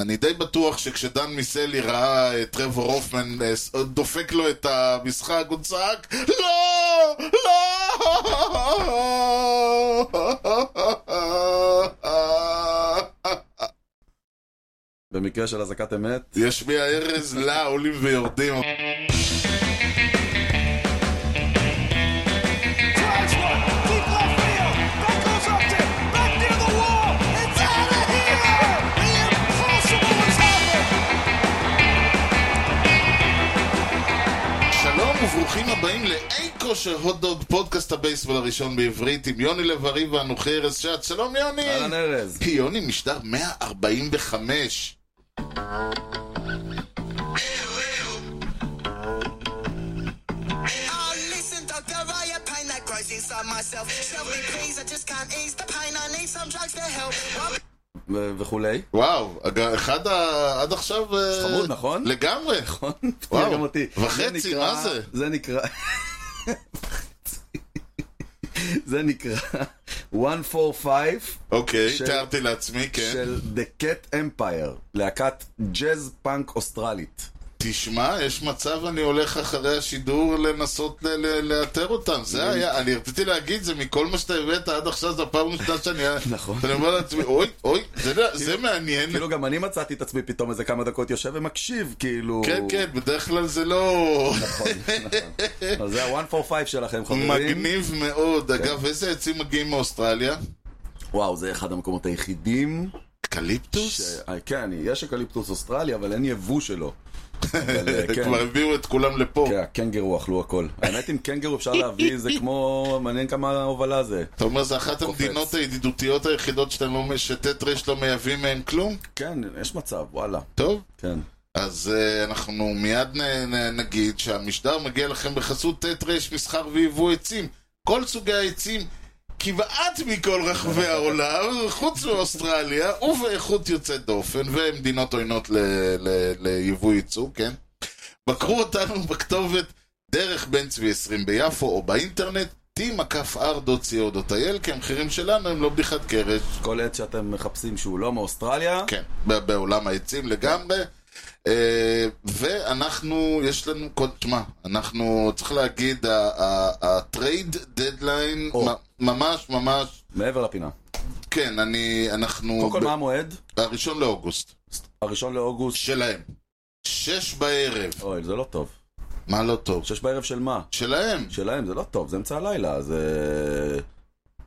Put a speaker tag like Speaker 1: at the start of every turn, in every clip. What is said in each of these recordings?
Speaker 1: אני די בטוח שכשדן מיסלי ראה את טרוור הופמן אה, ס- דופק לו את המשחק, הוא צעק לא! לא!
Speaker 2: במקרה של אזעקת אמת,
Speaker 1: ישמיע ארז לה עולים ויורדים.
Speaker 3: Drives one, deep left field. That goes up there, back near the wall. It's out of here. The impossible has happened.
Speaker 1: שלום וברוכים הבאים לאי כושר הוטדוג, פודקאסט הבייסבול הראשון בעברית עם יוני לב-ארי ואנוכי ארז שץ. שלום יוני!
Speaker 2: אהלן ארז.
Speaker 1: יוני משדר 145.
Speaker 3: Oh, listen, doctor, I have pain that grows inside myself. Tell me, please, I just can't ease the pain. I need some drugs to help. One
Speaker 2: ו- וכולי.
Speaker 1: וואו, אג- אחד ה... עד עכשיו... אה,
Speaker 2: חמוד, נכון?
Speaker 1: לגמרי.
Speaker 2: נכון?
Speaker 1: וואו,
Speaker 2: תראה גם אותי.
Speaker 1: וחצי,
Speaker 2: זה נקרא-
Speaker 1: מה זה?
Speaker 2: זה נקרא... זה נקרא 145
Speaker 1: אוקיי,
Speaker 2: של-
Speaker 1: תיארתי לעצמי, כן.
Speaker 2: של The Cat Empire, להקת ג'אז פאנק אוסטרלית.
Speaker 1: תשמע, יש מצב אני הולך אחרי השידור לנסות ל- ל- לאתר אותם. זה היה, אני רציתי להגיד, זה מכל מה שאתה הבאת עד עכשיו, זו הפעם הראשונה שאני...
Speaker 2: נכון.
Speaker 1: אני אומר לעצמי, אוי, אוי, זה- לא- זה מעניין.
Speaker 2: כאילו גם אני מצאתי את עצמי פתאום איזה כמה דקות יושב ומקשיב, כאילו...
Speaker 1: כן, כן, בדרך כלל זה לא...
Speaker 2: נכון, נכון. אז זה ה-145 שלכם, חברים.
Speaker 1: מגניב
Speaker 2: כן.
Speaker 1: מאוד. אגב, איזה עצים מגיעים מאוסטרליה?
Speaker 2: וואו, זה אחד המקומות היחידים. ש...
Speaker 1: קליפטוס?
Speaker 2: אה, כן, יש אקליפטוס אוסטרלי, אבל אין יבוא שלו. אבל, אה, כן.
Speaker 1: כבר הביאו את כולם לפה.
Speaker 2: כן, הקנגרו אכלו הכל. האמת עם קנגרו אפשר להביא, זה כמו, מעניין כמה הובלה זה.
Speaker 1: אתה אומר, זה אחת
Speaker 2: קופץ.
Speaker 1: המדינות הידידותיות היחידות שאתם לא, שטטרש לא מייבאים מהן כלום?
Speaker 2: כן, יש מצב, וואלה.
Speaker 1: טוב.
Speaker 2: כן.
Speaker 1: אז uh, אנחנו מיד נ, נ, נגיד שהמשדר מגיע לכם בחסות טטרש, מסחר ויבוא עצים. כל סוגי העצים, כמעט מכל רחבי העולם, חוץ מאוסטרליה, ובאיכות יוצאת דופן, ומדינות עוינות ל, ל, ליבוא ייצוא, כן? בקרו אותנו בכתובת דרך בן צבי 20 ביפו, או באינטרנט, t.r.co.il, כי המחירים שלנו הם לא בדיחת קרש.
Speaker 2: כל עץ שאתם מחפשים שהוא לא מאוסטרליה,
Speaker 1: כן, ב- בעולם העצים לגמרי. אה, ואנחנו, יש לנו, כל- תשמע, אנחנו, צריך להגיד, ה- ה- הטרייד דדליין,
Speaker 2: או.
Speaker 1: מ- ממש ממש,
Speaker 2: מעבר לפינה.
Speaker 1: כן, אני, אנחנו,
Speaker 2: קודם כל, מה המועד?
Speaker 1: הראשון לאוגוסט,
Speaker 2: הראשון לאוגוסט.
Speaker 1: שלהם. שש בערב,
Speaker 2: אוי, זה לא טוב.
Speaker 1: מה לא טוב?
Speaker 2: שש בערב של מה?
Speaker 1: שלהם.
Speaker 2: שלהם, זה לא טוב, זה אמצע הלילה, זה...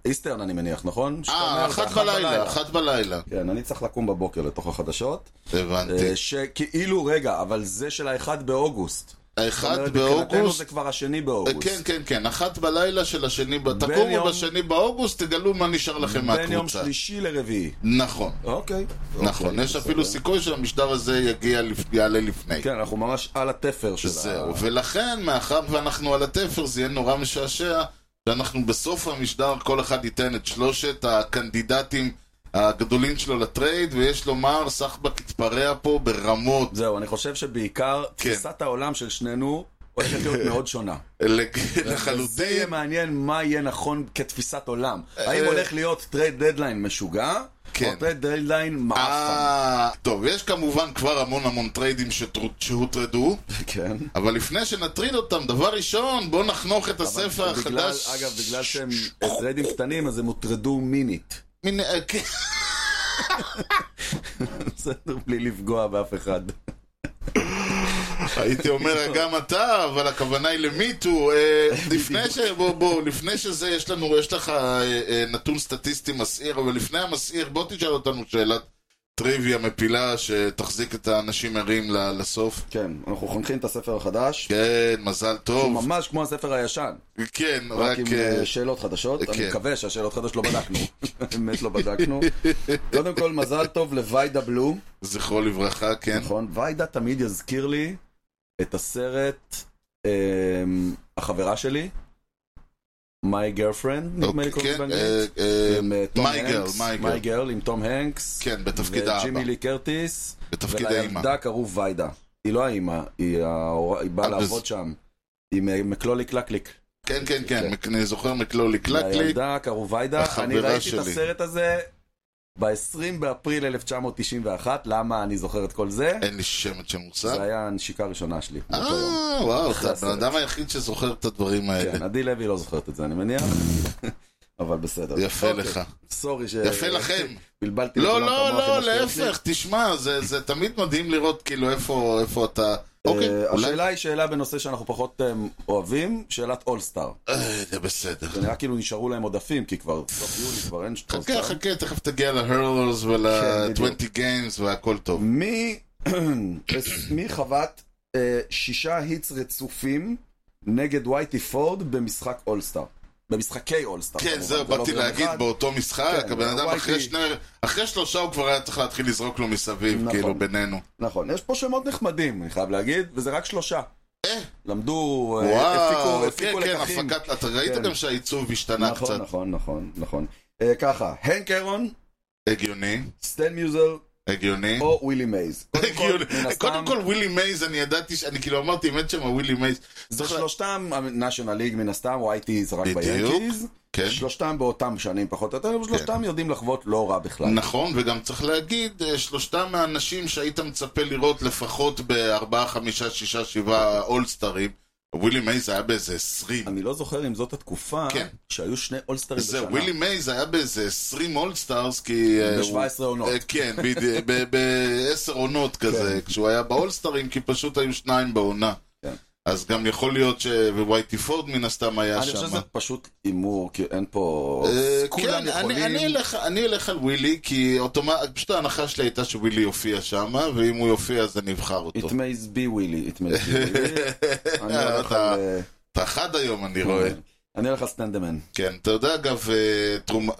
Speaker 2: איסטרן אני מניח, נכון? שאתה
Speaker 1: אה,
Speaker 2: אומר, זה
Speaker 1: אחת בלילה, אחת בלילה.
Speaker 2: כן, אני צריך לקום בבוקר לתוך החדשות.
Speaker 1: הבנתי.
Speaker 2: אה, שכאילו, רגע, אבל זה של האחד באוגוסט. זאת
Speaker 1: האחד
Speaker 2: אומרת, מבחינתנו
Speaker 1: באוגוסט,
Speaker 2: זה כבר השני
Speaker 1: אה,
Speaker 2: באוגוסט.
Speaker 1: כן, כן, כן, אחת בלילה של השני, ב- תקומו
Speaker 2: יום-
Speaker 1: בשני באוגוסט, תגלו מה נשאר לכם
Speaker 2: בין יום
Speaker 1: כן, מהקבוצה.
Speaker 2: שלישי לרביעי.
Speaker 1: נכון.
Speaker 2: אוקיי.
Speaker 1: נכון,
Speaker 2: אוקיי,
Speaker 1: יש
Speaker 2: בסדר.
Speaker 1: אפילו סיכוי שהמשדר הזה יגיע, לפ- יעלה לפני.
Speaker 2: כן, אנחנו ממש על התפר של
Speaker 1: זהו, ולכן, מאחר ואנחנו על התפר, זה יהיה נורא משעשע, שאנחנו בסוף המשדר, כל אחד ייתן את שלושת הקנדידטים הגדולים שלו לטרייד, ויש לומר, סחבק התפרע פה ברמות.
Speaker 2: זהו, אני חושב שבעיקר
Speaker 1: כן.
Speaker 2: תפיסת העולם של שנינו הולכת להיות מאוד שונה.
Speaker 1: לג-
Speaker 2: זה יהיה
Speaker 1: לחלוטין,
Speaker 2: מעניין מה יהיה נכון כתפיסת עולם. האם
Speaker 1: אה,
Speaker 2: הולך להיות טרייד דדליין משוגע,
Speaker 1: כן.
Speaker 2: או טרייד דדליין מעפן.
Speaker 1: אה, טוב, יש כמובן כבר המון המון טריידים שטרו- שהוטרדו,
Speaker 2: כן.
Speaker 1: אבל לפני שנטריד אותם, דבר ראשון, בואו נחנוך את
Speaker 2: אבל
Speaker 1: הספר
Speaker 2: בגלל-
Speaker 1: החדש.
Speaker 2: אגב, בגלל שהם טריידים קטנים, אז הם הוטרדו מינית.
Speaker 1: מין- אה, כן.
Speaker 2: בסדר, בלי לפגוע באף אחד.
Speaker 1: הייתי אומר גם אתה, אבל הכוונה היא למיטו. אה, לפני ש... בוא, בוא, לפני שזה, יש לנו, יש לך אה, אה, נתון סטטיסטי מסעיר, אבל לפני המסעיר, בוא תשאל אותנו שאלת טריוויה מפילה שתחזיק את האנשים ערים ל- לסוף.
Speaker 2: כן, אנחנו חונכים את הספר החדש.
Speaker 1: כן, מזל
Speaker 2: הוא
Speaker 1: טוב.
Speaker 2: ממש כמו הספר הישן,
Speaker 1: כן, רק...
Speaker 2: רק עם
Speaker 1: אה,
Speaker 2: אה, שאלות חדשות.
Speaker 1: כן.
Speaker 2: אני מקווה שהשאלות חדשות לא בדקנו. באמת לא בדקנו. קודם כל, מזל טוב לוויידה בלו,
Speaker 1: זכרו לברכה, כן.
Speaker 2: נכון? ויידה תמיד יזכיר לי את הסרט אמ, החברה שלי, My Girlfriend, נדמה לי קוראים
Speaker 1: אוקיי,
Speaker 2: לזה
Speaker 1: כן,
Speaker 2: באנגלית.
Speaker 1: אה, אה,
Speaker 2: עם אה, תום
Speaker 1: My Girl,
Speaker 2: הנקס,
Speaker 1: My Girl.
Speaker 2: My Girl עם תום הנקס.
Speaker 1: כן, בתפקיד האבא.
Speaker 2: וג'ימי לי קרטיס.
Speaker 1: בתפקיד האימא.
Speaker 2: ולילדה קראו ויידה. היא לא האימא, היא ההורה- היא באה
Speaker 1: אה, אז-
Speaker 2: לעבוד שם. היא מ- מקלולי קלקליק.
Speaker 1: כן, כן, כן,
Speaker 2: כן.
Speaker 1: מק- אני זוכר מקלולי קלקלי.
Speaker 2: לילדה קראו ויידה.
Speaker 1: החברה
Speaker 2: אני ראיתי
Speaker 1: שלי.
Speaker 2: את הסרט הזה ב-20 באפריל 1991, למה אני זוכר את כל זה?
Speaker 1: אין לי שמץ של
Speaker 2: זה
Speaker 1: מושג.
Speaker 2: היה הנשיקה הראשונה שלי. באותו יום.
Speaker 1: אה, וואו,
Speaker 2: אחרי
Speaker 1: אתה הבן
Speaker 2: הסרט.
Speaker 1: אדם היחיד שזוכר את הדברים
Speaker 2: כן,
Speaker 1: האלה.
Speaker 2: עדי לוי לא זוכרת את זה, אני מניח, אבל בסדר.
Speaker 1: יפה
Speaker 2: אוקיי.
Speaker 1: לך.
Speaker 2: סורי ש...
Speaker 1: יפה לכם.
Speaker 2: בלבלתי
Speaker 1: לא,
Speaker 2: לכולם את
Speaker 1: לא,
Speaker 2: המוח עם
Speaker 1: לא,
Speaker 2: השטויות שלי.
Speaker 1: להפך, תשמע, זה- זה תמיד מדהים לראות כאילו איפה איפה אתה... אוקיי,
Speaker 2: אה,
Speaker 1: אולי...
Speaker 2: השאלה היא שאלה בנושא שאנחנו פחות אה, אוהבים, שאלת אולסטאר.
Speaker 1: אה, זה בסדר.
Speaker 2: זה נראה כאילו נשארו להם עודפים, כי כבר סוף יולי כבר אין
Speaker 1: חכה,
Speaker 2: אולסטאר.
Speaker 1: חכה, תכף תגיע להרלרס
Speaker 2: כן,
Speaker 1: ול-20 גיימס והכל טוב.
Speaker 2: מי מי חבט אה, שישה היטס רצופים נגד וייטי פורד במשחק אולסטאר? במשחקי אולסטאר.
Speaker 1: כן,
Speaker 2: כמובן,
Speaker 1: זהו,
Speaker 2: זה לא
Speaker 1: באתי
Speaker 2: ביום
Speaker 1: להגיד
Speaker 2: אחד.
Speaker 1: באותו משחק,
Speaker 2: כן,
Speaker 1: הבן אדם
Speaker 2: וואי,
Speaker 1: אחרי
Speaker 2: כי-
Speaker 1: שני... אחרי שלושה הוא כבר היה צריך להתחיל לזרוק לו מסביב,
Speaker 2: נכון.
Speaker 1: כאילו, בינינו.
Speaker 2: נכון, יש פה שמות נחמדים, אני חייב להגיד, וזה רק שלושה.
Speaker 1: אה,
Speaker 2: למדו, אה, הפיקו,
Speaker 1: וואו, כן,
Speaker 2: הפיקו
Speaker 1: כן,
Speaker 2: לקחים.
Speaker 1: הפקת... אתה ראית
Speaker 2: כן.
Speaker 1: גם שהעיצוב השתנה
Speaker 2: נכון,
Speaker 1: קצת.
Speaker 2: נכון, נכון, נכון. אה, ככה, הנק אירון,
Speaker 1: הגיוני,
Speaker 2: סטן מיוזר
Speaker 1: הגיוני.
Speaker 2: או ווילי מייז. קודם כל,
Speaker 1: הגיוני.
Speaker 2: מן הסתם,
Speaker 1: כאילו, קודם כל, ווילי מייז, אני ידעתי, ש- אני כאילו אמרתי, מת שם ווילי מייז.
Speaker 2: זה
Speaker 1: צריך לה-
Speaker 2: שלושתם, national league מן הסתם, או ITs רק
Speaker 1: בדיוק,
Speaker 2: ביאנקיז.
Speaker 1: כן.
Speaker 2: שלושתם באותם שנים פחות או יותר, אבל שלושתם יודעים לחוות לא רע בכלל.
Speaker 1: נכון, וגם צריך להגיד, אה, שלושתם מהאנשים שהיית מצפה לראות לפחות בארבעה, חמישה, שישה, שבעה אולסטרים, ווילי מייז היה באיזה עשרים.
Speaker 2: אני לא זוכר אם זאת התקופה
Speaker 1: כן.
Speaker 2: שהיו שני אולסטרים בשנה.
Speaker 1: זהו, ווילי מייז היה באיזה 20 אולסטארס, כי... אה, הוא-
Speaker 2: ב-17 עונות.
Speaker 1: אה, כן, בדי- ב- בעשר עונות כזה, כשהוא היה באולסטרים, כי פשוט היו שניים בעונה.
Speaker 2: כן.
Speaker 1: אז גם יכול להיות ש... ווייטי פורד מן הסתם היה
Speaker 2: אני
Speaker 1: שם.
Speaker 2: חושב שזה פשוט הימור, כי אין פה...
Speaker 1: אה,
Speaker 2: כולם
Speaker 1: כן, אני- אני
Speaker 2: יכולים.
Speaker 1: אלך- אני אלך על ווילי, כי אוטומט... פשוט ההנחה שלי הייתה שווילי יופיע שם, ואם הוא יופיע אז אני אבחר אותו.
Speaker 2: It may be ווילי, it may be ווילי. אני הולך
Speaker 1: אתה-
Speaker 2: על, אה, כן.
Speaker 1: אתה חד היום, אני רואה.
Speaker 2: אני הולך על סטנדמן.
Speaker 1: כן, אתה יודע, אגב, אה, תרום... אה,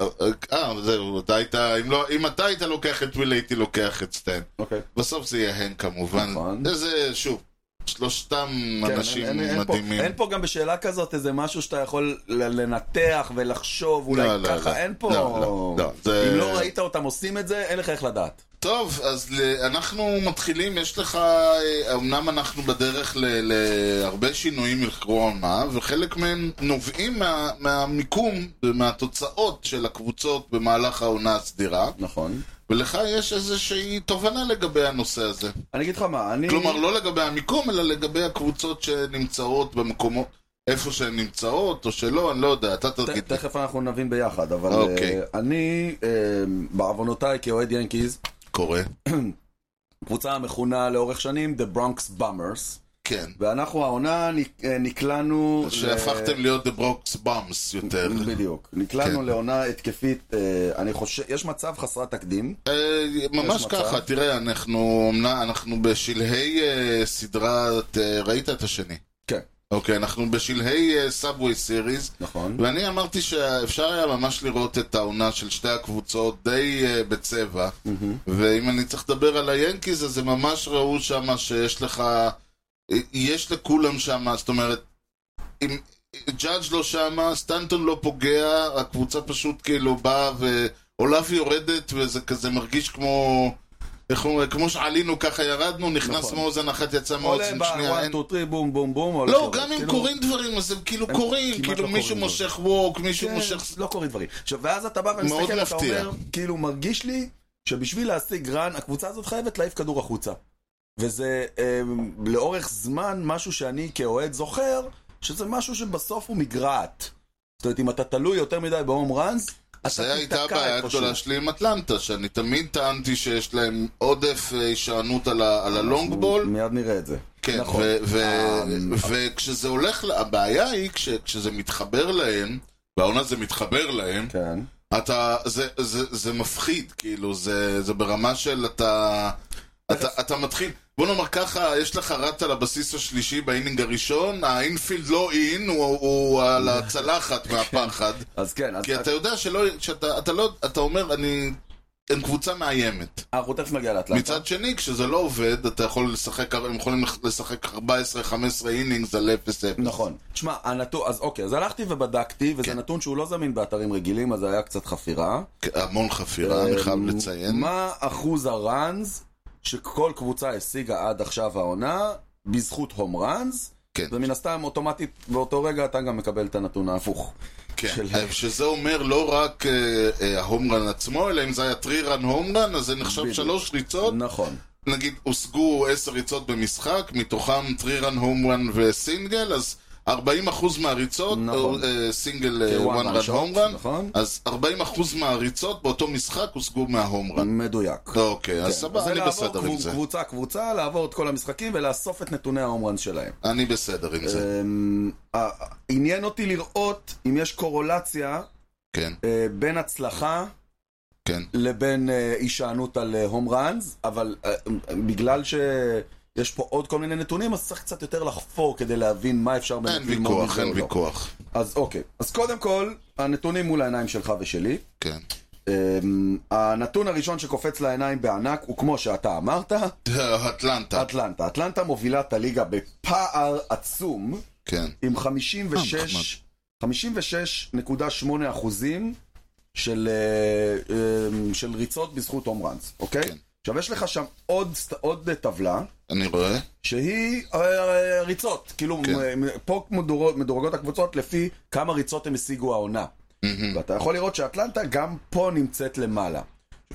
Speaker 1: אה, זהו, אתה היית... אם לא- אם אתה היית לוקח את ווילי, הייתי לוקח את סטן.
Speaker 2: אוקיי.
Speaker 1: בסוף זה יהיה הן כמובן.
Speaker 2: נכון.
Speaker 1: זה, שוב, שלושתם
Speaker 2: כן,
Speaker 1: אנשים
Speaker 2: אין- אין- אין פה-
Speaker 1: מדהימים.
Speaker 2: אין פה גם בשאלה כזאת איזה משהו שאתה יכול ל- לנתח ולחשוב, אולי
Speaker 1: לא, לא, לא.
Speaker 2: ככה, אין פה...
Speaker 1: לא, לא, לא, זה-
Speaker 2: אם לא ראית אותם עושים את זה, אין לך איך לדעת.
Speaker 1: טוב, אז ל- אנחנו מתחילים, יש לך, אה, אמנם אנחנו בדרך ל- להרבה שינויים ילכו העונה, וחלק מהם נובעים מה, מהמיקום ומהתוצאות של הקבוצות במהלך העונה הסדירה,
Speaker 2: נכון.
Speaker 1: ולך יש איזושהי תובנה לגבי הנושא הזה.
Speaker 2: אני אגיד לך מה, אני...
Speaker 1: כלומר, לא לגבי המיקום, אלא לגבי הקבוצות שנמצאות במקומות, איפה שהן נמצאות, או שלא, אני לא יודע, אתה
Speaker 2: ת-
Speaker 1: תגיד. לי.
Speaker 2: תכף אנחנו נבין ביחד, אבל
Speaker 1: אוקיי.
Speaker 2: אה, אני, אה, בעוונותיי כאוהד ינקיז,
Speaker 1: קורה.
Speaker 2: קבוצה המכונה לאורך שנים The Bronx Bummers,
Speaker 1: כן.
Speaker 2: ואנחנו העונה נק- אה, נקלענו... ל-
Speaker 1: שהפכתם להיות The Bronx Bumps יותר.
Speaker 2: בדיוק. נקלענו
Speaker 1: כן.
Speaker 2: לעונה התקפית, אה, אני חושב, יש מצב חסרת תקדים.
Speaker 1: אה, ממש
Speaker 2: יש מצב.
Speaker 1: ככה, תראה, אנחנו אמנם, אנחנו בשלהי אה, סדרת, אה, ראית את השני.
Speaker 2: כן.
Speaker 1: אוקיי, אנחנו בשלהי אה, סאבווי סיריס,
Speaker 2: נכון.
Speaker 1: ואני אמרתי שאפשר היה ממש לראות את העונה של שתי הקבוצות די אה, בצבע, ואם אני צריך לדבר על היאנקיז, אז הם ממש ראו שם שיש לך, אה, יש לכולם שם, זאת אומרת, אם ג'אדג' לא שם, סטנטון לא פוגע, הקבוצה פשוט כאילו באה ועולה ויורדת, וזה כזה מרגיש כמו... איך אומרים, כמו שעלינו ככה ירדנו, נכנס
Speaker 2: נכון.
Speaker 1: מאוזן אחת, יצא
Speaker 2: עולה
Speaker 1: מאוזן שנייה,
Speaker 2: ב-1,
Speaker 1: אין
Speaker 2: 2, 3, בום, בום, בום. הולך
Speaker 1: לא,
Speaker 2: יורד.
Speaker 1: גם אם
Speaker 2: כאילו,
Speaker 1: קורים דברים, אז הם כאילו
Speaker 2: הם
Speaker 1: קורים,
Speaker 2: כמעט
Speaker 1: כאילו
Speaker 2: לא
Speaker 1: מישהו
Speaker 2: קורים
Speaker 1: מושך ווק,
Speaker 2: כן,
Speaker 1: מישהו מושך...
Speaker 2: לא קורים דברים. עכשיו, ואז אתה בא
Speaker 1: מאוד
Speaker 2: ומסתכל, אתה
Speaker 1: מפתיע.
Speaker 2: אומר, כאילו, מרגיש לי שבשביל להשיג רן, הקבוצה הזאת חייבת להעיף כדור החוצה. וזה אה, לאורך זמן משהו שאני כאוהד זוכר, שזה משהו שבסוף הוא מגרעת. זאת אומרת, אם אתה תלוי יותר מדי בהום ראנס,
Speaker 1: זו
Speaker 2: אתה
Speaker 1: הייתה
Speaker 2: תיתקע
Speaker 1: הבעיה
Speaker 2: איפשהו.
Speaker 1: הגדולה שלי עם אטלנטה, שאני תמיד טענתי שיש להם עודף אה, הישענות על ה- על הלונג בול,
Speaker 2: מיד נראה את זה.
Speaker 1: כן,
Speaker 2: נכון.
Speaker 1: ו- ו-
Speaker 2: אמ,
Speaker 1: וכשזה הולך, ל- הבעיה היא כש- כשזה מתחבר להם, והעונה זה מתחבר להם,
Speaker 2: כן.
Speaker 1: אתה, זה, זה, זה מפחיד, כאילו, זה, זה ברמה של אתה, אתה, אתה מתחיל, בוא נאמר ככה, יש לך רץ על הבסיס השלישי באינינג הראשון, האינפילד לא אין, הוא, הוא על הצלחת מהפחד,
Speaker 2: אז כן, אז
Speaker 1: כי אתה יודע שלא, שאתה, אתה לא, אתה אומר, אני, הם קבוצה מאיימת.
Speaker 2: אנחנו תכף נגיע לאטלנטה.
Speaker 1: מצד שני, כשזה לא עובד, אתה יכול לשחק, הם יכולים לשחק 14-15 אינינגס על 0-0.
Speaker 2: נכון. שמע, הנתון, אז אוקיי, אז הלכתי ובדקתי, וזה
Speaker 1: כן.
Speaker 2: נתון שהוא לא זמין באתרים רגילים, אז זה היה קצת חפירה.
Speaker 1: המון חפירה, אה, אני חייב
Speaker 2: אמ,
Speaker 1: לציין.
Speaker 2: מה אחוז הראנז שכל קבוצה השיגה עד עכשיו העונה, בזכות הום ראנז?
Speaker 1: כן.
Speaker 2: ומן הסתם, אוטומטית, באותו רגע אתה גם מקבל את הנתון ההפוך.
Speaker 1: כן,
Speaker 2: של-
Speaker 1: שזה אומר לא רק אה, אה, ההומרן עצמו, אלא אם זה היה טרי-רן הומרן, אז זה נחשב
Speaker 2: בדיוק.
Speaker 1: שלוש ריצות.
Speaker 2: נכון.
Speaker 1: נגיד, הושגו עשר ריצות במשחק, מתוכם טרי-רן הומרן וסינגל, אז 40% מהריצות,
Speaker 2: נכון.
Speaker 1: או, אה, סינגל
Speaker 2: one run
Speaker 1: וואן-רן
Speaker 2: shot,
Speaker 1: הומרן,
Speaker 2: נכון.
Speaker 1: אז 40% מהריצות באותו משחק הושגו מההומרן.
Speaker 2: מדויק.
Speaker 1: אוקיי, אז
Speaker 2: כן. אז
Speaker 1: סבבה,
Speaker 2: זה
Speaker 1: אני
Speaker 2: לעבור
Speaker 1: בסדר עם
Speaker 2: קבוצ-
Speaker 1: זה.
Speaker 2: קבוצה קבוצה, לעבור את כל המשחקים ולאסוף את נתוני ההומרן שלהם.
Speaker 1: אני בסדר עם זה,
Speaker 2: אמ, אה, עניין אותי לראות אם יש קורולציה
Speaker 1: כן,
Speaker 2: אה, בין הצלחה
Speaker 1: כן.
Speaker 2: לבין אה, הישענות על אה, הום ראנס, אבל אה, אה, בגלל שיש פה עוד כל מיני נתונים, אז צריך קצת יותר לחפור כדי להבין מה אפשר באמת
Speaker 1: אין ויכוח,
Speaker 2: מזה
Speaker 1: אין
Speaker 2: או לא.
Speaker 1: ויכוח.
Speaker 2: אז אוקיי. אז קודם כל, הנתונים מול העיניים שלך ושלי.
Speaker 1: כן.
Speaker 2: אמ, הנתון הראשון שקופץ לעיניים בענק הוא כמו שאתה אמרת,
Speaker 1: אטלנטה,
Speaker 2: אטלנטה. אטלנטה מובילה את הליגה בפער עצום,
Speaker 1: כן.
Speaker 2: עם 56... 56.8 אחוזים של, אה, אה, של ריצות בזכות הום ראנס, אוקיי?
Speaker 1: כן.
Speaker 2: עכשיו יש לך שם עוד, סט- עוד טבלה,
Speaker 1: אני רואה.
Speaker 2: שהיא אה, ריצות, כאילו
Speaker 1: כן.
Speaker 2: מ- מ- פה מדורות, מדורגות הקבוצות לפי כמה ריצות הם השיגו העונה. ואתה יכול לראות שאטלנטה גם פה נמצאת למעלה.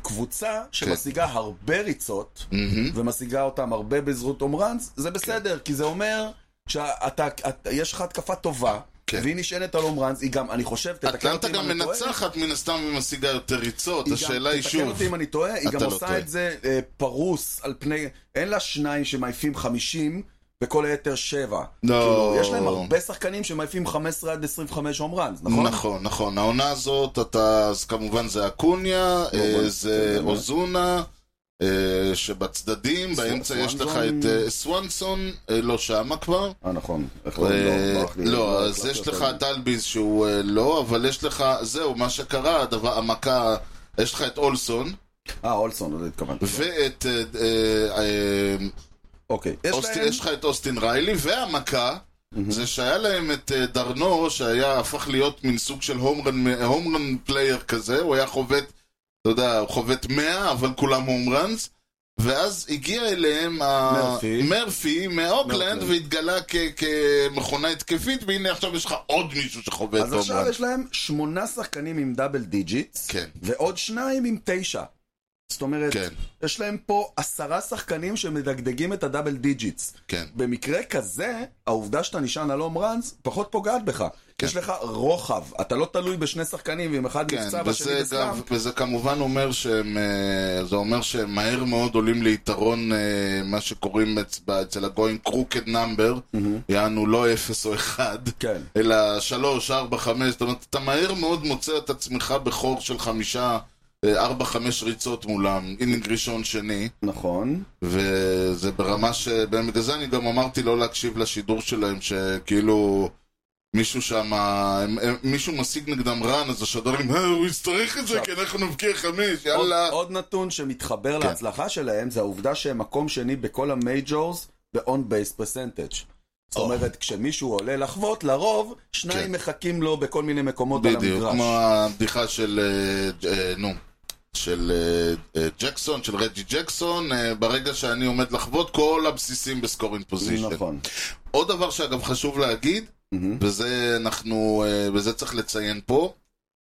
Speaker 2: קבוצה שמשיגה הרבה ריצות,
Speaker 1: כן. מהמם.
Speaker 2: ומשיגה אותם הרבה בזכות הומרנס, זה בסדר, כי זה אומר שיש לך התקפה טובה,
Speaker 1: כן.
Speaker 2: והיא נשענת על הומרנס, היא גם, אני חושב, תתקן
Speaker 1: אטלנטה
Speaker 2: אותי אם
Speaker 1: גם
Speaker 2: אני טועה,
Speaker 1: מנצחת מן הסתם ומשיגה יותר ריצות,
Speaker 2: היא גם-
Speaker 1: השאלה היא
Speaker 2: תתקן
Speaker 1: שוב.
Speaker 2: אותי אם אני טועה, היא
Speaker 1: אתה
Speaker 2: גם
Speaker 1: לא
Speaker 2: עושה
Speaker 1: טועה.
Speaker 2: את זה אה, פרוס על פני... אין לה שניים שמעיפים 50 וכל היתר 7.
Speaker 1: לא.
Speaker 2: יש להם הרבה שחקנים שמעיפים 15 עד 25 הום ראנס, נכון?
Speaker 1: נכון, נכון. העונה הזאת, אתה, אז כמובן זה אקוניה, אה,
Speaker 2: לא, בוא,
Speaker 1: זה
Speaker 2: אתה יודע.
Speaker 1: אוזונה, אה, שבצדדים,
Speaker 2: סו-
Speaker 1: באמצע יש לך
Speaker 2: סוואנסון.
Speaker 1: את אה, סוונסון, אה, לא שמה כבר.
Speaker 2: אה, נכון. איך לא-
Speaker 1: אה,
Speaker 2: ברח לי,
Speaker 1: לא,
Speaker 2: לא
Speaker 1: אז
Speaker 2: הקלטתי
Speaker 1: יש
Speaker 2: אותו.
Speaker 1: לך את אלביז שהוא אה, לא, אבל יש לך, זהו, מה שקרה, הדבר, המכה, יש לך את אולסון,
Speaker 2: אה, אולסון, לא התכוונתי.
Speaker 1: ואת... אה, אה, אה,
Speaker 2: אוקיי. יש
Speaker 1: אוסטין-
Speaker 2: להם...
Speaker 1: יש לך את אוסטין ריילי, והמכה, זה שהיה להם את אה, דרנו, שהיה הפך להיות מין סוג של הומרן פלייר כזה, הוא היה חובט, אתה יודע, הוא חובט 100, אבל כולם הומרנס, ואז הגיע אליהם ה-
Speaker 2: מרפי.
Speaker 1: מרפי מאוקלנד,
Speaker 2: מאוקלנד.
Speaker 1: והתגלה כ- כמכונה התקפית, והנה עכשיו יש לך עוד מישהו שחובט
Speaker 2: אז עכשיו
Speaker 1: הומרן.
Speaker 2: יש להם שמונה שחקנים עם דאבל דיג'יטס,
Speaker 1: כן.
Speaker 2: ועוד שניים עם תשע. זאת אומרת,
Speaker 1: כן.
Speaker 2: יש להם פה עשרה שחקנים שמדגדגים את הדאבל דיג'יטס.
Speaker 1: כן.
Speaker 2: במקרה כזה, העובדה שאתה נשען על הום ראנס פחות פוגעת בך.
Speaker 1: כן.
Speaker 2: יש לך רוחב, אתה לא תלוי בשני שחקנים, ואם אחד
Speaker 1: כן,
Speaker 2: נפצע והשני
Speaker 1: וזה, גם,
Speaker 2: בסלאם.
Speaker 1: וזה כמובן אומר שהם, אה, זה אומר שהם מהר מאוד עולים ליתרון, אה, מה שקוראים אצ- אצל הגויים crooked number, יענו לא 0 או 1,
Speaker 2: כן.
Speaker 1: אלא 3, 4, 5, זאת אומרת, אתה מהר מאוד מוצא את עצמך בחור של חמישה, 4, 5 ריצות מולם, אינינג ראשון, שני,
Speaker 2: נכון.
Speaker 1: וזה ברמה ש... בגלל זה אני גם אמרתי לא להקשיב לשידור שלהם, שכאילו... מישהו שם, הם- הם- מישהו משיג נגדם רן, אז השדרים, "אה, הוא יצטרך את זה, כי אנחנו נבקיע חמש,
Speaker 2: עוד,
Speaker 1: יאללה.
Speaker 2: עוד נתון שמתחבר
Speaker 1: כן.
Speaker 2: להצלחה שלהם, זה העובדה שהם מקום שני בכל המייג'ורס ב-on base percentage. זאת אומרת, כשמישהו עולה לחוות, לרוב, שניים
Speaker 1: כן.
Speaker 2: מחכים לו בכל מיני מקומות על המגרש.
Speaker 1: בדיוק, כמו הבדיחה של, אה, ג- אה, נו, של אה, אה, ג'קסון, של רג'י ג'קסון, אה, ברגע שאני עומד לחוות, כל הבסיסים בסקורינג פוזיישן.
Speaker 2: נכון.
Speaker 1: עוד דבר שאגב חשוב להגיד,
Speaker 2: מהמם.
Speaker 1: וזה אנחנו, אה, וזה צריך לציין פה,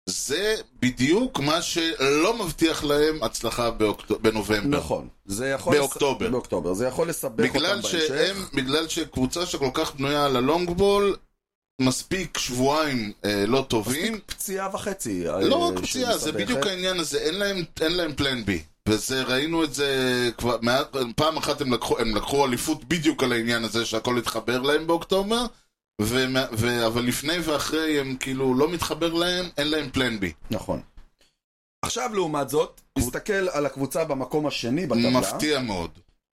Speaker 1: זה בדיוק מה שלא מבטיח להם הצלחה באוקט- בנובמבר.
Speaker 2: נכון. זה יכול...
Speaker 1: באוקטובר.
Speaker 2: לס... באוקטובר. זה יכול לסבך אותם
Speaker 1: בגלל
Speaker 2: בהמשך.
Speaker 1: שהם, בגלל שקבוצה שכל כך בנויה על הלונגבול, מספיק שבועיים אה, לא טובים.
Speaker 2: פציעה וחצי.
Speaker 1: לא
Speaker 2: אה,
Speaker 1: רק פציעה, זה
Speaker 2: שמסבכת.
Speaker 1: בדיוק העניין הזה, אין להם, אין להם פלן בי. וזה, ראינו את זה כבר, מעט, פעם אחת הם לקחו, הם לקחו אליפות בדיוק על העניין הזה שהכל התחבר להם באוקטובר, ו, ו, אבל לפני ואחרי הם כאילו לא מתחבר להם, אין להם פלן בי.
Speaker 2: נכון. עכשיו, לעומת זאת, נסתכל על הקבוצה במקום השני בטבלה.
Speaker 1: מפתיע מאוד,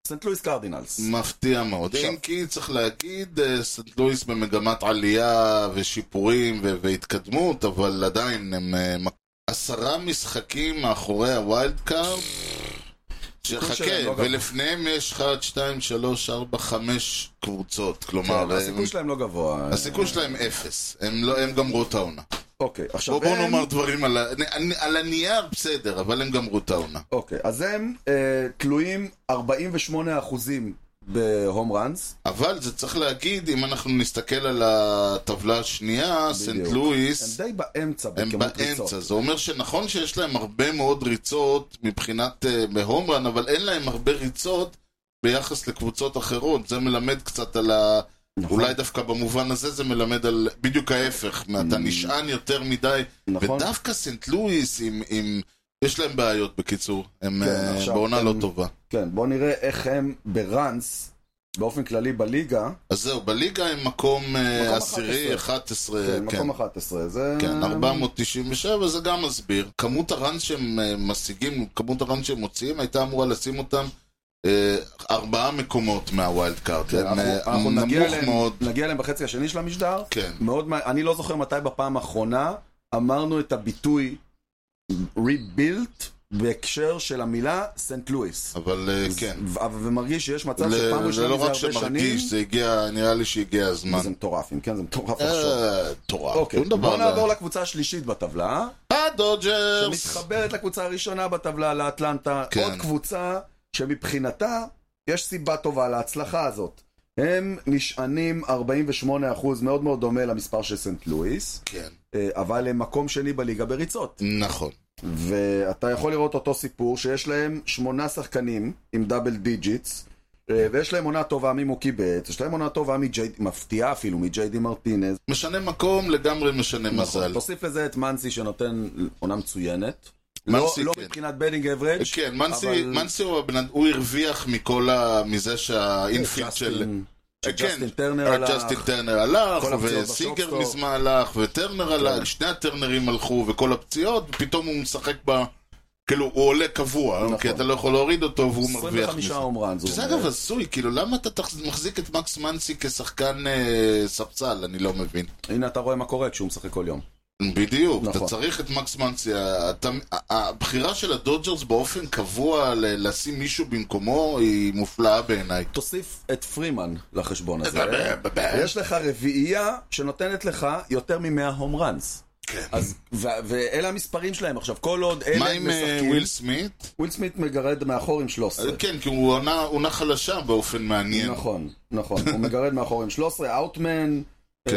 Speaker 2: סנט לואיס קרדינלס.
Speaker 1: מפתיע מאוד.
Speaker 2: עכשיו.
Speaker 1: אם כי צריך להגיד, אה, סנט לואיס במגמת עלייה ושיפורים ו- והתקדמות, אבל עדיין הם אה, מק- עשרה משחקים מאחורי הווילד קארד.
Speaker 2: הסיכוי שלהם לא
Speaker 1: שחכה,
Speaker 2: גבוה.
Speaker 1: ולפניהם יש 1, 2, 3, 4, 5 קבוצות.
Speaker 2: כן,
Speaker 1: כלומר,
Speaker 2: הסיכוי
Speaker 1: הם-
Speaker 2: שלהם לא גבוה.
Speaker 1: הסיכוי שלהם אפס. הם לא- הם גמרו את העונה.
Speaker 2: אוקיי, עכשיו
Speaker 1: בואו
Speaker 2: הם-
Speaker 1: נאמר דברים על ה- אני- על הנייר, בסדר, אבל הם גמרו את העונה.
Speaker 2: אוקיי, אז הם אה, תלויים 48% בהום ראנס.
Speaker 1: אבל זה צריך להגיד, אם אנחנו נסתכל על הטבלה השנייה, סנט לואיס,
Speaker 2: הם די באמצע,
Speaker 1: הם
Speaker 2: בכמות ריצות.
Speaker 1: באמצע. זה אומר שנכון שיש להם הרבה מאוד ריצות מבחינת אה, בהומרן, אבל אין להם הרבה ריצות ביחס לקבוצות אחרות. זה מלמד קצת על ה...
Speaker 2: נכון.
Speaker 1: אולי דווקא במובן הזה זה מלמד על בדיוק ההפך, מה, אתה
Speaker 2: Mm.
Speaker 1: נשען יותר מדי,
Speaker 2: נכון.
Speaker 1: ודווקא סנט לואיס עם... עם... יש להם בעיות בקיצור, הם
Speaker 2: כן,
Speaker 1: אה,
Speaker 2: עכשיו
Speaker 1: בעונה
Speaker 2: הם-
Speaker 1: לא טובה.
Speaker 2: כן, בואו נראה איך הם בראנס, באופן כללי בליגה,
Speaker 1: אז זהו, בליגה הם מקום אה,
Speaker 2: 11.
Speaker 1: עשירי, 11,
Speaker 2: כן,
Speaker 1: כן.
Speaker 2: מקום 11, זה...
Speaker 1: כן, 497 זה גם מסביר. כמות הראנס שהם אה, משיגים, כמות הראנס שהם מוציאים, הייתה אמורה לשים אותם אה, ארבעה מקומות מהווילד קארד.
Speaker 2: כן,
Speaker 1: הם,
Speaker 2: אנחנו-
Speaker 1: אה,
Speaker 2: אנחנו נגיע
Speaker 1: נמוך
Speaker 2: אליהם-
Speaker 1: מאוד.
Speaker 2: נגיע אליהם בחצי השני של המשדר.
Speaker 1: כן.
Speaker 2: מאוד, מה- אני לא זוכר מתי בפעם האחרונה אמרנו את הביטוי rebuilt בהקשר של המילה סנט לואיס.
Speaker 1: אבל אה, כן,
Speaker 2: ו- ו- ומרגיש שיש מצב שפעם
Speaker 1: ל- זה
Speaker 2: ראשונה
Speaker 1: לא
Speaker 2: מזה
Speaker 1: רק
Speaker 2: הרבה שנים,
Speaker 1: שמרגיש, זה הגיע, נראה לי שהגיע הזמן.
Speaker 2: זה מטורף, אם כן זה מטורף לחשוב.
Speaker 1: אה, תורה,
Speaker 2: אוקיי,
Speaker 1: שום דבר.
Speaker 2: בואו
Speaker 1: לא- אה,
Speaker 2: נעבור לקבוצה השלישית בטבלה,
Speaker 1: הדודג'רס!
Speaker 2: שמתחברת לקבוצה הראשונה בטבלה, לאטלנטה.
Speaker 1: כן.
Speaker 2: עוד קבוצה שמבחינתה יש סיבה טובה להצלחה הזאת. הם נשענים 48% מאוד מאוד דומה למספר של סנט לואיס.
Speaker 1: כן,
Speaker 2: אה, אבל הם מקום שני בליגה בריצות.
Speaker 1: נכון.
Speaker 2: ואתה יכול לראות אותו סיפור שיש להם שמונה שחקנים עם דאבל דיג'יטס, אה, ויש להם עונה טובה ממוקי בץ, יש להם עונה טובה מג'יי, מפתיעה אפילו, מג'יי די מרטינז.
Speaker 1: משנה מקום, לגמרי משנה מזל.
Speaker 2: נכון, תוסיף לזה את מנסי שנותן עונה מצוינת.
Speaker 1: מנסי,
Speaker 2: לא, לא
Speaker 1: כן.
Speaker 2: מבחינת בדינג אברג'.
Speaker 1: כן, מנסי,
Speaker 2: אבל- כן,
Speaker 1: מנסי הוא הבן אדם, הוא הרוויח מכל ה... מזה שהאינפילד של...
Speaker 2: ג'סטין-
Speaker 1: כן,
Speaker 2: שג'סטין טרנר
Speaker 1: אה,
Speaker 2: הלך.
Speaker 1: ג'סטין טרנר הלך,
Speaker 2: כל הפציעות כן.
Speaker 1: וסיגר
Speaker 2: בשופסטופ.
Speaker 1: מזמן הלך, וטרנר הלך, שני הטרנרים הלכו, וכל הפציעות, ופתאום הוא משחק ב... כאילו, הוא עולה קבוע,
Speaker 2: נכון.
Speaker 1: כי אתה לא יכול להוריד אותו, והוא מרוויח
Speaker 2: 25
Speaker 1: מזה.
Speaker 2: הומרן, זה
Speaker 1: שזה
Speaker 2: אומר.
Speaker 1: אגב הזוי, כאילו, למה אתה תח- מחזיק את מקס מנסי כשחקן אה, ספסל? אני לא מבין.
Speaker 2: הנה אתה רואה מה קורה כשהוא משחק כל יום.
Speaker 1: בדיוק, אתה
Speaker 2: נכון.
Speaker 1: צריך את מקס מנסי. ה- אתה- ה- הבחירה של הדודג'רס באופן קבוע ל- לשים מישהו במקומו היא מופלאה בעיניי.
Speaker 2: תוסיף את פרימן לחשבון הזה. יש לך רביעייה שנותנת לך יותר מ-100 הום ראנס.
Speaker 1: כן.
Speaker 2: אז, ו- ואלה המספרים שלהם. עכשיו, כל עוד אלה
Speaker 1: מה עם אה,
Speaker 2: משחקים...
Speaker 1: וויל סמית?
Speaker 2: וויל סמית מגרד מאחור עם 13.
Speaker 1: אה, כן, כי הוא עונה- עונה חלשה באופן מעניין.
Speaker 2: נכון, נכון. הוא מגרד מאחור עם 13, אאוטמן,
Speaker 1: כן.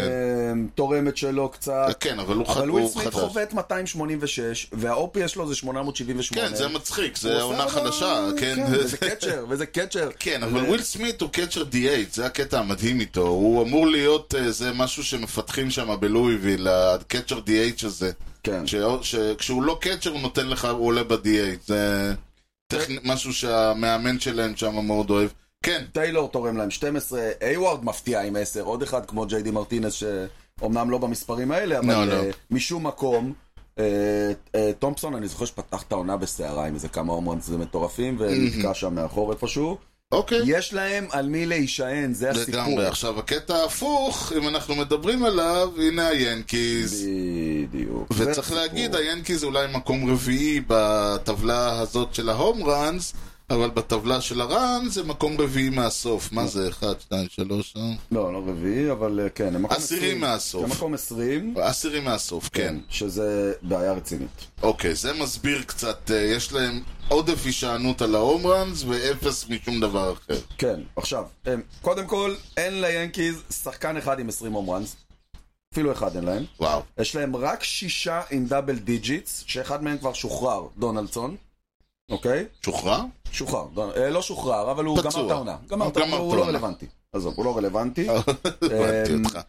Speaker 2: אמ, תורם את שלו קצת.
Speaker 1: אה, כן, אבל הוא ח-
Speaker 2: אבל וויל
Speaker 1: הוא
Speaker 2: סמית
Speaker 1: חדש.
Speaker 2: חובט 286, וה-OPS שלו זה 878.
Speaker 1: כן, זה מצחיק,
Speaker 2: הוא
Speaker 1: זה
Speaker 2: עושה
Speaker 1: עונה
Speaker 2: אבל-
Speaker 1: חלשה, כן.
Speaker 2: וזה קצ'ר, וזה קצ'ר.
Speaker 1: כן, אבל וויל סמית הוא קצ'ר D8, זה הקטע המדהים איתו. הוא אמור להיות אה, זה משהו שמפתחים שם בלואיביל, הקצ'ר D8 הזה.
Speaker 2: כן.
Speaker 1: ש- שכשהוא לא קצ'ר הוא נותן לך, הוא עולה ב-D8. זה
Speaker 2: אה-
Speaker 1: טכני- משהו שהמאמן שלהם שם מאוד אוהב. כן,
Speaker 2: טיילור תורם להם 12, איוורד מפתיע עם 10, עוד אחד כמו ג'יי די מרטינס, שאומנם לא במספרים האלה, אבל
Speaker 1: לא, לא.
Speaker 2: אה, משום מקום. אה, אה, תומפסון, אני זוכר שפתח את העונה בסערה עם איזה כמה הומרנס מטורפים, ונתקע שם מאחור איפשהו.
Speaker 1: אוקיי.
Speaker 2: יש להם על מי להישען, זה הסיפור.
Speaker 1: לגמרי. עכשיו, הקטע ההפוך, אם אנחנו מדברים עליו, הנה היאנקיז.
Speaker 2: בדיוק. זה
Speaker 1: וצריך
Speaker 2: הסיפור.
Speaker 1: להגיד, היאנקיז אולי מקום רביעי בטבלה הזאת של ההום ראנס, אבל בטבלה של הראנס זה מקום רביעי מהסוף. מה זה? 1, 2, 3,
Speaker 2: לא, לא רביעי, אבל אה, כן, הם מקום
Speaker 1: עשירי
Speaker 2: 20.
Speaker 1: מהסוף.
Speaker 2: הם מקום 20,
Speaker 1: עשירי מהסוף, כן.
Speaker 2: שזה בעיה רצינית.
Speaker 1: אוקיי, זה מסביר קצת, אה, יש להם עודף הישענות על ההום ראנס ואפס משום דבר אחר.
Speaker 2: כן, עכשיו, הם, קודם כל, אין ליאנקיז שחקן אחד עם 20 הום ראנס. אפילו אחד אין להם.
Speaker 1: וואו.
Speaker 2: יש להם רק שישה עם דאבל דיג'יטס, שאחד מהם כבר שוחרר, דונלדסון. אוקיי?
Speaker 1: שוחרר?
Speaker 2: שוחרר. דונ... אה, לא שוחרר, אבל הוא
Speaker 1: פצוע.
Speaker 2: גמר את העונה. גמר את
Speaker 1: הוא
Speaker 2: העונה,
Speaker 1: גמר
Speaker 2: הוא
Speaker 1: את
Speaker 2: לא
Speaker 1: העונה. אה,
Speaker 2: רלוונטי. עזוב, הוא לא רלוונטי. אה,
Speaker 1: הבנתי אותך.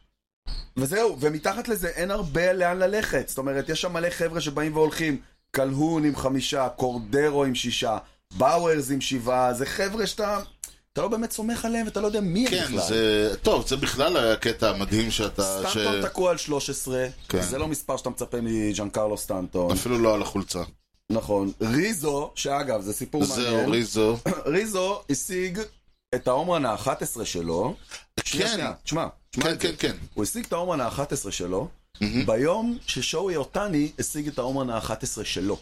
Speaker 2: וזהו, ומתחת לזה אין הרבה לאן ללכת. זאת אומרת, יש שם מלא חבר'ה שבאים והולכים. קלהון עם חמישה, קורדרו עם שישה, באוורס עם שבעה, זה חבר'ה שאתה... אתה לא באמת סומך עליהם ואתה לא יודע מי הם
Speaker 1: כן,
Speaker 2: בכלל.
Speaker 1: זה... טוב, זה בכלל היה הקטע המדהים שאתה... ש...
Speaker 2: סטנטון תקוע על 13,
Speaker 1: כן.
Speaker 2: זה לא מספר שאתה מצפה מג'אן קרלו סטנטון,
Speaker 1: אפילו לא על החולצה.
Speaker 2: נכון. ריזו, שאגב, זה סיפור
Speaker 1: זהו,
Speaker 2: מעניין,
Speaker 1: ריזו.
Speaker 2: ריזו השיג את ההומרן ה-11 שלו, שנייה,
Speaker 1: כן,
Speaker 2: שנייה, תשמע, תשמע
Speaker 1: כן,
Speaker 2: את זה.
Speaker 1: כן, כן.
Speaker 2: הוא השיג את ההומרן ה-11 שלו,
Speaker 1: מהמם.
Speaker 2: ביום ששואי אותני השיג את ההומרן ה-11 שלו.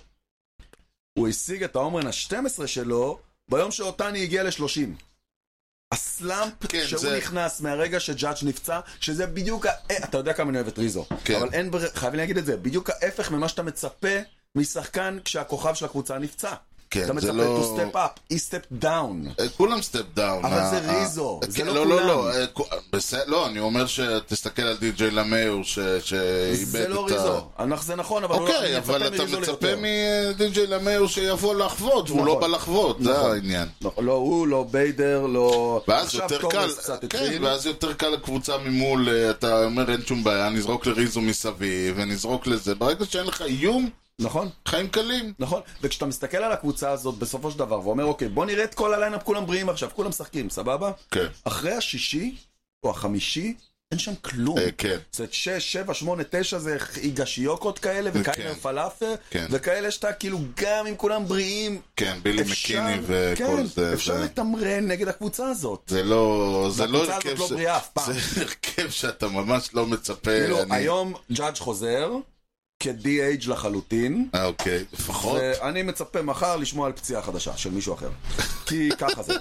Speaker 2: הוא השיג את ההומרן ה-12 שלו, ביום שאותני הגיע ל-30. הסלאמפ
Speaker 1: כן,
Speaker 2: שהוא
Speaker 1: זה-
Speaker 2: נכנס מהרגע שג'אדג' נפצע, שזה בדיוק ה... אה, אתה יודע כמה אני אוהב את ריזו.
Speaker 1: כן.
Speaker 2: אבל אין בר... חייבים להגיד את זה, בדיוק ההפך ממה שאתה מצפה משחקן כשהכוכב של הקבוצה נפצע.
Speaker 1: כן,
Speaker 2: אתה
Speaker 1: זה
Speaker 2: מצפה
Speaker 1: לא-
Speaker 2: to step up, he step down.
Speaker 1: אה, כולם סטפ דאון.
Speaker 2: אבל זה ריזו, זה לא
Speaker 1: לא, לא,
Speaker 2: כולם.
Speaker 1: לא, אה, כו- בסדר, לא, אני אומר שתסתכל על די.ג'יי למאיר ש- שאיבד את ה...
Speaker 2: זה לא ריזו. אנחנו- זה נכון, אבל הוא לא-
Speaker 1: אוקיי,
Speaker 2: אני
Speaker 1: אבל אתה
Speaker 2: מריזו
Speaker 1: מצפה
Speaker 2: ליותר.
Speaker 1: מדי.ג'יי למאיר שיבוא לחוות, והוא לא בא
Speaker 2: נכון.
Speaker 1: לחוות, זה
Speaker 2: נכון.
Speaker 1: העניין.
Speaker 2: לא, לא הוא, לא ביידר, לא...
Speaker 1: ואז
Speaker 2: עכשיו
Speaker 1: יותר קל,
Speaker 2: תורס קצת
Speaker 1: כן,
Speaker 2: התחיל.
Speaker 1: ואז יותר קל לקבוצה ממול, אה, אתה אומר אין שום בעיה, נזרוק לריזו מסביב, ונזרוק לזה. ברגע שאין לך איום,
Speaker 2: נכון,
Speaker 1: חיים קלים.
Speaker 2: נכון. וכשאתה מסתכל על הקבוצה הזאת בסופו של דבר, ואומר, אוקיי, בוא נראה את כל הליינאפ, כולם בריאים עכשיו, כולם משחקים, סבבה?
Speaker 1: כן,
Speaker 2: אחרי השישי, או החמישי, אין שם כלום.
Speaker 1: אה, כן.
Speaker 2: זה 6, 7, 8, 9 זה היגשיוקות כאלה,
Speaker 1: כן.
Speaker 2: וכאלה פלאפל,
Speaker 1: כן.
Speaker 2: וכאלה שאתה כאילו גם אם כולם בריאים,
Speaker 1: כן, בילי
Speaker 2: אפשר,
Speaker 1: מקיני
Speaker 2: כן,
Speaker 1: וכל זה.
Speaker 2: אפשר
Speaker 1: זה-
Speaker 2: לתמרן נגד הקבוצה הזאת.
Speaker 1: זה לא... זה לא
Speaker 2: והקבוצה הזאת לא
Speaker 1: ש-
Speaker 2: בריאה אף פעם.
Speaker 1: זה הרכב שאתה ממש לא מצפה.
Speaker 2: כאילו,
Speaker 1: אני-
Speaker 2: היום ג'אדג' חוזר, כ-DH לחלוטין.
Speaker 1: אה, אוקיי, לפחות.
Speaker 2: ואני מצפה מחר לשמוע על פציעה חדשה של מישהו אחר. כי ככה זה,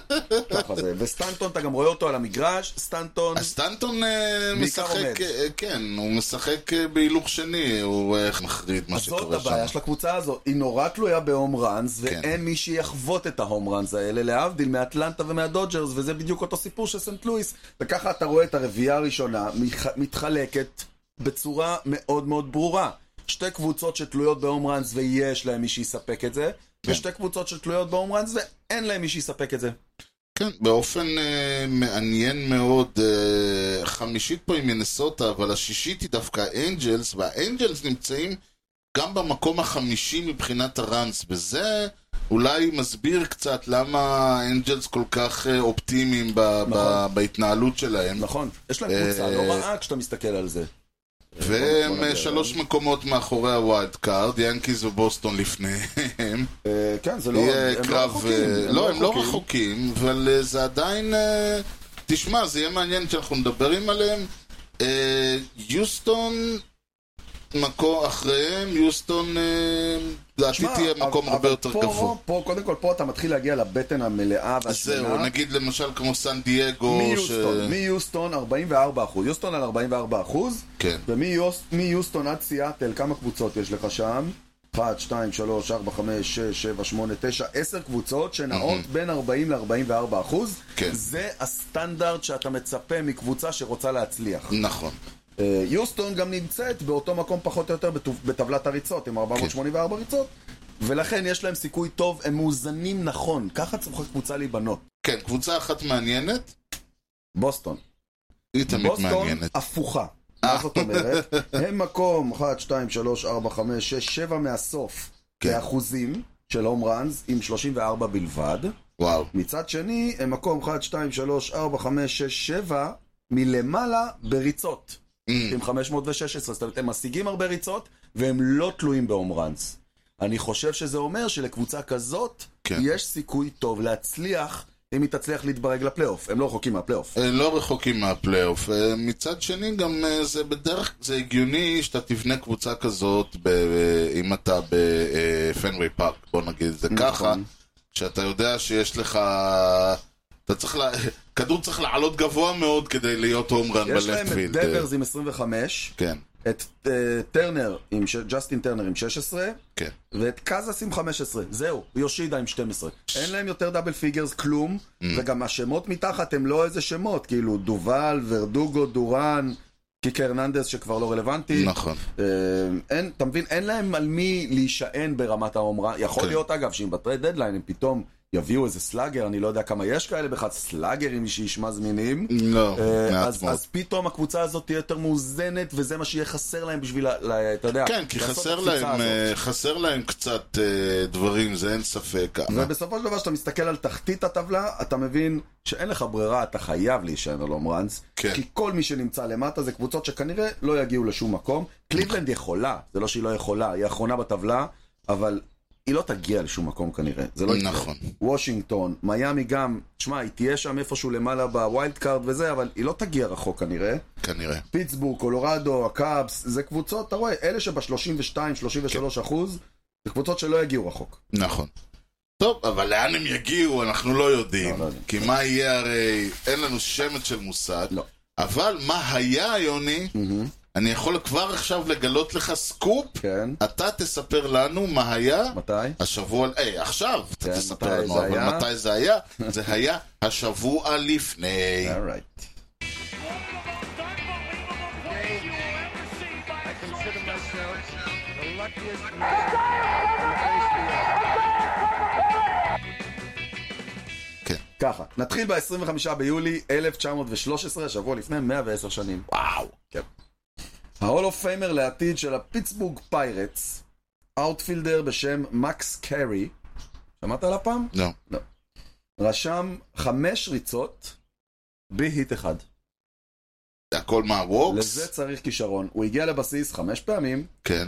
Speaker 2: ככה זה. וסטנטון, אתה גם רואה אותו על המגרש, סטנטון,
Speaker 1: אז סטנטון אה,
Speaker 2: בעיקר
Speaker 1: משחק,
Speaker 2: עומד.
Speaker 1: אה, כן, הוא משחק אה, בהילוך שני, הוא אה, מחריד מה
Speaker 2: אז זאת
Speaker 1: שקורה שם. כן.
Speaker 2: הבעיה של הקבוצה הזו. היא נורא תלויה בהום ראנס, ואין מי שיחוות את ההום ראנס האלה, להבדיל מאטלנטה ומהדודג'רס, וזה בדיוק אותו סיפור של סנט לואיס. וככה אתה רואה את הרביעייה הראשונה מתח- מתחלקת בצורה מאוד מאוד ברורה. שתי קבוצות שתלויות בהום ראנס ויש להם מי שיספק את זה, ושתי קבוצות שתלויות בהום ראנס ואין להם מי שיספק את זה.
Speaker 1: כן, באופן אה, מעניין מאוד, אה, חמישית פה היא מנסוטה, אבל השישית היא דווקא אנג'לס, והאנג'לס נמצאים גם במקום החמישי מבחינת הראנס, וזה אולי מסביר קצת למה האנג'לס כל כך אה, אופטימיים ב- ב-
Speaker 2: נכון.
Speaker 1: בהתנהלות שלהם.
Speaker 2: נכון, יש להם קבוצה
Speaker 1: אה,
Speaker 2: לא רעה כשאתה מסתכל על זה. בוא
Speaker 1: והם
Speaker 2: נדבר.
Speaker 1: אה, שלוש מקומות מאחורי הווילד קארד, ינקיז ובוסטון לפניהם.
Speaker 2: אה, כן, זה לא... הם
Speaker 1: יהיה
Speaker 2: לא
Speaker 1: קרב...
Speaker 2: רחוקים,
Speaker 1: אה, לא, הם לא
Speaker 2: רחוקים.
Speaker 1: רחוקים, אבל אה, זה עדיין... אה, תשמע, זה יהיה מעניין שאנחנו מדברים עליהם. אה, יוסטון, מקום אחריהם, יוסטון, אה, לדעתי
Speaker 2: שמע,
Speaker 1: תהיה מקום
Speaker 2: אבל-
Speaker 1: הרבה
Speaker 2: אבל
Speaker 1: יותר
Speaker 2: פה-
Speaker 1: גבוה.
Speaker 2: פה, קודם כל, פה אתה מתחיל להגיע לבטן המלאה
Speaker 1: אז
Speaker 2: והשמנה.
Speaker 1: זהו, נגיד למשל כמו סן דייגו,
Speaker 2: מיוסטון,
Speaker 1: ש-
Speaker 2: מיוסטון 44 אחוז, יוסטון על 44 אחוז,
Speaker 1: כן.
Speaker 2: ומיוסטון עד סיאטל, כמה קבוצות יש לך שם? 1, 2, 3, 4, 5, 6, 7, 8, 9, 10 קבוצות שנעות בין 40 ל-44 אחוז.
Speaker 1: כן.
Speaker 2: זה הסטנדרט שאתה מצפה מקבוצה שרוצה להצליח.
Speaker 1: נכון.
Speaker 2: אה, יוסטון גם נמצאת באותו מקום פחות או יותר בטו- בטבלת הריצות,
Speaker 1: כן.
Speaker 2: עם 484 ריצות, ולכן יש להם סיכוי טוב, הם מאוזנים נכון. ככה צריכה קבוצה להיבנות.
Speaker 1: כן, קבוצה אחת מעניינת,
Speaker 2: בוסטון.
Speaker 1: היא תמיד
Speaker 2: בוסטון
Speaker 1: מעניינת. אה.
Speaker 2: הפוכה. מה זאת אומרת? הם מקום 1, 2, 3, 4, 5, 6, 7 מהסוף.
Speaker 1: כן.
Speaker 2: באחוזים של הום ראנס, עם 34 בלבד.
Speaker 1: וואו.
Speaker 2: מצד שני, הם מקום 1, 2, 3, 4, 5, 6, 7 מלמעלה בריצות.
Speaker 1: Mm,
Speaker 2: עם 516, זאת אומרת, הם משיגים הרבה ריצות, והם לא תלויים בהום ראנס. אני חושב שזה אומר שלקבוצה כזאת,
Speaker 1: כן.
Speaker 2: יש סיכוי טוב להצליח, אם היא תצליח להתברג לפלייאוף. הם לא רחוקים מהפלייאוף.
Speaker 1: אה, לא רחוקים מהפלייאוף. אה, מצד שני, גם אה, זה בדרך, זה הגיוני שאתה תבנה קבוצה כזאת ב, אה, אם אתה בפנווי פארק, בוא נגיד את זה
Speaker 2: נכון.
Speaker 1: ככה, שאתה יודע שיש לך... אתה צריך ל... כדור צריך לעלות גבוה מאוד כדי להיות הום רן
Speaker 2: יש להם
Speaker 1: בלפט
Speaker 2: את
Speaker 1: פילד.
Speaker 2: דברס עם 25,
Speaker 1: אה, כן,
Speaker 2: את אה, טרנר, עם ש- ג'סטין טרנר עם 16,
Speaker 1: כן.
Speaker 2: ואת קזס עם 15, זהו, יושידה עם 12. אין להם יותר דאבל פיגרס, כלום,
Speaker 1: Mm.
Speaker 2: וגם השמות מתחת הם לא איזה שמות, כאילו דובל, ורדוגו, דורן, קיקה הרננדס שכבר לא רלוונטי.
Speaker 1: נכון.
Speaker 2: אה, אין, אתה מבין, אין להם על מי להישען ברמת ההומרה. יכול
Speaker 1: כן.
Speaker 2: להיות, אגב, שאם בטרייד דדליין הם פתאום יביאו איזה סלאגר, אני לא יודע כמה יש כאלה בכלל, סלאגרים שישמע זמינים.
Speaker 1: לא,
Speaker 2: אה,
Speaker 1: מעט
Speaker 2: אז,
Speaker 1: מאוד.
Speaker 2: אז פתאום הקבוצה הזאת תהיה יותר מאוזנת, וזה מה שיהיה חסר להם בשביל, ה- ל- אתה יודע,
Speaker 1: כן, כי
Speaker 2: לעשות את
Speaker 1: חסר
Speaker 2: הקפיצה
Speaker 1: להם,
Speaker 2: הזאת.
Speaker 1: אה, חסר להם קצת אה, דברים, זה אין ספק.
Speaker 2: ובסופו של דבר, כשאתה מסתכל על תחתית הטבלה, אתה מבין שאין לך ברירה, אתה חייב להישען על הום ראנס.
Speaker 1: כן.
Speaker 2: כי כל מי שנמצא למטה זה קבוצות שכנראה לא יגיעו לשום מקום. קליבלנד יכולה, זה לא שהיא לא יכולה, היא האחרונה בטבלה, אבל היא לא תגיע לשום מקום כנראה, זה לא יקרה.
Speaker 1: נכון.
Speaker 2: וושינגטון, מיאמי גם, תשמע, היא תהיה שם איפשהו למעלה בווילד קארד וזה, אבל היא לא תגיע רחוק כנראה.
Speaker 1: כנראה.
Speaker 2: פיטסבורג, קולורדו, הקאבס, זה קבוצות, אתה רואה, אלה שב-32-33
Speaker 1: כן.
Speaker 2: אחוז, זה קבוצות שלא יגיעו רחוק.
Speaker 1: נכון. טוב, אבל לאן הם יגיעו אנחנו לא יודעים.
Speaker 2: לא, לא יודעים.
Speaker 1: כי מה יהיה הרי, אין לנו שמץ של מושג.
Speaker 2: לא.
Speaker 1: אבל מה היה, יוני, אני יכול כבר עכשיו לגלות לך סקופ,
Speaker 2: כן.
Speaker 1: אתה תספר לנו מה היה
Speaker 2: מתי?
Speaker 1: השבוע, היי, עכשיו, אתה
Speaker 2: כן,
Speaker 1: תספר
Speaker 2: מתי
Speaker 1: לנו,
Speaker 2: זה
Speaker 1: אבל
Speaker 2: היה?
Speaker 1: מתי זה היה? זה היה השבוע לפני.
Speaker 2: אורייט.
Speaker 4: I consider myself the luckiest man.
Speaker 2: ככה, נתחיל ב-25 ביולי 1913, שבוע לפני 110 שנים. וואו. כן. ההול אוף פיימר לעתיד של הפיטסבורג פיירטס, אאוטפילדר בשם מקס קרי, שמעת עליו פעם?
Speaker 1: לא.
Speaker 2: רשם חמש ריצות בהיט אחד.
Speaker 1: הכל מהווקס?
Speaker 2: לזה צריך כישרון. הוא הגיע לבסיס חמש פעמים,
Speaker 1: כן.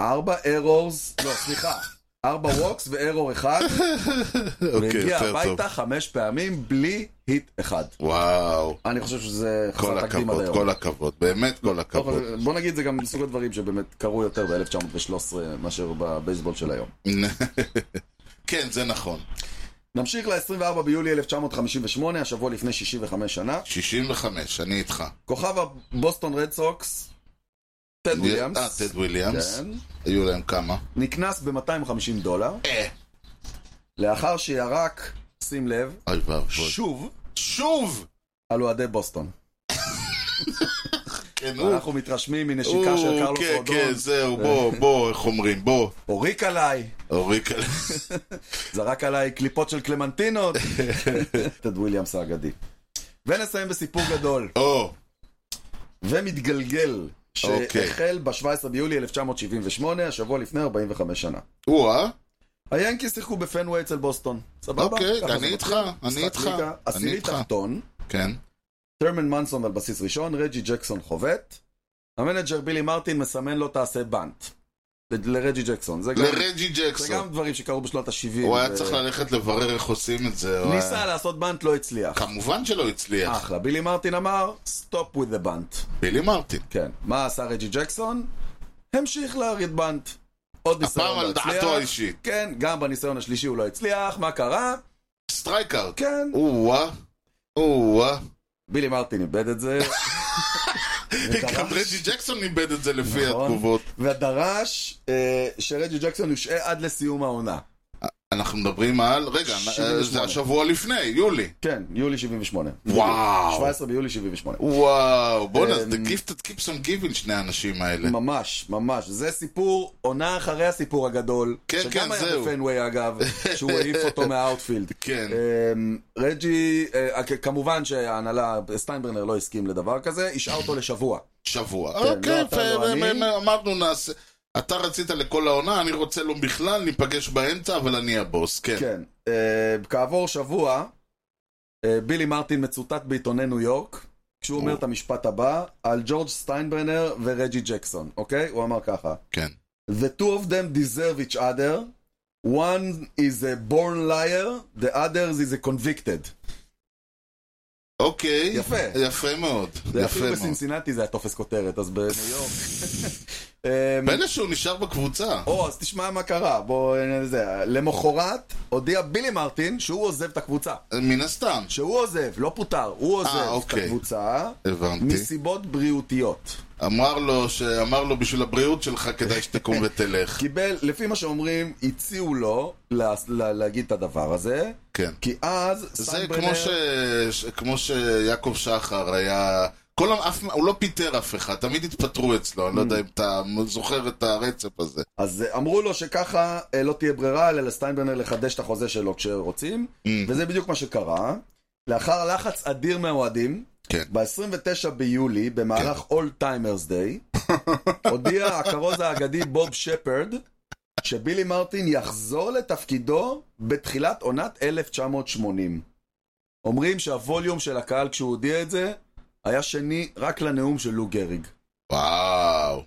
Speaker 2: ארבע ארורס, לא, סליחה, ארבע ווקס וארור אחד,
Speaker 1: אוקיי,
Speaker 2: והגיע
Speaker 1: יותר טוב.
Speaker 2: הביתה חמש פעמים בלי היט אחד.
Speaker 1: וואו.
Speaker 2: אני חושב שזה
Speaker 1: כל
Speaker 2: חסר תקדים עד
Speaker 1: הכבוד,
Speaker 2: היום.
Speaker 1: כל הכבוד, באמת כל
Speaker 2: טוב,
Speaker 1: הכבוד.
Speaker 2: אבל בוא נגיד זה גם סוג הדברים שבאמת קרו יותר ב-1913 מאשר בבייסבול של היום.
Speaker 1: כן, זה נכון.
Speaker 2: נמשיך ל-24 ביולי 1958, השבוע לפני 65 שנה.
Speaker 1: 65, אני איתך.
Speaker 2: כוכב הבוסטון רד סוקס, טד וויליאמס,
Speaker 1: אה, טד וויליאמס.
Speaker 2: כן,
Speaker 1: היו להם כמה.
Speaker 2: נקנס ב-250 דולר,
Speaker 1: אה,
Speaker 2: לאחר שירק, שים לב,
Speaker 1: אוי ואבוי.
Speaker 2: שוב
Speaker 1: שוב!
Speaker 2: על אוהדי בוסטון.
Speaker 1: כן, הוא.
Speaker 2: אנחנו מתרשמים מנשיקה של
Speaker 1: הוא,
Speaker 2: קרלוס
Speaker 1: כן, כן,
Speaker 2: רודון,
Speaker 1: זהו, בוא, בוא, איך אומרים, בוא.
Speaker 2: הוריק עליי,
Speaker 1: אוריק,
Speaker 2: זרק עליי קליפות של קלמנטינות, טד וויליאמס האגדי. ונסיים בסיפור גדול.
Speaker 1: או,
Speaker 2: ומתגלגל,
Speaker 1: אוקיי.
Speaker 2: שהחל ב-17 ביולי 1978, השבוע לפני 45 שנה.
Speaker 1: או-אה.
Speaker 2: היאנקיס שיחקו בפנוויי אצל בוסטון. סבבה?
Speaker 1: אוקיי,
Speaker 2: ככה
Speaker 1: אני
Speaker 2: זה
Speaker 1: איתך,
Speaker 2: מתחיל.
Speaker 1: אני
Speaker 2: משחק
Speaker 1: איתך,
Speaker 2: ליגה,
Speaker 1: אני
Speaker 2: עשירי
Speaker 1: איתך.
Speaker 2: תחתון,
Speaker 1: כן.
Speaker 2: טרמן מנסון על בסיס ראשון, רג'י ג'קסון חובט, המנג'ר בילי מרטין מסמן לו תעשה בנט. ל- לרג'י ג'קסון. זה גם-
Speaker 1: לרג'י
Speaker 2: זה
Speaker 1: ג'קסון.
Speaker 2: גם דברים שקרו בשנות ה-70.
Speaker 1: הוא היה צריך ללכת לברר איך עושים את זה. הוא היה-
Speaker 2: ניסה אה. לעשות בנט, לא הצליח.
Speaker 1: כמובן שלא הצליח.
Speaker 2: אחלה. בילי מרטין אמר, stop with the bunt.
Speaker 1: בילי מרטין.
Speaker 2: כן. מה עשה רג'י ג'קסון? המשיך להריד בנט. עוד
Speaker 1: הפעם
Speaker 2: ניסיון לא
Speaker 1: על
Speaker 2: הצליח.
Speaker 1: דעתו האישית.
Speaker 2: כן, גם בניסיון השלישי הוא לא הצליח. מה קרה?
Speaker 1: סטרייקר.
Speaker 2: כן.
Speaker 1: או-אה. או-אה.
Speaker 2: בילי מרטין איבד את זה. ודרש-
Speaker 1: גם רג'י ג'קסון איבד את זה לפי
Speaker 2: נכון.
Speaker 1: התגובות.
Speaker 2: ודרש אה, שרג'י ג'קסון יושעה עד לסיום העונה.
Speaker 1: אנחנו מדברים על... רגע, אה,
Speaker 2: 78.
Speaker 1: זה השבוע לפני, יולי.
Speaker 2: כן, יולי 78.
Speaker 1: וואו.
Speaker 2: 17 ביולי 78.
Speaker 1: וואו, בואנה,
Speaker 2: אה,
Speaker 1: זה gift that keeps on giving שני האנשים האלה.
Speaker 2: ממש, ממש. זה סיפור, עונה אחרי הסיפור הגדול.
Speaker 1: כן,
Speaker 2: שגם
Speaker 1: כן,
Speaker 2: היה
Speaker 1: זהו.
Speaker 2: בפנוויי אגב, שהוא העיף אותו מהאאוטפילד.
Speaker 1: כן.
Speaker 2: אמ, רג'י, אה, כ- כמובן שההנהלה, סטיינברנר לא הסכים לדבר כזה, השעה אותו לשבוע.
Speaker 1: שבוע.
Speaker 2: לא
Speaker 1: אוקיי,
Speaker 2: אתה, לא
Speaker 1: ו-
Speaker 2: אני.
Speaker 1: ו- ו- אמרנו נעשה... אתה רצית לכל העונה, אני רוצה לא בכלל, ניפגש באמצע, אבל אני הבוס, כן.
Speaker 2: כן. אה, כעבור שבוע, אה, בילי מרטין מצוטט בעיתוני ניו יורק, כשהוא אומר
Speaker 1: או.
Speaker 2: את המשפט הבא, על ג'ורג' סטיינברנר ורג'י ג'קסון, אוקיי? הוא אמר ככה:
Speaker 1: כן.
Speaker 2: The two of them deserve each other, one is a born liar, the other is a convicted.
Speaker 1: אוקיי.
Speaker 2: יפה.
Speaker 1: יפה מאוד.
Speaker 2: זה
Speaker 1: יפה
Speaker 2: אפילו
Speaker 1: מאוד.
Speaker 2: בסינסינטי זה הטופס כותרת, אז בניו יורק. אמ,
Speaker 1: פלא שהוא נשאר בקבוצה.
Speaker 2: או, אז תשמע מה קרה, בוא, אה, זה, למחרת הודיע בילי מרטין שהוא עוזב את הקבוצה.
Speaker 1: מן הסתם.
Speaker 2: שהוא עוזב, לא פוטר, הוא עוזב
Speaker 1: אה,
Speaker 2: את
Speaker 1: אוקיי.
Speaker 2: הקבוצה
Speaker 1: הבנתי.
Speaker 2: מסיבות בריאותיות.
Speaker 1: אמר לו, ש- אמר לו, בשביל הבריאות שלך כדאי שתקום ותלך.
Speaker 2: קיבל, לפי מה שאומרים, הציעו לו לה, לה, להגיד את הדבר הזה,
Speaker 1: כן.
Speaker 2: כי אז
Speaker 1: זה
Speaker 2: סנברנר-
Speaker 1: כמו, ש... ש... כמו שיעקב שחר היה... כל... ה- אף... הוא לא פיטר אף אחד, תמיד התפטרו אצלו,
Speaker 2: Mm.
Speaker 1: אני לא יודע אם אתה זוכר את הרצף הזה.
Speaker 2: אז אה, אמרו לו שככה אה, לא תהיה ברירה, אלא לסטיינברנר לחדש את החוזה שלו כשרוצים, וזה בדיוק מה שקרה. לאחר לחץ אדיר מהאוהדים,
Speaker 1: כן.
Speaker 2: ב-29 ביולי, במהלך All Timers Day, הודיע הכרוז האגדי בוב שפרד, שבילי מרטין יחזור לתפקידו בתחילת עונת 1980. אומרים שהווליום של הקהל כשהוא הודיע את זה, היה שני רק לנאום של לו גריג.
Speaker 1: וואו.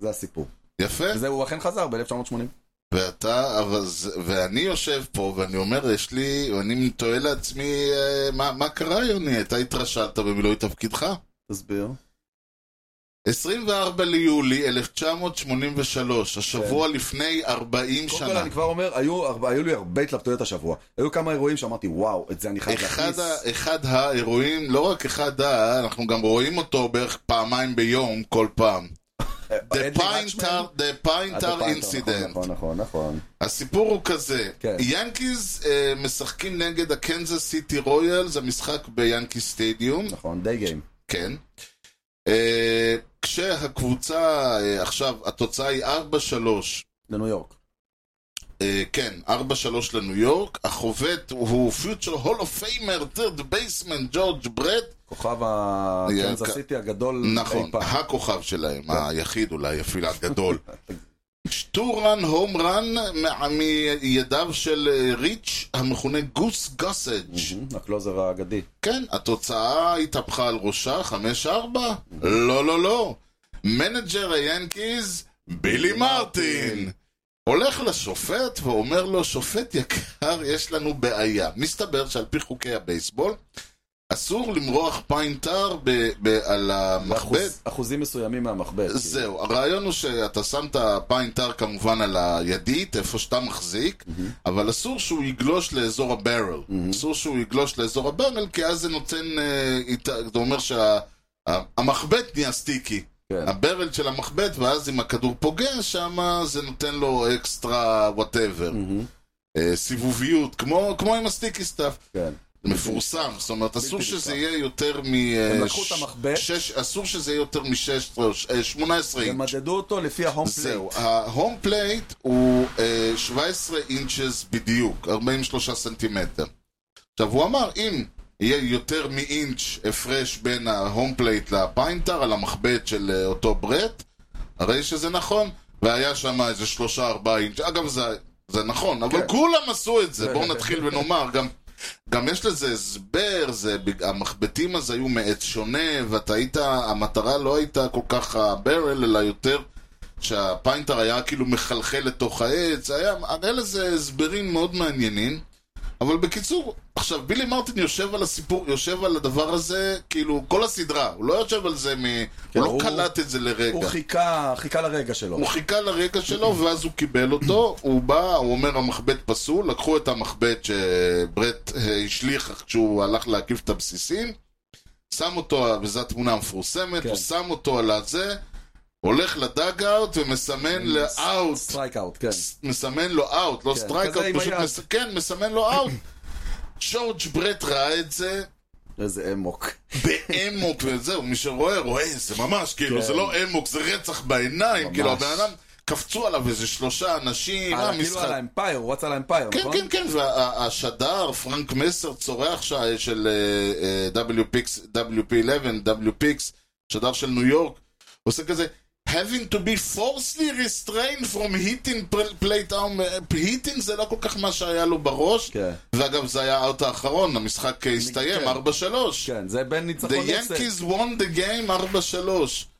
Speaker 2: זה הסיפור.
Speaker 1: יפה.
Speaker 2: וזה, הוא אכן חזר ב-1980.
Speaker 1: ואתה, אבל, זה- ואני יושב פה ואני אומר, יש לי, אני תוהה לעצמי, אה, מה, מה קרה יוני? אתה התרשלת במילוי תפקידך?
Speaker 2: תסביר.
Speaker 1: 24 ליולי 1983, השבוע לפני 40
Speaker 2: כן. קודם כל
Speaker 1: שנה.
Speaker 2: אני כבר אומר, היו הרבה- היו לי הרבה התלבטויות השבוע. היו כמה אירועים שאמרתי, וואו, את זה אני חייב
Speaker 1: אחד,
Speaker 2: להכניס.
Speaker 1: ה, אחד האירועים, לא רק אחד ה... אנחנו גם רואים אותו בערך פעמיים ביום כל פעם.
Speaker 2: אדלי
Speaker 1: The
Speaker 2: רצ'מן?
Speaker 1: Pinetar, the
Speaker 2: עד
Speaker 1: Pinetar
Speaker 2: הפאנטר,
Speaker 1: Incident.
Speaker 2: אה, נכון, נכון, נכון.
Speaker 1: הסיפור הוא כזה,
Speaker 2: כן.
Speaker 1: ינקיז אה, משחקים נגד הקנזס סיטי רויאל, זה משחק ביאנקי סטדיום,
Speaker 2: נכון, די גיים.
Speaker 1: כן. אה, כשהקבוצה, אה, עכשיו, התוצאה היא 4-3.
Speaker 2: לניו יורק.
Speaker 1: אה, כן, 4-3 לניו יורק, החובט הוא פיוטר הול אוף פיימר, טרד בייסמן, ג'ורג' ברט,
Speaker 2: כוכב הקנזס
Speaker 1: יא,
Speaker 2: סיטי הגדול
Speaker 1: כן. נכון,
Speaker 2: אי פעם. כן.
Speaker 1: הכוכב שלהם, היחיד אולי, אפילו הגדול. שטורן הום רן מה- מידיו של אה, ריץ' המכונה גוס גוסג'.
Speaker 2: מהמם, הקלוזר האגדי.
Speaker 1: כן, התוצאה התהפכה על ראשה, 5-4. לא, לא, לא. מנג'ר היאנקיז, בילי מרטין. הולך לשופט ואומר לו, שופט יקר, יש לנו בעיה. מסתבר שעל פי חוקי הבייסבול, אסור למרוח פיינטר ב- ב- על המחבט.
Speaker 2: אחוז- אחוזים מסוימים מהמחבט.
Speaker 1: זהו, הרעיון הוא שאתה שם את הפיינטר כמובן על הידית, איפה שאתה מחזיק, אבל אסור שהוא יגלוש לאזור הברל. אסור שהוא יגלוש לאזור הברל, כי אז זה נותן... אה, אית- זה אומר שהמחבט נהיה סטיקי.
Speaker 2: כן.
Speaker 1: הברל של המחבט, ואז אם הכדור פוגע שם, זה נותן לו אקסטרה וואטאבר. אה, סיבוביות, כמו כמו עם הסטיקי סטאפ.
Speaker 2: כן.
Speaker 1: מפורסם, זאת אומרת, אסור
Speaker 2: בלתי
Speaker 1: שזה
Speaker 2: נתפס.
Speaker 1: יהיה יותר מ...
Speaker 2: הם
Speaker 1: אה,
Speaker 2: לקחו את
Speaker 1: ש-
Speaker 2: המחבט.
Speaker 1: שש- אסור שזה יהיה יותר מ-16 או ש- אה, 18
Speaker 2: הם
Speaker 1: אינץ'.
Speaker 2: מדדו אותו לפי ההום פלייט.
Speaker 1: זהו, ההום פלייט הוא אה, 17 אינצ'ס בדיוק, 43 סנטימטר. עכשיו, הוא אמר, אם יהיה יותר מאינץ' הפרש בין ההום פלייט לפיינטר על המחבט של אה, אותו ברט, הרי שזה נכון, והיה שם איזה שלושה ארבעה אינץ', אגב, זה, זה נכון, אבל
Speaker 2: כן.
Speaker 1: כולם עשו את זה, בואו נתחיל ונאמר, גם... גם יש לזה הסבר, זה, בג- המחבטים אז היו מעץ שונה, ואתה היית, המטרה לא הייתה כל כך הברל, אלא יותר שהפיינטר היה כאילו מחלחל לתוך העץ, היה, היה לזה הסברים מאוד מעניינים. אבל בקיצור, עכשיו בילי מרטין יושב על הסיפור, יושב על הדבר הזה, כאילו, כל הסדרה, הוא לא יושב על זה מ... הוא לא
Speaker 2: כן, הוא-
Speaker 1: קלט את זה לרגע.
Speaker 2: הוא חיכה, חיכה לרגע שלו.
Speaker 1: הוא חיכה לרגע שלו, ואז הוא קיבל אותו, הוא בא, הוא אומר המחבט פסול, לקחו את המחבט שברט אה, השליך כשהוא הלך להקיף את הבסיסים, שם אותו, וזו התמונה המפורסמת,
Speaker 2: כן.
Speaker 1: הוא שם אותו על הזה, הולך לדאג-אאוט ומסמן לאאוט,
Speaker 2: סטרייק אאוט, כן.
Speaker 1: מסמן לו אאוט, לא
Speaker 2: כן,
Speaker 1: סטרייק-אאוט,
Speaker 2: כזה עם
Speaker 1: פשוט
Speaker 2: היד.
Speaker 1: מס- כן, מסמן לו אאוט. ג'ורג' ברט ראה את זה,
Speaker 2: איזה אמוק.
Speaker 1: באמוק וזהו, מי שרואה, רואה, זה ממש, כאילו,
Speaker 2: כן.
Speaker 1: זה לא אמוק, זה רצח בעיניים,
Speaker 2: ממש.
Speaker 1: כאילו, הבן אדם, קפצו עליו איזה שלושה אנשים,
Speaker 2: אה,
Speaker 1: מה
Speaker 2: כאילו על
Speaker 1: המשחק?
Speaker 2: האמפייר, הוא רץ על האמפייר,
Speaker 1: כן,
Speaker 2: נכון?
Speaker 1: כן, כן, והשדר, פרנק מסר, צורח ש- של אה, אה, WPX, WP11, WPX, שדר של ניו יורק, עושה כזה... Having to be forcefully restrained from hitting pl- plate arm, אה, hitting זה לא כל כך מה שהיה לו בראש,
Speaker 2: כן.
Speaker 1: ואגב זה היה האוט האחרון, המשחק אה, הסתיים,
Speaker 2: כן.
Speaker 1: 4-3.
Speaker 2: כן, זה בין ניצחון
Speaker 1: The
Speaker 2: להפסד.
Speaker 1: Yankees won the game 4-3.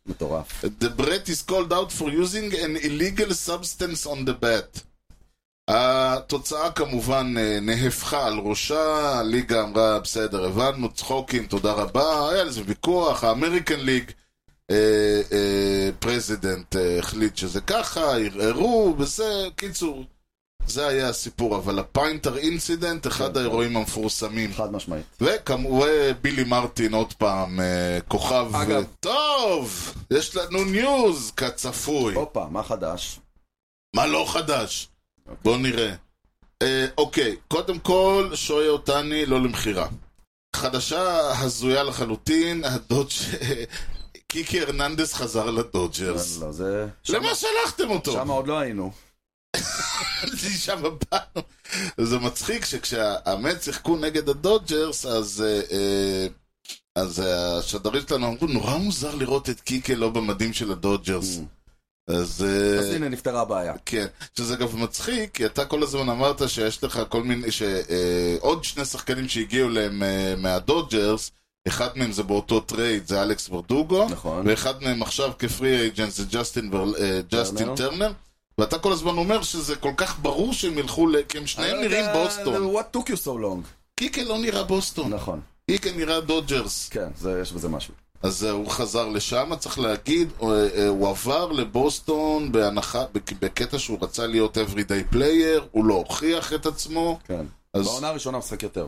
Speaker 2: מטורף.
Speaker 1: The Brett is called out for using an illegal substance on the bat. התוצאה כמובן אה, נהפכה על ראשה, הליגה אמרה בסדר, הבנו, צחוקים, תודה רבה, היה על זה ויכוח, האמריקן ליג אה, פרזידנט אה, החליט שזה ככה, ערערו, וזה, קיצור, זה היה הסיפור, אבל הפיינטר אינסידנט, אחד האירועים המפורסמים.
Speaker 2: חד משמעית.
Speaker 1: וכמובן בילי מרטין עוד פעם, אה, כוכב...
Speaker 2: אגב.
Speaker 1: טוב, יש לנו ניוז, כצפוי.
Speaker 2: הופה, מה חדש?
Speaker 1: מה לא חדש? בואו נראה. אה, אוקיי, קודם כל, שויה אותני לא למכירה. חדשה הזויה לחלוטין, הדודג'... קיקי הרננדס חזר לדודג'רס.
Speaker 2: לא, זה...
Speaker 1: למה שלחתם אותו?
Speaker 2: שם עוד לא היינו.
Speaker 1: לי שם הפעם. זה מצחיק שכשהמט שיחקו נגד הדודג'רס, אז, אה, אה, אז השדרים שלנו אמרו, נורא מוזר לראות את קיקה לא במדים של הדודג'רס. אז... אה,
Speaker 2: אז הנה נפתרה הבעיה.
Speaker 1: כן, שזה אגב מצחיק, כי אתה כל הזמן אמרת שיש לך כל מיני, שעוד שני שחקנים שהגיעו להם אה, מהדודג'רס, אחד מהם זה באותו טרייד, זה אלכס ברדוגו,
Speaker 2: נכון.
Speaker 1: ואחד מהם עכשיו כפרי אייג'נט זה ג'סטין בר- אה, ג'סטין טרנר, ואתה כל הזמן אומר שזה כל כך ברור שהם ילכו, ל- כי הם שניהם
Speaker 2: אה,
Speaker 1: נראים בוסטון.
Speaker 2: לא What took you so long?
Speaker 1: קיקל לא נראה בוסטון,
Speaker 2: נכון.
Speaker 1: קיקל נראה דודג'רס.
Speaker 2: כן, זה- יש בזה משהו.
Speaker 1: אז אה, הוא חזר לשם, צריך להגיד, אה, אה, הוא עבר לבוסטון בהנחה, בק- בקטע שהוא רצה להיות everyday player, הוא לא הוכיח את עצמו,
Speaker 2: כן.
Speaker 1: אז
Speaker 2: בעונה הראשונה הוא משחק יותר.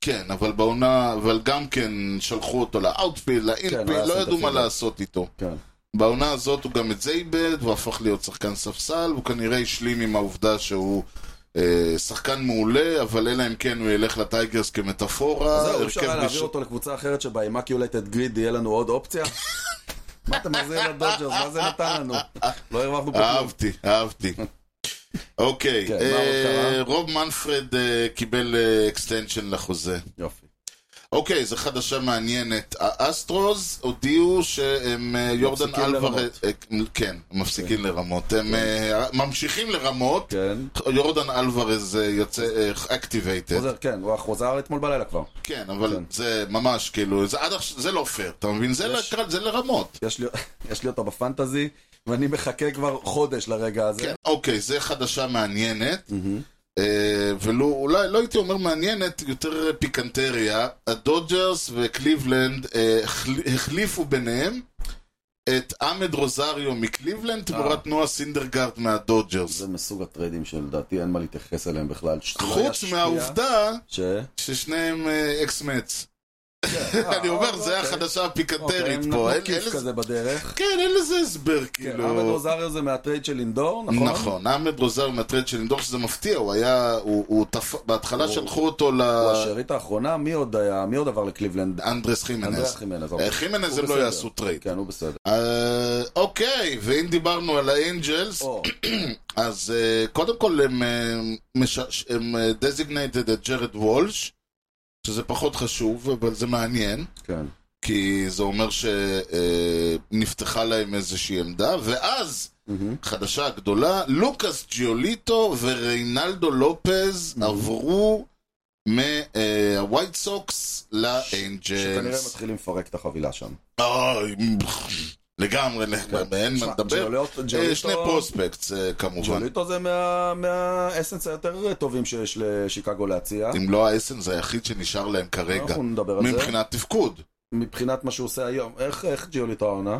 Speaker 1: כן, אבל בעונה, אבל גם כן שלחו אותו לאאוטפילד,
Speaker 2: כן,
Speaker 1: לאינפילד,
Speaker 2: לא היה
Speaker 1: לא
Speaker 2: עושה את
Speaker 1: ידעו מה
Speaker 2: הפידבק.
Speaker 1: לעשות איתו.
Speaker 2: כן.
Speaker 1: בעונה הזאת הוא גם את זה איבד, הוא הפך להיות שחקן ספסל, הוא כנראה השלים עם העובדה שהוא אה, שחקן מעולה, אבל אלא אם כן הוא ילך לטייגרס כמטאפורה.
Speaker 2: אז זהו,
Speaker 1: הרכב
Speaker 2: אפשר היה להעביר
Speaker 1: ראשון-
Speaker 2: אותו לקבוצה אחרת שבה עם אקיולטד גריד יהיה לנו עוד אופציה? מה אתה מחזיר לדודג'רס? מה זה נתן לנו? לא הרווחנו פה כלום.
Speaker 1: אהבתי, אהבתי. אוקיי,
Speaker 2: כן, מה
Speaker 1: אה,
Speaker 2: עוד קרה?
Speaker 1: רוב מנפרד אה, קיבל אקסטנשן לחוזה.
Speaker 2: יופי.
Speaker 1: אוקיי, זו חדשה מעניינת. האסטרוז הודיעו שהם אה, יורדן
Speaker 2: מפסיקים
Speaker 1: אלוורז...
Speaker 2: לרמות.
Speaker 1: אה, כן, הם מפסיקים לרמות. הם אה, ממשיכים לרמות.
Speaker 2: כן.
Speaker 1: יורדן אלוורז אה, יוצא אקטיבייטד.
Speaker 2: חוזר, כן, הוא חוזר אתמול בלילה כבר.
Speaker 1: כן, אבל זה ממש כאילו, זה עד עכשיו, זה לא פייר, אתה מבין? זה
Speaker 2: יש-
Speaker 1: לקראת- זה לרמות.
Speaker 2: יש לי- יש לי אותו בפנטזי, ואני מחכה כבר חודש לרגע הזה.
Speaker 1: כן, אוקיי, זה חדשה מעניינת. אה, ולו, אולי, לא הייתי אומר מעניינת, יותר אה, פיקנטריה. הדודג'רס וקליבלנד אה, החל- החליפו ביניהם את עמד רוזריו מקליבלנד תמורת נועה סינדרגרד מהדודג'רס.
Speaker 2: אה. זה מסוג הטריידים שלדעתי אין מה להתייחס אליהם בכלל. שזה לא
Speaker 1: חוץ
Speaker 2: ישפיע.
Speaker 1: מהעובדה אה, אוקיי,
Speaker 2: ש...
Speaker 1: ששניהם אקסמץ.
Speaker 2: אה,
Speaker 1: אני אומר,
Speaker 2: אוקיי.
Speaker 1: זה החדשה הפיקנטרית פה.
Speaker 2: פה.
Speaker 1: אין-
Speaker 2: אה, אוקיי. אין
Speaker 1: אין
Speaker 2: כיף
Speaker 1: לזה-
Speaker 2: כזה בדרך.
Speaker 1: כן, אין לזה הסבר,
Speaker 2: כן,
Speaker 1: כאילו.
Speaker 2: עמד רוזריו זה מהטרייד של אינדור, נכון?
Speaker 1: נכון, עמד רוזר מהטרד של לינדור, שזה מפתיע, הוא היה, הוא, הוא תפ... בהתחלה
Speaker 2: הוא-
Speaker 1: שלחו אותו
Speaker 2: הוא השארית האחרונה, מי עוד היה, מי עוד עבר לקליבלנד?
Speaker 1: לאנדרס
Speaker 2: אנדריה
Speaker 1: אה, חימנז.
Speaker 2: חימנז. אוקיי.
Speaker 1: אה, חימנז
Speaker 2: הוא
Speaker 1: הם לא
Speaker 2: בסדר.
Speaker 1: יעשו טרייד.
Speaker 2: כן, הוא בסדר.
Speaker 1: אה, אוקיי, ואם דיברנו על האנג'לס,
Speaker 2: או,
Speaker 1: אז אה, קודם כל הם, אה, מש... הם דזיגנייטד את ג'רד וולש, שזה פחות חשוב, אבל זה מעניין.
Speaker 2: כן.
Speaker 1: כי זה אומר שנפתחה להם איזושהי עמדה, ואז,
Speaker 2: מהמם.
Speaker 1: חדשה גדולה, לוקאס ג'יוליטו וריינלדו לופז עברו אה, מהווייט סוקס
Speaker 2: שכנראה
Speaker 1: לאנג'לס.
Speaker 2: מתחילים לפרק את החבילה שם.
Speaker 1: אוי, לגמרי, כן. אין מה
Speaker 2: שמע, לא-
Speaker 1: לדבר.
Speaker 2: ג'וליוט-
Speaker 1: אה, שני
Speaker 2: ג'וליוטו-
Speaker 1: פרוספקטס אה, כמובן.
Speaker 2: ג'וליטו זה מה- מהאסנס היותר טובים שיש לשיקגו להציע.
Speaker 1: אם לא האסנס היחיד שנשאר להם כרגע,
Speaker 2: אנחנו נדבר על זה.
Speaker 1: מבחינת תפקוד.
Speaker 2: מבחינת מה שהוא עושה היום. איך איך ג'יוליטו העונה?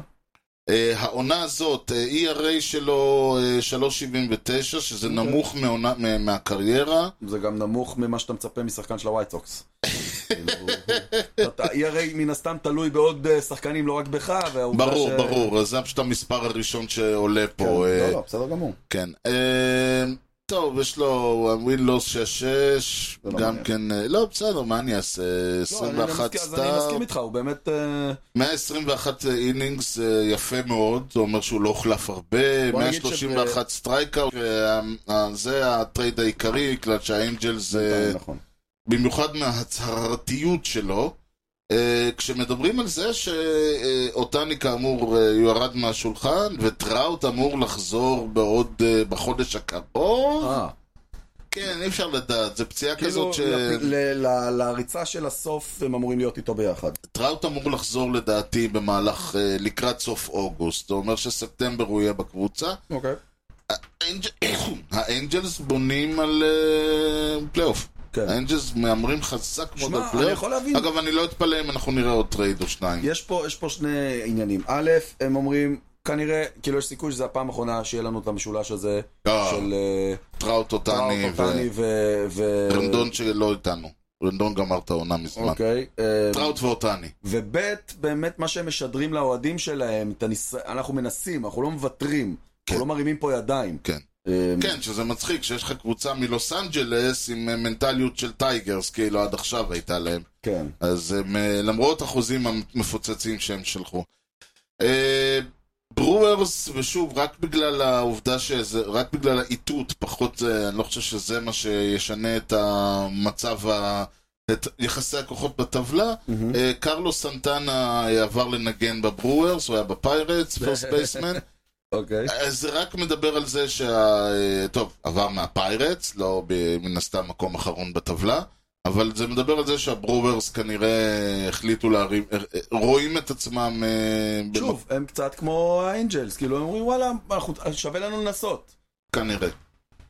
Speaker 1: אה, העונה הזאת, אה, ERA שלו אה, 3.79, שזה
Speaker 2: אוקיי.
Speaker 1: נמוך מעונה- מה- מהקריירה.
Speaker 2: זה גם נמוך ממה שאתה מצפה משחקן של הווייט סוקס. כאילו, אתה ERA מן הסתם תלוי בעוד אה, שחקנים, לא רק בך, והעובדה
Speaker 1: ברור,
Speaker 2: ש-
Speaker 1: ברור, אז זה פשוט המספר הראשון שעולה
Speaker 2: כן,
Speaker 1: פה. אה,
Speaker 2: לא, לא, בסדר גמור.
Speaker 1: כן. אה, טוב, יש לו ווינלוס 6
Speaker 2: זה לא
Speaker 1: גם
Speaker 2: מעניין.
Speaker 1: כן, אה, לא, בסדר, מה אני אעשה?
Speaker 2: לא, אני- אני
Speaker 1: 21
Speaker 2: מסכים- אז אני
Speaker 1: סטאר,
Speaker 2: מסכים איתך, הוא באמת... אה,
Speaker 1: 121 אינינגס אה, יפה מאוד, זה אומר שהוא לא הוחלף הרבה,
Speaker 2: בוא נגיד
Speaker 1: 131 סטרייקאוט, אה, אה, זה הטרייד העיקרי, בגלל שהאנג'לס, אה,
Speaker 2: נכון.
Speaker 1: במיוחד מההצהרתיות שלו, אה, כשמדברים על זה שאותני כאמור אה, ירד מהשולחן, וטראוט אמור לחזור בעוד, אה, בחודש הקרוב,
Speaker 2: אה,
Speaker 1: כן, אי אפשר לדעת, זה פציעה
Speaker 2: כאילו,
Speaker 1: כזאת
Speaker 2: לפ- ל- ל- לריצה של הסוף הם אמורים להיות איתו ביחד.
Speaker 1: שטראוט אמור לחזור לדעתי במהלך, אה, לקראת סוף אוגוסט, זה אומר שספטמבר הוא יהיה בקבוצה.
Speaker 2: אוקיי.
Speaker 1: האנג'- האנג'לס בונים על אה, פלייאוף.
Speaker 2: כן.
Speaker 1: האנג'לס מהמרים חזק מאוד
Speaker 2: שמע,
Speaker 1: על
Speaker 2: אני
Speaker 1: פלייאוף.
Speaker 2: יכול להבין.
Speaker 1: אגב, אני לא אתפלא אם אנחנו נראה עוד טרייד או שניים.
Speaker 2: יש פה, יש פה שני עניינים. א', הם אומרים, כנראה, כאילו יש סיכוי שזו הפעם האחרונה שיהיה לנו את המשולש הזה,
Speaker 1: אה.
Speaker 2: של אה,
Speaker 1: טראוט
Speaker 2: טראוט,
Speaker 1: אותני
Speaker 2: אוטני ו... ו-
Speaker 1: ורנדון שלא איתנו. רנדון גמר את העונה מזמן.
Speaker 2: אוקיי. אה,
Speaker 1: טראוט ואותני.
Speaker 2: וב', באמת מה שהם משדרים לאוהדים שלהם, את הניס... אנחנו מנסים, אנחנו לא מוותרים,
Speaker 1: כן.
Speaker 2: אנחנו לא מרימים פה ידיים.
Speaker 1: כן.
Speaker 2: אה,
Speaker 1: כן, שזה מצחיק שיש לך קבוצה מלוס אנג'לס עם אה, מנטליות של טייגרס, כאילו עד עכשיו הייתה להם.
Speaker 2: כן.
Speaker 1: אז הם, אה, למרות החוזים המפוצצים שהם שלחו. אה, ברוורס, ושוב, רק בגלל העובדה שזה, רק בגלל האיתות, פחות, אה, אני לא חושב שזה מה שישנה את המצב, ה... את יחסי הכוחות בטבלה.
Speaker 2: מהמם.
Speaker 1: אה, קרלוס סנטנה עבר לנגן בברוורס, הוא היה בפיירטס, פרסט בייסמן.
Speaker 2: אוקיי.
Speaker 1: אז זה רק מדבר על זה שה... אה, טוב, עבר מהפיירטס, לא ב- מן הסתם מקום אחרון בטבלה, אבל זה מדבר על זה שהברוורס כנראה החליטו להרים... אה, אה, רואים את עצמם... אה, במ-
Speaker 2: שוב, הם קצת כמו האנג'לס, כאילו הם אומרים, וואלה, אנחנו- שווה לנו לנסות.
Speaker 1: Mm-hmm. כנראה.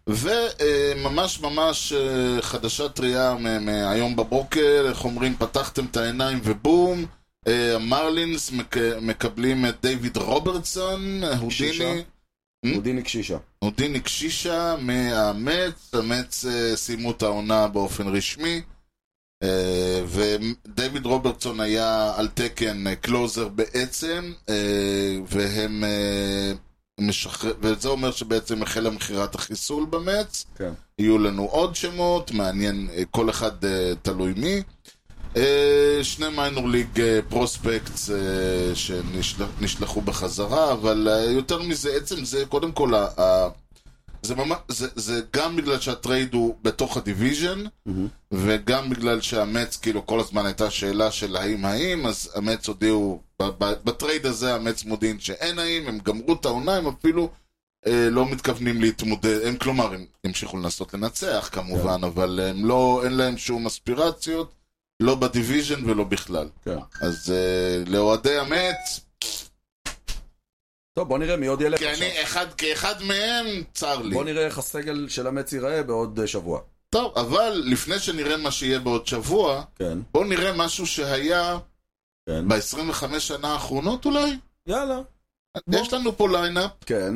Speaker 1: וממש ממש אה, חדשה טריה מ- מהיום בבוקר, איך אומרים, פתחתם את העיניים ובום, אה, המרלינס מק... מקבלים את דיוויד רוברטסון, הודיני,
Speaker 2: הודיני קשישה.
Speaker 1: הודיני קשישה מהמץ, המץ אה, סיימו את העונה באופן רשמי, אה, ודייוויד רוברטסון היה על תקן אה, קלוזר בעצם, אה, והם... אה, משחרר... וזה אומר שבעצם החלה מכירת החיסול במץ.
Speaker 2: כן.
Speaker 1: יהיו לנו עוד שמות, מעניין, אה, כל אחד אה, תלוי מי. אה, שני מיינור ליג אה, פרוספקטס אה, שנשלחו בחזרה, אבל אה, יותר מזה, עצם זה, קודם כל, ה- ה- זה, ממש, זה, זה גם בגלל שהטרייד הוא בתוך הדיוויז'ן, וגם בגלל שהמץ, כאילו, כל הזמן הייתה שאלה של האם האם, אז המץ הודיעו, ב- ב- בטרייד הזה המץ מודיעין שאין האם, הם גמרו את העונה, הם אפילו אה, לא מתכוונים להתמודד, הם כלומר, הם המשיכו לנסות לנצח
Speaker 2: כן.
Speaker 1: כמובן, אבל הם לא, אין להם שום אספירציות, לא בדיוויז'ן ולא בכלל.
Speaker 2: כן.
Speaker 1: אז אה, לאוהדי המץ,
Speaker 2: טוב, בוא נראה מי עוד ילך
Speaker 1: כי
Speaker 2: עכשיו.
Speaker 1: אני אחד, כאחד מהם, צר לי.
Speaker 2: בוא נראה איך הסגל של המץ ייראה בעוד אה, שבוע.
Speaker 1: טוב, אבל לפני שנראה מה שיהיה בעוד שבוע,
Speaker 2: כן,
Speaker 1: בואו נראה משהו שהיה
Speaker 2: כן.
Speaker 1: ב-25 שנה האחרונות אולי?
Speaker 2: יאללה.
Speaker 1: יש לנו פה ליינאפ,
Speaker 2: כן,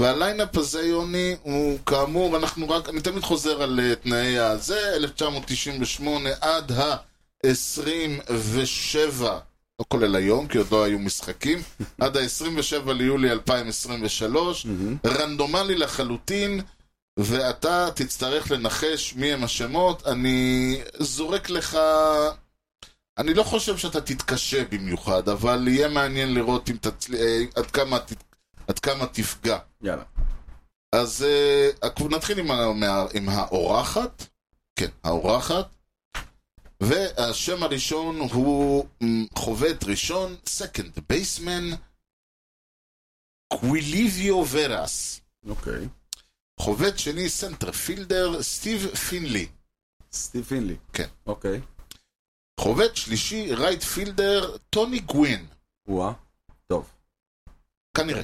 Speaker 1: והליינאפ הזה, יוני, הוא כאמור, אנחנו רק, אני תמיד חוזר על אה, תנאי הזה, 1998 עד ה-27, לא כולל היום, כי עוד לא היו משחקים, עד ה-27 ליולי 2023,
Speaker 2: Mm-hmm.
Speaker 1: רנדומלי לחלוטין, ואתה תצטרך לנחש מי הם השמות, אני זורק לך... אני לא חושב שאתה תתקשה במיוחד, אבל יהיה מעניין לראות אם תצל... אה, עד, כמה, ת- עד כמה תפגע.
Speaker 2: יאללה.
Speaker 1: אז אה, עקב- נתחיל עם, ה- מה- עם האורחת, כן, האורחת, והשם הראשון הוא מ, חובט ראשון, second baseman, קוויליביו ורס.
Speaker 2: אוקיי.
Speaker 1: חובט שני, סנטרפילדר, סטיב פינלי.
Speaker 2: סטיב פינלי.
Speaker 1: כן.
Speaker 2: אוקיי.
Speaker 1: חובט שלישי, רייט פילדר, טוני גווין,
Speaker 2: וואה. טוב.
Speaker 1: כנראה.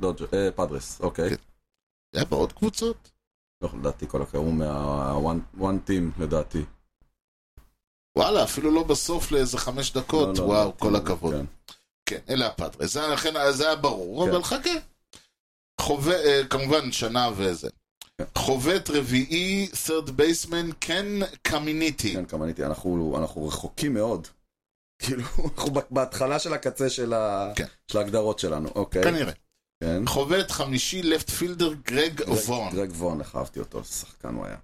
Speaker 2: דודג'ר, אה, פאדרס, אוקיי.
Speaker 1: כן. היה בעוד קבוצות?
Speaker 2: לא, לדעתי כל הכבוד, הוא מהוואן טים, לדעתי.
Speaker 1: וואלה, אפילו לא בסוף לאיזה חמש
Speaker 2: לא,
Speaker 1: דקות,
Speaker 2: לא,
Speaker 1: וואו,
Speaker 2: לדעתי,
Speaker 1: כל הכבוד.
Speaker 2: כן.
Speaker 1: כן, אלה הפאדרס. זה, היה- לכן, זה היה ברור,
Speaker 2: כן.
Speaker 1: אבל חכה. חובט, אה, כמובן, שנה וזה.
Speaker 2: כן.
Speaker 1: חובט רביעי, third baseman, קן קמיניטי.
Speaker 2: כן, כמה עניתי, אנחנו אנחנו רחוקים מאוד. כאילו, אנחנו בהתחלה של הקצה של ה-
Speaker 1: כן.
Speaker 2: של ההגדרות שלנו, אוקיי.
Speaker 1: כנראה.
Speaker 2: כן.
Speaker 1: חובט חמישי, לפט פילדר, גרג וון.
Speaker 2: גרג וון, איך אהבתי אותו, איזה שחקן הוא היה.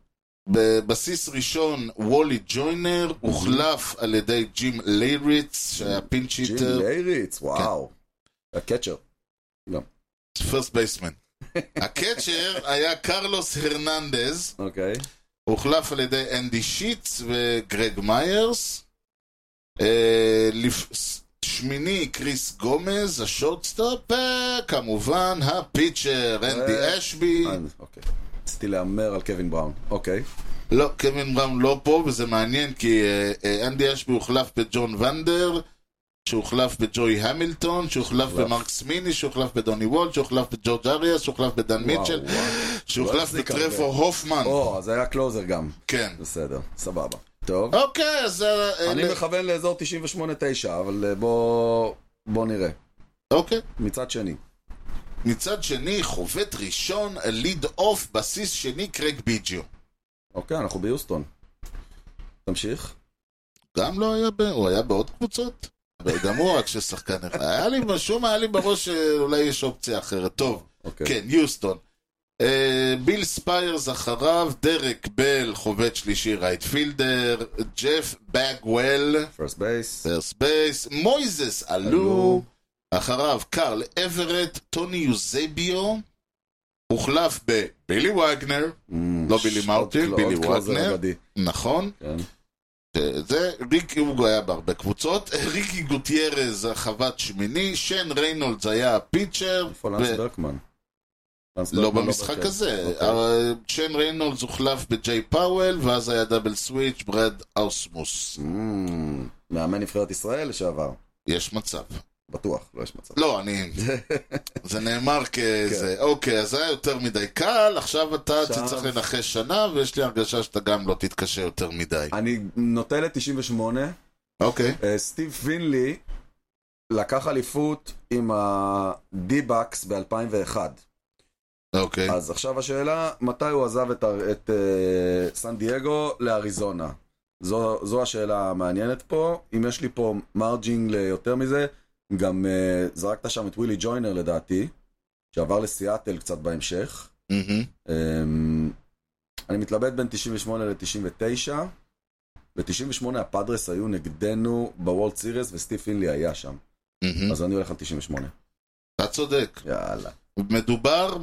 Speaker 1: בבסיס ראשון, וולי ג'וינר, הוחלף על ידי ג'ים לייריץ, שהיה
Speaker 2: Mm-hmm. ג'ים
Speaker 1: פינצ'יטר, כן.
Speaker 2: לייריץ, וואו. הקצ'ר.
Speaker 1: first baseman. הקצ'ר היה קרלוס הרננדז,
Speaker 2: אוקיי.
Speaker 1: הוחלף על ידי אנדי שיטס וגרג מיירס. אה, לפ- ס- שמיני, קריס גומז, השורטסטופ, וכמובן הפיצ'ר,
Speaker 2: אה,
Speaker 1: אנדי אשבי.
Speaker 2: אה, אוקיי. רציתי להמר על קווין בראון, אוקיי.
Speaker 1: לא, קווין בראון לא פה, וזה מעניין, כי אה, אה, אנדי אשבי הוחלף בג'ון ונדר, שהוחלף בג'וי המילטון, שהוחלף
Speaker 2: הוחלף.
Speaker 1: במרק סמיני, שהוחלף בדוני וולד, שהוחלף בג'ורג' אריאס, שהוחלף בדן
Speaker 2: וואו,
Speaker 1: מיטשל,
Speaker 2: וואו. לא
Speaker 1: שהוחלף
Speaker 2: החזיק הרבה.
Speaker 1: בטרפור הופמן.
Speaker 2: או, אז היה קלוזר גם.
Speaker 1: כן.
Speaker 2: בסדר, סבבה. טוב.
Speaker 1: אוקיי, אז... אה,
Speaker 2: אני
Speaker 1: אלה-
Speaker 2: מכוון לאזור 98-9, אבל אה, בוא... בוא נראה.
Speaker 1: אוקיי.
Speaker 2: מצד שני.
Speaker 1: מצד שני, חובט ראשון, ליד אוף, בסיס שני, קרג ביג'יו.
Speaker 2: אוקיי, אנחנו ביוסטון. תמשיך.
Speaker 1: גם לא היה ב... הוא היה בעוד קבוצות? אבל גם הוא רק ששחקן אחד. היה לי משום, היה לי בראש שאולי יש אופציה אחרת. טוב,
Speaker 2: אוקיי.
Speaker 1: כן, יוסטון. אה, ביל ספיירס אחריו, דרק בל, חובט שלישי, רייט פילדר, ג'ף בגוול,
Speaker 2: פרסט בייס.
Speaker 1: פרס בייס, מויזס עלו,
Speaker 2: עלו.
Speaker 1: אחריו קרל אברט, טוני יוזביו, הוחלף בבילי וגנר,
Speaker 2: Mm,
Speaker 1: לא בילי מרטין, בילי וגנר, נכון. אה,
Speaker 2: כן.
Speaker 1: זה, ריק אוגו היה בהרבה קבוצות, אה, ריקי גוטיירז החוות שמיני, שן ריינולדס היה הפיצ'ר,
Speaker 2: איפה
Speaker 1: ו-
Speaker 2: לנס ברקמן? לנס
Speaker 1: לא
Speaker 2: ברקמן
Speaker 1: במשחק
Speaker 2: בהרכב.
Speaker 1: הזה, אה,
Speaker 2: אוקיי.
Speaker 1: אבל שן ריינולדס הוחלף בג'יי פאוול, ואז היה דאבל סוויץ', ברד אוסמוס,
Speaker 2: אמ, מאמן נבחרת ישראל לשעבר.
Speaker 1: יש מצב.
Speaker 2: בטוח, לא יש מצב.
Speaker 1: לא, אני... זה נאמר כזה. אוקיי, אז היה יותר מדי קל, עכשיו אתה
Speaker 2: כן. עכשיו-
Speaker 1: תצטרך לנחש שנה, ויש לי הרגשה שאתה גם לא תתקשה יותר מדי.
Speaker 2: אני נוטה ל-98.
Speaker 1: אוקיי.
Speaker 2: סטיב אה, פינלי לקח אליפות עם הדי-בקס ב-2001.
Speaker 1: אוקיי.
Speaker 2: אז עכשיו השאלה, מתי הוא עזב את, הר- את uh, סן דייגו לאריזונה? זו, זו השאלה המעניינת פה. אם יש לי פה מרג'ינג ליותר מזה, גם uh, זרקת שם את ווילי ג'וינר לדעתי, שעבר לסיאטל קצת בהמשך.
Speaker 1: מהמם.
Speaker 2: Um, אני מתלבט בין 98 ל-99. ב-98 הפאדרס היו נגדנו בוולד סיריס וסטיב פינלי היה שם.
Speaker 1: מהמם.
Speaker 2: אז אני הולך על אה, 98.
Speaker 1: אתה צודק.
Speaker 2: יאללה.
Speaker 1: מדובר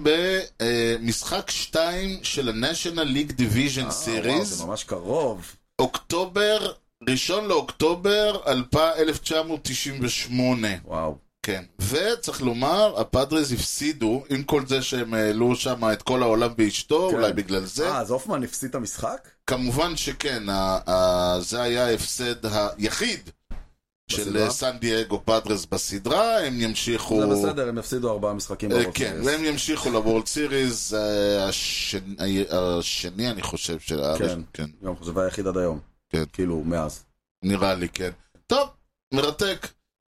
Speaker 1: במשחק 2 של ה-National League Division
Speaker 2: אה, וואו, זה
Speaker 1: Series,
Speaker 2: ממש קרוב.
Speaker 1: אוקטובר, ראשון לאוקטובר אלפ- 1998.
Speaker 2: וואו.
Speaker 1: כן. וצריך לומר, הפאדרס הפסידו, עם כל זה שהם העלו שם את כל העולם באשתו,
Speaker 2: כן.
Speaker 1: אולי בגלל זה.
Speaker 2: אה, אז הופמן הפסיד את המשחק?
Speaker 1: כמובן שכן, ה- ה- זה היה ההפסד היחיד של
Speaker 2: בסדרה?
Speaker 1: אה, סן דייגו פאדרס בסדרה, הם ימשיכו...
Speaker 2: זה בסדר, הם יפסידו ארבעה משחקים
Speaker 1: אה,
Speaker 2: בוולד
Speaker 1: כן,
Speaker 2: סיריס.
Speaker 1: והם ימשיכו לוורלד סיריס אה, השני, אה, השני, אני חושב, של
Speaker 2: כן.
Speaker 1: כן,
Speaker 2: גם חושב היחיד עד היום.
Speaker 1: כן.
Speaker 2: כאילו, מאז.
Speaker 1: נראה לי, כן. טוב, מרתק.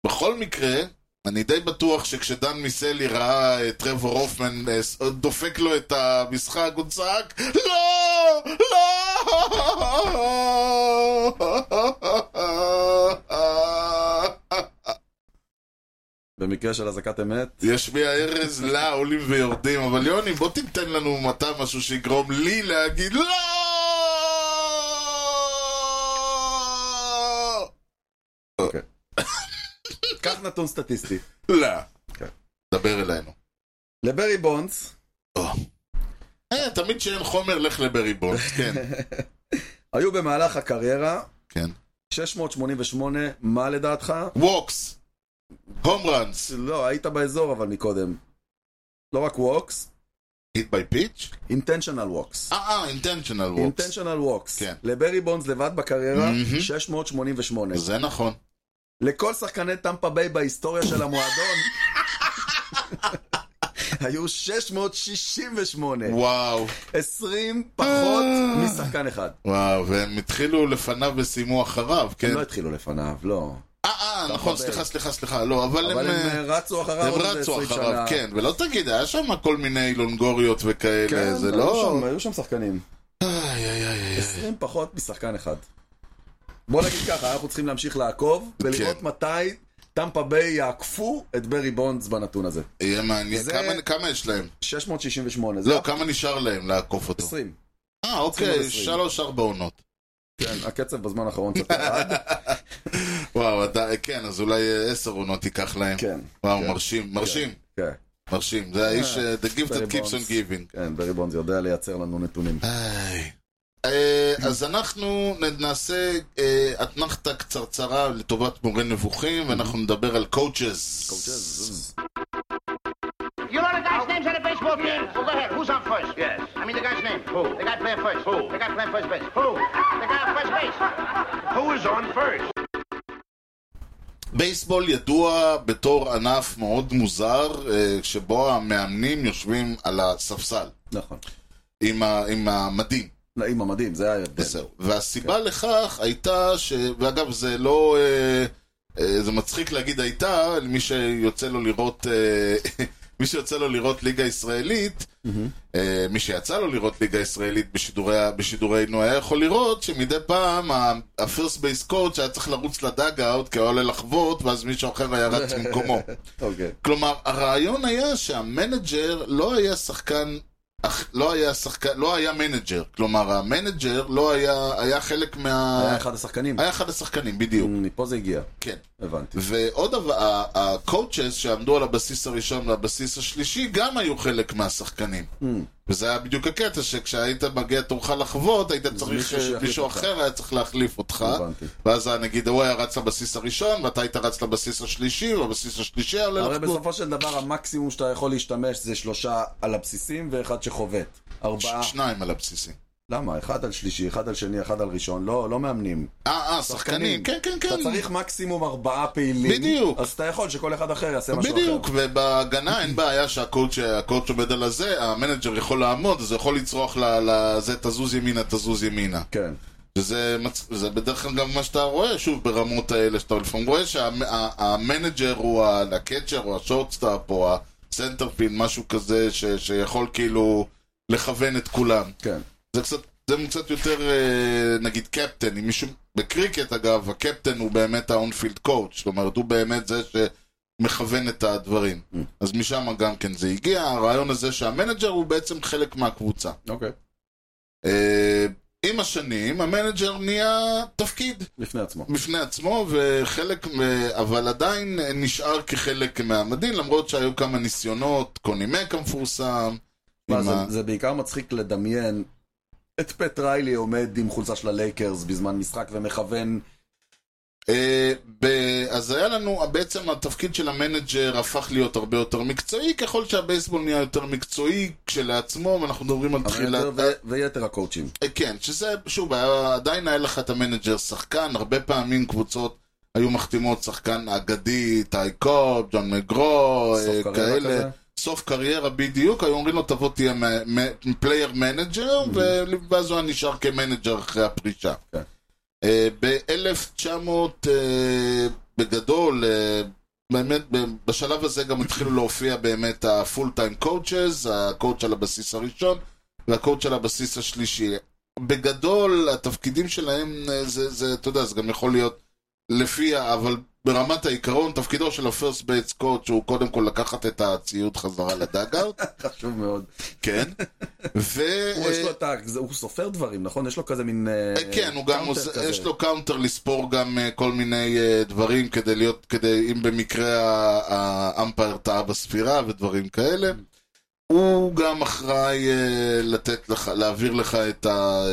Speaker 1: בכל מקרה, אני די בטוח שכשדן מיסלי ראה את טרוור הופמן אה, ס- דופק לו את המשחק, הוא צעק, לא! לא!
Speaker 2: במקרה של אזעקת אמת,
Speaker 1: ישמיע ארז, לה, עולים ויורדים, אבל יוני, בוא תיתן לנו מתי משהו שיגרום לי להגיד לא!
Speaker 2: קח נתון סטטיסטי.
Speaker 1: לא.
Speaker 2: כן.
Speaker 1: דבר אלינו.
Speaker 2: לברי בונדס,
Speaker 1: אה, תמיד כשאין חומר, לך לברי בונדס, כן.
Speaker 2: היו במהלך הקריירה
Speaker 1: כן.
Speaker 2: 688, מה לדעתך?
Speaker 1: ווקס. הום ראנס.
Speaker 2: לא, היית באזור אבל מקודם. לא רק ווקס,
Speaker 1: היט ביי פיץ'?
Speaker 2: אינטנשיונל ווקס.
Speaker 1: אה, אה, אינטנשיונל ווקס.
Speaker 2: אינטנשיונל ווקס.
Speaker 1: כן.
Speaker 2: לברי בונדס לבד בקריירה,
Speaker 1: מהמם.
Speaker 2: 688.
Speaker 1: זה נכון.
Speaker 2: לכל שחקני טמפה ביי בהיסטוריה של המועדון היו 668.
Speaker 1: אה. וואו.
Speaker 2: 20 פחות
Speaker 1: אה.
Speaker 2: משחקן אחד.
Speaker 1: וואו, והם התחילו לפניו וסיימו אחריו,
Speaker 2: הם
Speaker 1: כן?
Speaker 2: לא התחילו לפניו, לא.
Speaker 1: אה, אה, נכון,
Speaker 2: מחבר.
Speaker 1: סליחה, סליחה, סליחה, לא, אבל
Speaker 2: אבל
Speaker 1: הם...
Speaker 2: הם
Speaker 1: אה,
Speaker 2: אה, רצו אחריו
Speaker 1: הם
Speaker 2: עוד איזה
Speaker 1: רצו
Speaker 2: 20
Speaker 1: אחריו,
Speaker 2: שנה.
Speaker 1: כן, ולא תגיד, היה שם כל מיני לונגוריות וכאלה,
Speaker 2: כן,
Speaker 1: זה
Speaker 2: היו
Speaker 1: לא...
Speaker 2: שם- היו שם שחקנים.
Speaker 1: איי, איי, איי, איי.
Speaker 2: 20 פחות משחקן אחד. בוא נגיד ככה, אנחנו צריכים להמשיך לעקוב ולראות
Speaker 1: כן.
Speaker 2: מתי טמפה ביי יעקפו את ברי בונדס בנתון הזה.
Speaker 1: יהיה מעניין,
Speaker 2: זה-
Speaker 1: כמה- כמה יש להם?
Speaker 2: 668, זה
Speaker 1: לא, כמה נשאר להם לעקוף אותו?
Speaker 2: 20.
Speaker 1: אה,
Speaker 2: עשרים
Speaker 1: אוקיי,
Speaker 2: עד עשרים.
Speaker 1: שלוש, ארבע עונות.
Speaker 2: כן, הקצב בזמן האחרון קצת ירד.
Speaker 1: וואו, אתה- כן, אז אולי אה, עשר עונות ייקח להם.
Speaker 2: כן,
Speaker 1: וואו,
Speaker 2: כן.
Speaker 1: מרשים, מרשים,
Speaker 2: כן,
Speaker 1: מרשים. זה האיש,
Speaker 2: אה,
Speaker 1: אה, the gift
Speaker 2: ברי
Speaker 1: that keeps
Speaker 2: בונדס.
Speaker 1: on giving.
Speaker 2: כן, ברי בונדס יודע לייצר לנו נתונים.
Speaker 1: איי. אה, אז אנחנו נ- נעשה אה, אתנחתה קצרצרה לטובת מורה נבוכים, ואנחנו נדבר על coaches.
Speaker 5: You know the guy's names on the baseball team? Well, go ahead. Who's on first? Yes. I mean the guy's name. Who? The guy playing first. Who? The guy playing first base. Who? The guy on first base. Who is on first?
Speaker 1: בייסבול ידוע בתור ענף מאוד מוזר, אה, שבו המאמנים יושבים על הספסל,
Speaker 2: נכון.
Speaker 1: עם, ה, עם המדים,
Speaker 2: לא, עם המדים, זה היה הבדל.
Speaker 1: וזהו. והסיבה לכך הייתה, ש... ואגב זה לא, אה, אה, זה מצחיק להגיד הייתה, למי שיוצא לו לראות, אה, מי שיוצא לו לראות ליגה ישראלית, אה, מי שיצא לו לראות ליגה ישראלית בשידורי, בשידורינו היה יכול לראות שמדי פעם ה-first base coach היה צריך לרוץ לדאג-אאוט כי היה עולה לחבוט ואז מישהו אחר היה רץ במקומו.
Speaker 2: אוקיי.
Speaker 1: כלומר, הרעיון היה שהמנג'ר לא היה שחקן, אך- לא היה שחקן, לא היה מנג'ר. כלומר, המנג'ר לא היה, היה חלק מה...
Speaker 2: היה אחד השחקנים.
Speaker 1: אה,
Speaker 2: Mm.
Speaker 1: היה אחד השחקנים, בדיוק,
Speaker 2: מפה זה הגיע,
Speaker 1: כן.
Speaker 2: הבנתי.
Speaker 1: ועוד דבר, ה- הקואוצ'ס שעמדו על הבסיס הראשון והבסיס השלישי גם היו חלק מהשחקנים.
Speaker 2: Mm.
Speaker 1: וזה היה בדיוק הקטע, שכשהיית מגיע תורך לחוות, היית צריך,
Speaker 2: מישהו שיחליף
Speaker 1: מישהו
Speaker 2: אותך.
Speaker 1: אחר היה צריך להחליף אותך.
Speaker 2: הבנתי.
Speaker 1: ואז היה, נגיד, הוא היה רץ לבסיס הראשון, ואתה היית רץ לבסיס השלישי, והבסיס השלישי היה עולה
Speaker 2: הרי
Speaker 1: לחוות.
Speaker 2: בסופו של דבר המקסימום שאתה יכול להשתמש זה שלושה על הבסיסים ואחד שחובט. ארבעה.
Speaker 1: ש- שניים על הבסיסים.
Speaker 2: למה? אחד על שלישי, אחד על שני, אחד על ראשון. לא, לא מאמנים.
Speaker 1: אה, אה, שחקנים, כן, כן, כן.
Speaker 2: אתה צריך מקסימום ארבעה פעילים.
Speaker 1: בדיוק.
Speaker 2: אז אתה יכול שכל אחד אחר יעשה משהו אחר.
Speaker 1: בדיוק, ובהגנה אין בעיה שהקואוצ' הקואוצ' עובד על הזה, המנג'ר יכול לעמוד, אז הוא יכול לצרוח לזה, תזוז ימינה, תזוז ימינה.
Speaker 2: כן.
Speaker 1: וזה מצ... זה בדרך כלל גם מה שאתה רואה, שוב, ברמות האלה, שאתה לפעמים רואה שהמנג'ר הוא ה- הקצ'ר או השורטסטאפ או הסנטרפין, משהו כזה ש... שיכול כאילו לכוון את כולם.
Speaker 2: כן.
Speaker 1: זה קצת, זה קצת יותר, אה, נגיד, קפטן, אם מישהו, בקריקט אגב, הקפטן הוא באמת האונפילד קואוץ', זאת אומרת, הוא באמת זה שמכוון את הדברים.
Speaker 2: Mm.
Speaker 1: אז משם גם כן זה הגיע, הרעיון הזה שהמנג'ר הוא בעצם חלק מהקבוצה.
Speaker 2: אוקיי.
Speaker 1: אה, עם השנים, המנג'ר נהיה תפקיד
Speaker 2: לפני עצמו.
Speaker 1: בפני עצמו, וחלק, מ- אבל עדיין נשאר כחלק מהמדין, למרות שהיו כמה ניסיונות, קוני מק המפורסם,
Speaker 2: מה,
Speaker 1: עם
Speaker 2: זה,
Speaker 1: ה-
Speaker 2: זה בעיקר מצחיק לדמיין את פט ריילי עומד עם חולצה של הלייקרס בזמן משחק ומכוון.
Speaker 1: אה, ב- אז היה לנו, בעצם התפקיד של המנג'ר הפך להיות הרבה יותר מקצועי, ככל שהבייסבול נהיה יותר מקצועי כשלעצמו, ואנחנו מדברים על תחילת...
Speaker 2: המנג'ר ו- ויתר הקואוצ'ים.
Speaker 1: אה, כן, שזה, שוב, היה, עדיין היה לך את המנג'ר שחקן, הרבה פעמים קבוצות היו מחתימות שחקן אגדי, טייקוב, ג'ון מגרו,
Speaker 2: סוף
Speaker 1: אה,
Speaker 2: קריירה
Speaker 1: כאלה.
Speaker 2: כזה?
Speaker 1: סוף קריירה בדיוק, היו אומרים לו תבוא תהיה פלייר מנג'ר, ואז הוא היה נשאר כמנג'ר אחרי הפרישה.
Speaker 2: Mm-hmm. כן.
Speaker 1: אה, ב-1900, אה, בגדול, אה, באמת, ב- בשלב הזה גם התחילו להופיע באמת הפול טיים קואוצ'ז, הקואוצ' על הבסיס הראשון והקואוצ' על הבסיס השלישי. בגדול, התפקידים שלהם, אה, זה, זה, אתה יודע, זה גם יכול להיות לפי, ה- אבל ברמת העיקרון, תפקידו של הפרסט בייטס קואוצ' הוא קודם כל לקחת את הציוד חזרה לדאגאוט,
Speaker 2: חשוב מאוד.
Speaker 1: כן, ו...
Speaker 2: הוא יש לו את ה... זה- הוא סופר דברים, נכון? יש לו כזה מין... אה,
Speaker 1: אה, כן, הוא גם
Speaker 2: קאונטר
Speaker 1: עושה,
Speaker 2: כזה.
Speaker 1: יש לו קאונטר לספור גם אה, כל מיני אה, דברים כדי להיות, כדי, אם במקרה ה- האמפייר טעה בספירה ודברים כאלה. הוא גם אחראי אה, לתת לך, להעביר לך את, ה,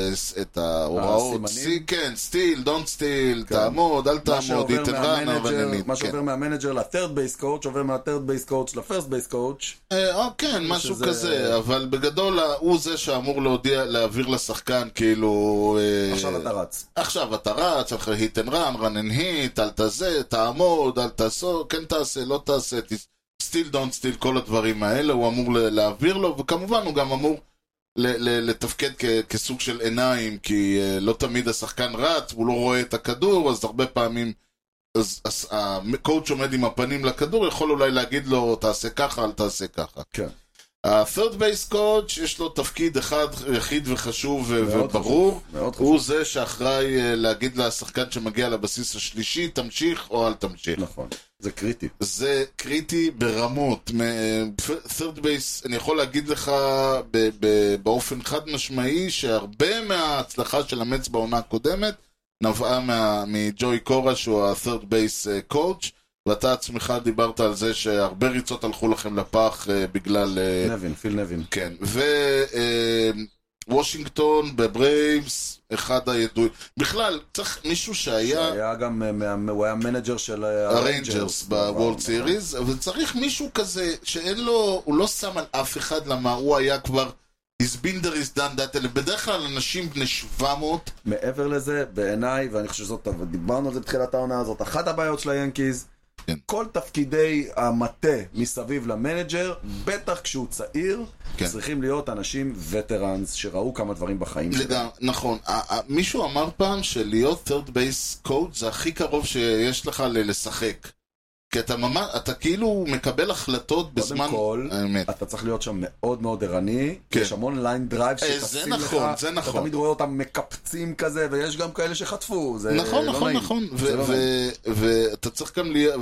Speaker 1: את ההוראות.
Speaker 2: הסימנים?
Speaker 1: סי- כן, סטיל, דונט סטיל,
Speaker 2: כן.
Speaker 1: תעמוד, אל
Speaker 2: מה
Speaker 1: תעמוד,
Speaker 2: שעובר
Speaker 1: איתן רן,
Speaker 2: מהמנג'ר-
Speaker 1: אבננית.
Speaker 2: מה שעובר מהמנג'ר לתרד בייס קואוצ' עובר מהתרד בייס קואוצ' לפרסט בייס קואוצ'
Speaker 1: אה, או כן,
Speaker 2: או
Speaker 1: משהו
Speaker 2: שזה-
Speaker 1: כזה, אבל בגדול ה- הוא זה שאמור להודיע, להעביר לשחקן כאילו... אה,
Speaker 2: עכשיו אתה רץ.
Speaker 1: עכשיו אתה רץ, אחרי היט אנד רן, רן אנד היט, אל תזה, תעמוד, אל תעשו, כן תעשה, לא תעשה, סטיל דון סטיל, כל הדברים האלה, הוא אמור ל- להעביר לו, וכמובן הוא גם אמור ל- ל- לתפקד כ- כסוג של עיניים, כי אה, לא תמיד השחקן רץ, הוא לא רואה את הכדור, אז הרבה פעמים... אז, אז הקואוצ' עומד עם הפנים לכדור, יכול אולי להגיד לו, תעשה ככה, אל תעשה ככה.
Speaker 2: כן.
Speaker 1: ה-third base coach, יש לו תפקיד אחד, יחיד וחשוב ו-
Speaker 2: מאוד
Speaker 1: וברור.
Speaker 2: חשוב, מאוד חשוב.
Speaker 1: הוא זה שאחראי אה, להגיד לשחקן שמגיע לבסיס השלישי, תמשיך או אל תמשיך.
Speaker 2: נכון. זה קריטי.
Speaker 1: זה קריטי ברמות. מ- אה, third base, אני יכול להגיד לך ב- ב- באופן חד משמעי שהרבה מההצלחה של המץ בעונה הקודמת נבעה מה- מג'וי קורה שהוא ה-third base אה, coach, ואתה עצמך דיברת על זה שהרבה ריצות הלכו לכם לפח אה, בגלל... אה,
Speaker 2: נבין, פיל נבין.
Speaker 1: כן, ווושינגטון בברייבס, אחד הידועים. בכלל, צריך מישהו שהיה
Speaker 2: היה גם, אה, מה- הוא היה מנג'ר של אה,
Speaker 1: הריינג'רס בוולד
Speaker 2: נכון,
Speaker 1: סיריס, אבל צריך מישהו כזה שאין לו, הוא לא שם על אף אחד, למה הוא היה כבר... He's been there, he's done that, אלה בדרך כלל אנשים בני 700,
Speaker 2: נכון. מעבר לזה, בעיניי, ואני חושב שזאת, דיברנו על זה בתחילת העונה הזאת, אחת הבעיות של היאנקיז,
Speaker 1: כן.
Speaker 2: כל תפקידי המטה מסביב למנג'ר, בטח כשהוא צעיר,
Speaker 1: כן.
Speaker 2: צריכים להיות אנשים וטרנס שראו כמה דברים בחיים שלהם.
Speaker 1: לגמרי, נכון. ה- ה- מישהו אמר פעם שלהיות third base coach זה הכי קרוב שיש לך ל- לשחק. כי אתה ממש, אתה כאילו מקבל החלטות בזמן...
Speaker 2: כל,
Speaker 1: האמת.
Speaker 2: אתה צריך להיות שם מאוד מאוד ערני,
Speaker 1: כן.
Speaker 2: יש המון ליין דרייב
Speaker 1: אה,
Speaker 2: שטסים
Speaker 1: זה
Speaker 2: לך,
Speaker 1: נכון, זה נכון.
Speaker 2: אתה תמיד רואה אותם מקפצים כזה, ויש גם כאלה שחטפו, זה
Speaker 1: נכון,
Speaker 2: לא
Speaker 1: נכון,
Speaker 2: נעים.
Speaker 1: נכון,
Speaker 2: זה לא
Speaker 1: ו- ו- ואתה צריך גם להיות,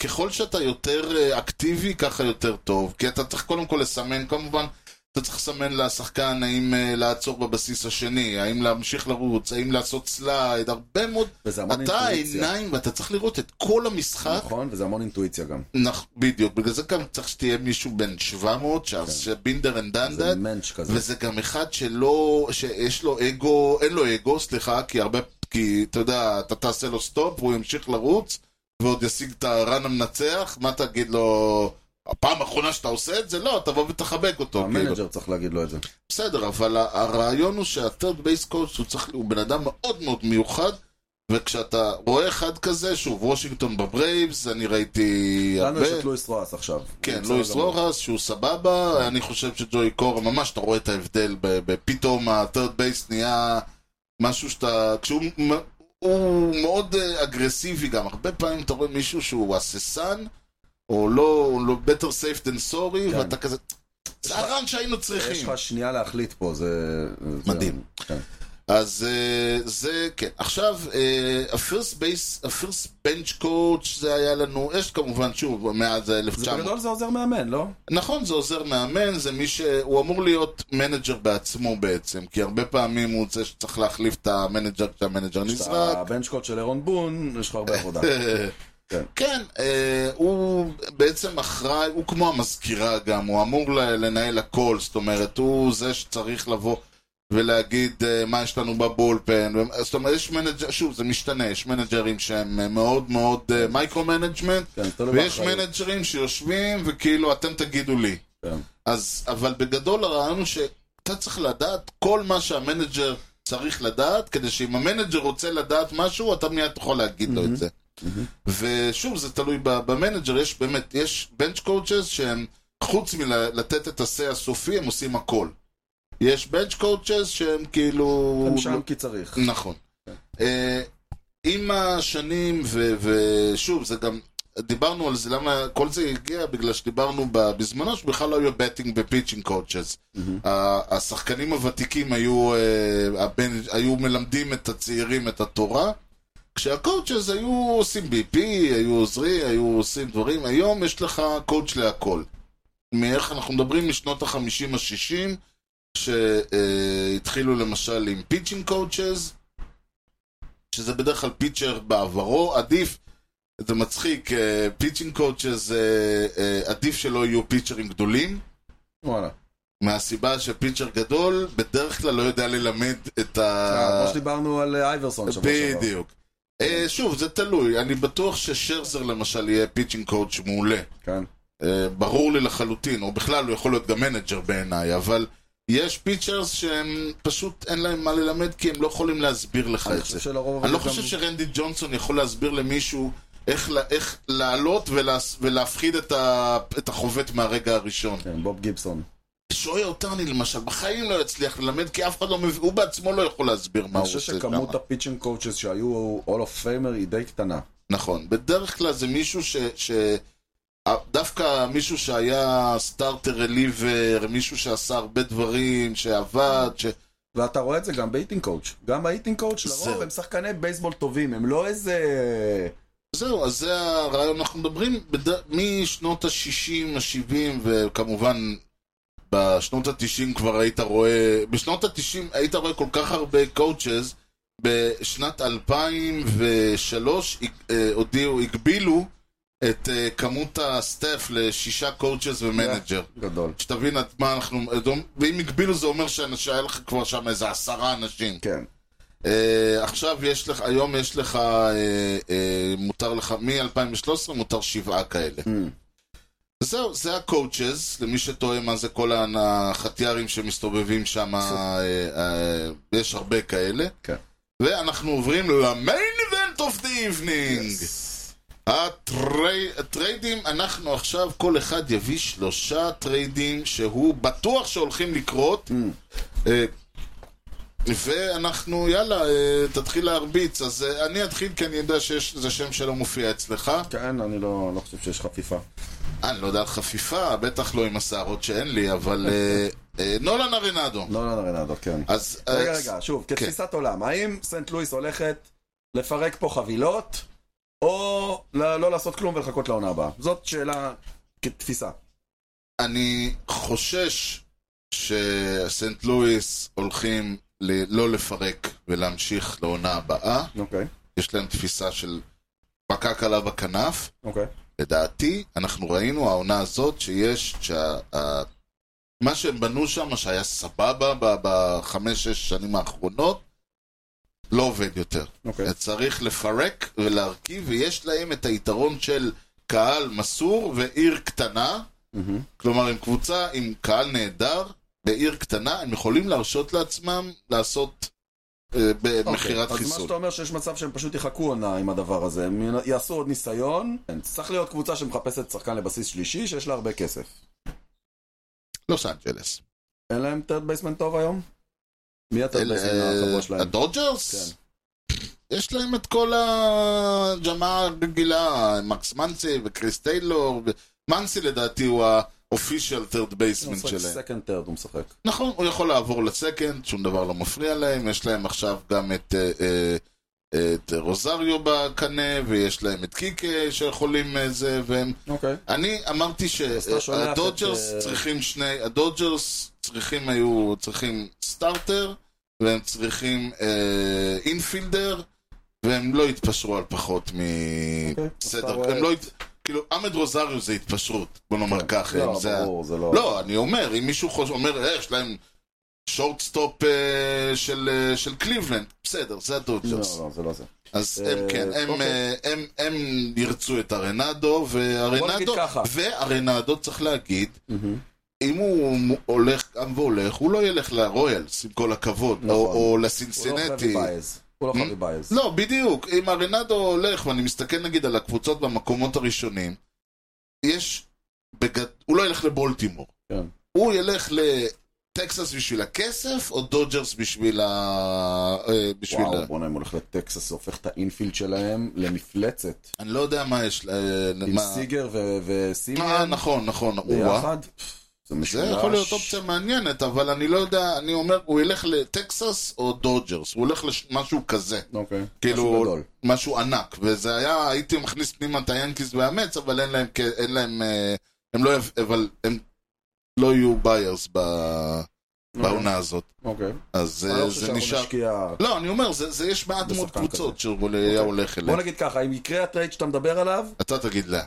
Speaker 1: וככל שאתה יותר אה, אקטיבי, ככה יותר טוב, כי אתה צריך קודם כל לסמן, כמובן, אתה צריך לסמן לשחקן האם אה, לעצור בבסיס השני, האם להמשיך לרוץ, האם לעשות סלייד, הרבה מאוד,
Speaker 2: וזה המון
Speaker 1: אתה
Speaker 2: אינטואיציה.
Speaker 1: העיניים, ואתה צריך לראות את כל המשחק,
Speaker 2: נכון, וזה המון אינטואיציה גם.
Speaker 1: נכ- בדיוק, בגלל זה גם צריך שתהיה מישהו בן 700, שבינדר אנד
Speaker 2: כן. זה
Speaker 1: דנדד,
Speaker 2: מענץ' כזה.
Speaker 1: וזה גם אחד שלא, שיש לו אגו, אין לו אגו, סליחה, כי הרבה, כי אתה יודע, אתה תעשה לו סטופ, הוא ימשיך לרוץ, ועוד ישיג את הרן המנצח, מה תגיד לו, הפעם האחרונה שאתה עושה את זה? לא, תבוא ותחבק אותו. כאילו.
Speaker 2: המנג'ר צריך להגיד לו את זה.
Speaker 1: בסדר, אבל ה- הרעיון הוא שהטרד בייס קואוץ' הוא צריך, הוא בן אדם מאוד מאוד מיוחד. וכשאתה רואה אחד כזה, שוב, וושינגטון בברייבס, אני ראיתי הרבה...
Speaker 2: לנו יש את לואיס רואס עכשיו.
Speaker 1: כן,
Speaker 2: בסדר
Speaker 1: לואיס
Speaker 2: גמור.
Speaker 1: רורס, שהוא סבבה, אני חושב שג'וי קורה, ממש אתה רואה את ההבדל, ב- ב- פתאום ה-third base נהיה משהו שאתה... כשהוא... מ- הוא מאוד אה, אגרסיבי גם. הרבה פעמים אתה רואה מישהו שהוא הססן, או לא... לא better safe than sorry,
Speaker 2: כן.
Speaker 1: ואתה כזה... זה הרעיון שהיינו
Speaker 2: יש
Speaker 1: צריכים.
Speaker 2: לך שנייה להחליט פה, זה... זה-
Speaker 1: מדהים.
Speaker 2: כן.
Speaker 1: אז uh, זה, כן. עכשיו, uh, ה-first base, ה-first bench coach זה היה לנו, יש כמובן, שוב, מאז
Speaker 2: זה
Speaker 1: ה-1900.
Speaker 2: בגדול זה עוזר מאמן, לא?
Speaker 1: נכון, זה עוזר מאמן, זה מי ש... הוא אמור להיות מנג'ר בעצמו בעצם, כי הרבה פעמים הוא זה שצריך להחליף את המנג'ר כשהמנג'ר נזרק.
Speaker 2: הבנצ'קוט של אירון בון, יש לך הרבה עבודה.
Speaker 1: כן, אה, הוא בעצם אחראי, הוא כמו המזכירה גם, הוא אמור ל- לנהל הכל, זאת אומרת, הוא זה שצריך לבוא ולהגיד אה, מה יש לנו בבולפן, ו- זאת אומרת, יש מנג'ר, שוב, זה משתנה, יש מנג'רים שהם אה, מאוד מאוד מייקרו מנג'מנט,
Speaker 2: כן, זה תלוי
Speaker 1: ויש
Speaker 2: באחריות.
Speaker 1: מנג'רים שיושבים וכאילו, אתם תגידו לי.
Speaker 2: כן.
Speaker 1: אז, אבל בגדול הרעיון הוא שאתה צריך לדעת כל מה שהמנג'ר צריך לדעת, כדי שאם המנג'ר רוצה לדעת משהו, אתה מיד תוכל להגיד לו את זה. ושוב, זה תלוי ב- במנג'ר, יש באמת, יש בנץ' קואוצ'ס שהם, חוץ מלתת את ה-say הסופי, הם עושים הכל. יש בנץ' קואוצ'ס שהם כאילו...
Speaker 2: הם שם כי צריך.
Speaker 1: נכון. אה, עם השנים, ו- ושוב, זה גם, דיברנו על זה, למה כל זה הגיע, בגלל שדיברנו ב- בזמנו שבכלל לא היו בטינג בפיצ'ינג קואוצ'ס. השחקנים הוותיקים היו, אה, הבין, היו מלמדים את הצעירים את התורה. כשהקואוצ'ס היו עושים BP, היו עוזרי, היו עושים דברים, היום יש לך קואוצ' להכל. מאיך אנחנו מדברים משנות החמישים, השישים, שהתחילו למשל עם פיצ'ינג קואוצ'ז, שזה בדרך כלל פיצ'ר בעברו, עדיף, זה מצחיק, אה, פיצ'ינג קואוצ'ז, אה, עדיף שלא יהיו פיצ'רים גדולים,
Speaker 2: וואלה.
Speaker 1: מהסיבה שפיצ'ר גדול בדרך כלל לא יודע ללמד את
Speaker 2: אה,
Speaker 1: ה...
Speaker 2: כמו שדיברנו על אה, אייברסון שבוע שעבר.
Speaker 1: בדיוק. אה, שוב, זה תלוי, אני בטוח ששרזר למשל יהיה פיצ'ינג קואוצ' מעולה.
Speaker 2: כן.
Speaker 1: אה, ברור לי לחלוטין, או בכלל הוא יכול להיות גם מנג'ר בעיניי, אבל יש פיצ'רס שהם פשוט אין להם מה ללמד כי הם לא יכולים להסביר לך
Speaker 2: אני
Speaker 1: את
Speaker 2: חושב
Speaker 1: זה.
Speaker 2: שלרוב...
Speaker 1: אני לא
Speaker 2: אבל גם-
Speaker 1: חושב שרנדי ג'ונסון יכול להסביר למישהו איך, לה, איך לעלות ולהס, ולהפחיד את, ה, את החובט מהרגע הראשון.
Speaker 2: כן, בוב גיבסון.
Speaker 1: שוער טרני למשל, בחיים לא יצליח ללמד כי אף אחד לא מבין, הוא בעצמו לא יכול להסביר מה
Speaker 2: אני
Speaker 1: הוא
Speaker 2: חושב
Speaker 1: עושה שם.
Speaker 2: שכמות הפיצ'ינג קואוצ'ס שהיו All of Famer היא די קטנה.
Speaker 1: נכון, בדרך כלל זה מישהו ש... ש... דווקא מישהו שהיה סטארטר רליבר, מישהו שעשה הרבה דברים, שעבד, ש...
Speaker 2: ואתה רואה את זה גם באיטינג קואוצ'. גם באיטינג קואוצ' לרוב
Speaker 1: זהו.
Speaker 2: הם שחקני בייסבול טובים, הם לא איזה...
Speaker 1: זהו, אז זה הרעיון, אנחנו מדברים בד... משנות ה-60, ה-70, וכמובן בשנות ה-90 כבר היית רואה, בשנות ה-90 היית רואה כל כך הרבה קואוצ'ז, בשנת 2003 הג- אה, הודיעו, הגבילו את אה, כמות הסטאפ לשישה קואוצ'ז ומנג'ר.
Speaker 2: גדול.
Speaker 1: שתבין עד מה אנחנו... ואם הגבילו זה אומר שאנ- שהיה לך כבר שם איזה עשרה אנשים.
Speaker 2: כן.
Speaker 1: אה, עכשיו יש לך, היום יש לך, אה, אה, מותר לך, מ-2013 מותר שבעה כאלה. זהו, זה הקואוצ'ז, למי שתוהה מה זה כל ה- החטיארים שמסתובבים שם, אה, אה, יש הרבה כאלה.
Speaker 2: כן.
Speaker 1: ואנחנו עוברים למיין איבנט אוף דה איבנינג. הטרי- הטריידים, אנחנו עכשיו, כל אחד יביא שלושה טריידים שהוא בטוח שהולכים לקרות.
Speaker 2: Mm.
Speaker 1: אה, ואנחנו, יאללה, אה, תתחיל להרביץ. אז אה, אני אתחיל כי אני יודע שיש איזה שם שלא מופיע אצלך.
Speaker 2: כן, אני לא לא חושב שיש חפיפה.
Speaker 1: אה, אני לא יודע על חפיפה, בטח לא עם השערות שאין לי, אבל אה, אה, נולן ארנדו.
Speaker 2: לא, לא, רנדו, כן.
Speaker 1: אז...
Speaker 2: רגע,
Speaker 1: אה,
Speaker 2: רגע, שוב, כתפיסת עולם, האם סנט לואיס הולכת לפרק פה חבילות, או לא לא לעשות כלום ולחכות לעונה הבאה? זאת שאלה כתפיסה.
Speaker 1: אני חושש שסנט לואיס הולכים ל- לא לפרק ולהמשיך לעונה הבאה.
Speaker 2: אוקיי,
Speaker 1: יש להם תפיסה של מכה קלה בכנף.
Speaker 2: אוקיי.
Speaker 1: לדעתי, אנחנו ראינו העונה הזאת שיש, שה, ה, מה שהם בנו שם, שהיה סבבה ב- בחמש-שש שנים האחרונות, לא עובד יותר.
Speaker 2: אוקיי.
Speaker 1: צריך לפרק ולהרכיב, ויש להם את היתרון של קהל מסור ועיר קטנה, כלומר, עם קבוצה, עם קהל נהדר, בעיר קטנה, הם יכולים להרשות לעצמם לעשות אה, במכירת
Speaker 2: אוקיי, אז מה
Speaker 1: חיסול.
Speaker 2: שאתה אומר שיש מצב שהם פשוט יחכו עונה עם הדבר הזה, הם י- יעשו עוד ניסיון. כן, צריך להיות קבוצה שמחפשת שחקן לבסיס שלישי שיש לה הרבה כסף.
Speaker 1: לוס אנג'לס.
Speaker 2: אין להם טרד בייסמן טוב היום? מי אתה בעצם
Speaker 1: אה,
Speaker 2: החבורה שלהם? כן.
Speaker 1: הדודג'רס? יש להם את כל הג'מעה הרגילה, מקס מנסי וקריס טיילור. ו- מנסי לדעתי הוא האופישל טרד
Speaker 2: הוא
Speaker 1: בייסמנט
Speaker 2: משחק
Speaker 1: שלהם.
Speaker 2: סקנד טרד, הוא משחק.
Speaker 1: נכון, הוא יכול לעבור לסקנד, שום דבר לא מפריע להם, יש להם עכשיו גם את, אה, אה, את רוזריו בקנה, ויש להם את קיקה שיכולים אה, זה, והם...
Speaker 2: אוקיי.
Speaker 1: אני אמרתי
Speaker 2: אתה שולח
Speaker 1: שהדודג'רס
Speaker 2: את, אה,
Speaker 1: צריכים שני, הדודג'רס צריכים היו, צריכים סטארטר, והם צריכים אה, אינפילדר, והם לא התפשרו על פחות
Speaker 2: אוקיי,
Speaker 1: מסדר,
Speaker 2: אתה רואה.
Speaker 1: הם לא... הת- כאילו, עמד רוזריו זה התפשרות, בוא נאמר ככה,
Speaker 2: לא,
Speaker 1: אם זה... ה-
Speaker 2: ברור, זה לא...
Speaker 1: לא, אני אומר, אם מישהו חושב, אומר, "אה, יש להם שורטסטופ אה, של, אה, של קליבלנד, בסדר, זה
Speaker 2: לא,
Speaker 1: הדודג'רס.
Speaker 2: לא, זה לא זה.
Speaker 1: אז
Speaker 2: אה,
Speaker 1: הם כן, הם,
Speaker 2: אוקיי.
Speaker 1: אה, הם, הם ירצו את ארנדו,
Speaker 2: בוא נגיד
Speaker 1: וארנדו,
Speaker 2: ככה.
Speaker 1: וארנדו צריך להגיד, אם הוא הולך, גם והולך, הוא לא ילך לרויאלס, עם כל הכבוד,
Speaker 2: נכון.
Speaker 1: או, או
Speaker 2: הוא לא
Speaker 1: לסינסינטי.
Speaker 2: חייב בייז. הוא לא חייב בייז.
Speaker 1: לא, בדיוק. אם ארנדו הולך, ואני מסתכל נגיד על הקבוצות במקומות הראשונים, יש... בגד... הוא לא ילך לבולטימור.
Speaker 2: כן.
Speaker 1: הוא ילך לטקסס בשביל הכסף, או דודג'רס בשביל ה... אה, בשביל ה...
Speaker 2: וואו, בוא'נה, הם הולכים לטקסס, הופך את האינפילד שלהם למפלצת.
Speaker 1: אני לא יודע מה יש... אה,
Speaker 2: עם
Speaker 1: מה...
Speaker 2: סיגר ו-
Speaker 1: אה,
Speaker 2: וסימיאן
Speaker 1: נכון, נכון. הוא
Speaker 2: ביחד. זה משולש.
Speaker 1: זה יכול להיות אופציה מעניינת, אבל אני לא יודע, אני אומר, הוא ילך לטקסס או דודג'רס, הוא הולך למשהו כזה.
Speaker 2: אוקיי.
Speaker 1: כאילו,
Speaker 2: משהו
Speaker 1: משהו,
Speaker 2: גדול.
Speaker 1: משהו ענק, וזה היה, הייתי מכניס פנימה את היאנקיס והמץ, אבל אין להם, כ- אין להם, אה, הם לא, יב- אבל הם לא יהיו ביירס ב... בעונה הזאת,
Speaker 2: אוקיי.
Speaker 1: אז
Speaker 2: אני
Speaker 1: אה,
Speaker 2: לא
Speaker 1: זה
Speaker 2: חושב שאנחנו
Speaker 1: נשאר,
Speaker 2: נשקיע...
Speaker 1: לא, אני אומר, זה, זה יש מעט מאוד
Speaker 2: בשחקן
Speaker 1: קבוצות
Speaker 2: כזה. אוקיי.
Speaker 1: שהוא היה הולך
Speaker 2: בוא
Speaker 1: אליהן,
Speaker 2: נגיד ככה, אם יקרה הטרייד שאתה מדבר עליו, אה,
Speaker 1: אתה תגיד לה,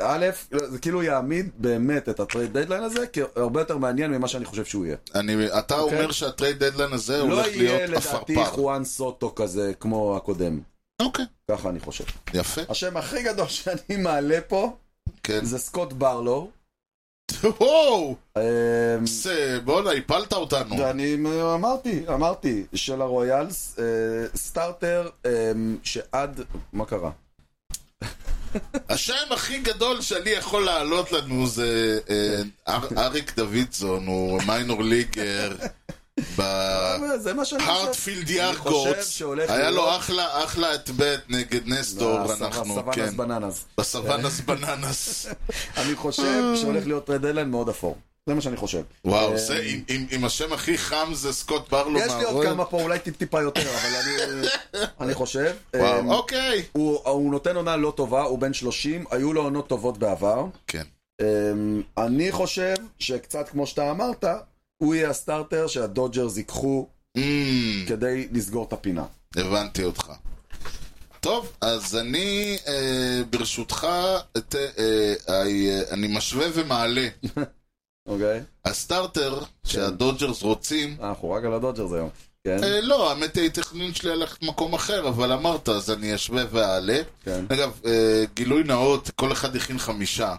Speaker 2: א', זה כאילו יעמיד באמת את הטרייד דדליין הזה כהרבה יותר מעניין ממה שאני חושב שהוא יהיה.
Speaker 1: אני, אתה
Speaker 2: אוקיי.
Speaker 1: אומר שהטרייד דדליין הזה
Speaker 2: לא
Speaker 1: הולך
Speaker 2: יהיה
Speaker 1: להיות
Speaker 2: לדעתי
Speaker 1: עפרפר,
Speaker 2: חואן סוטו כזה כמו הקודם.
Speaker 1: אוקיי,
Speaker 2: ככה אני חושב.
Speaker 1: יפה,
Speaker 2: השם הכי גדול שאני מעלה פה
Speaker 1: כן,
Speaker 2: זה סקוט ברלו.
Speaker 1: וואו,
Speaker 2: אמ,
Speaker 1: זה- בואנה, הפלת אותנו,
Speaker 2: ואני אמרתי, אמרתי, של הרויאלס, אה, סטארטר אה, שעד, מה קרה?
Speaker 1: השם הכי גדול שאני יכול להעלות לנו זה אה, אר- אריק דוידסון, הוא מיינור ליגר בהארטפילד
Speaker 2: אה, זה מה שאני חושב. חושב
Speaker 1: יארקורטס.
Speaker 2: שהולך
Speaker 1: היה לו
Speaker 2: להיות- לא,
Speaker 1: אחלה, אחלה את בית נגד נסטור, אנחנו,
Speaker 2: סוואנס
Speaker 1: כן,
Speaker 2: בננס.
Speaker 1: בסוואנס בננס.
Speaker 2: אני חושב שהולך להיות רדלן מאוד אפור. זה מה שאני חושב.
Speaker 1: וואו,
Speaker 2: אה,
Speaker 1: זה, עם- עם- עם השם הכי חם זה סקוט ברלו
Speaker 2: יש לי עוד
Speaker 1: מהרול.
Speaker 2: כמה פה, אולי טיפ-טיפה יותר, אבל אני- אני חושב. אמ,
Speaker 1: וואו, אוקיי.
Speaker 2: הוא הוא נותן עונה לא טובה, הוא בן 30, היו לו עונות טובות בעבר.
Speaker 1: כן.
Speaker 2: אמ, אני חושב שקצת כמו שאתה אמרת, הוא יהיה הסטארטר שהדודג'רס ייקחו
Speaker 1: אמ,
Speaker 2: כדי לסגור את הפינה.
Speaker 1: הבנתי אותך. טוב, אז אני, אה, ברשותך, את, אה, אה, אני משווה ומעלה
Speaker 2: אוקיי? אה,
Speaker 1: הסטארטר שהדודג'רס רוצים,
Speaker 2: אנחנו רק על הדודג'רס היום. כן?
Speaker 1: אה, לא, האמת היא התכנון שלי ללכת למקום אחר, אבל אמרת, אז אני אשווה ואעלה.
Speaker 2: כן.
Speaker 1: אגב, אה, גילוי נאות, כל אחד הכין חמישה.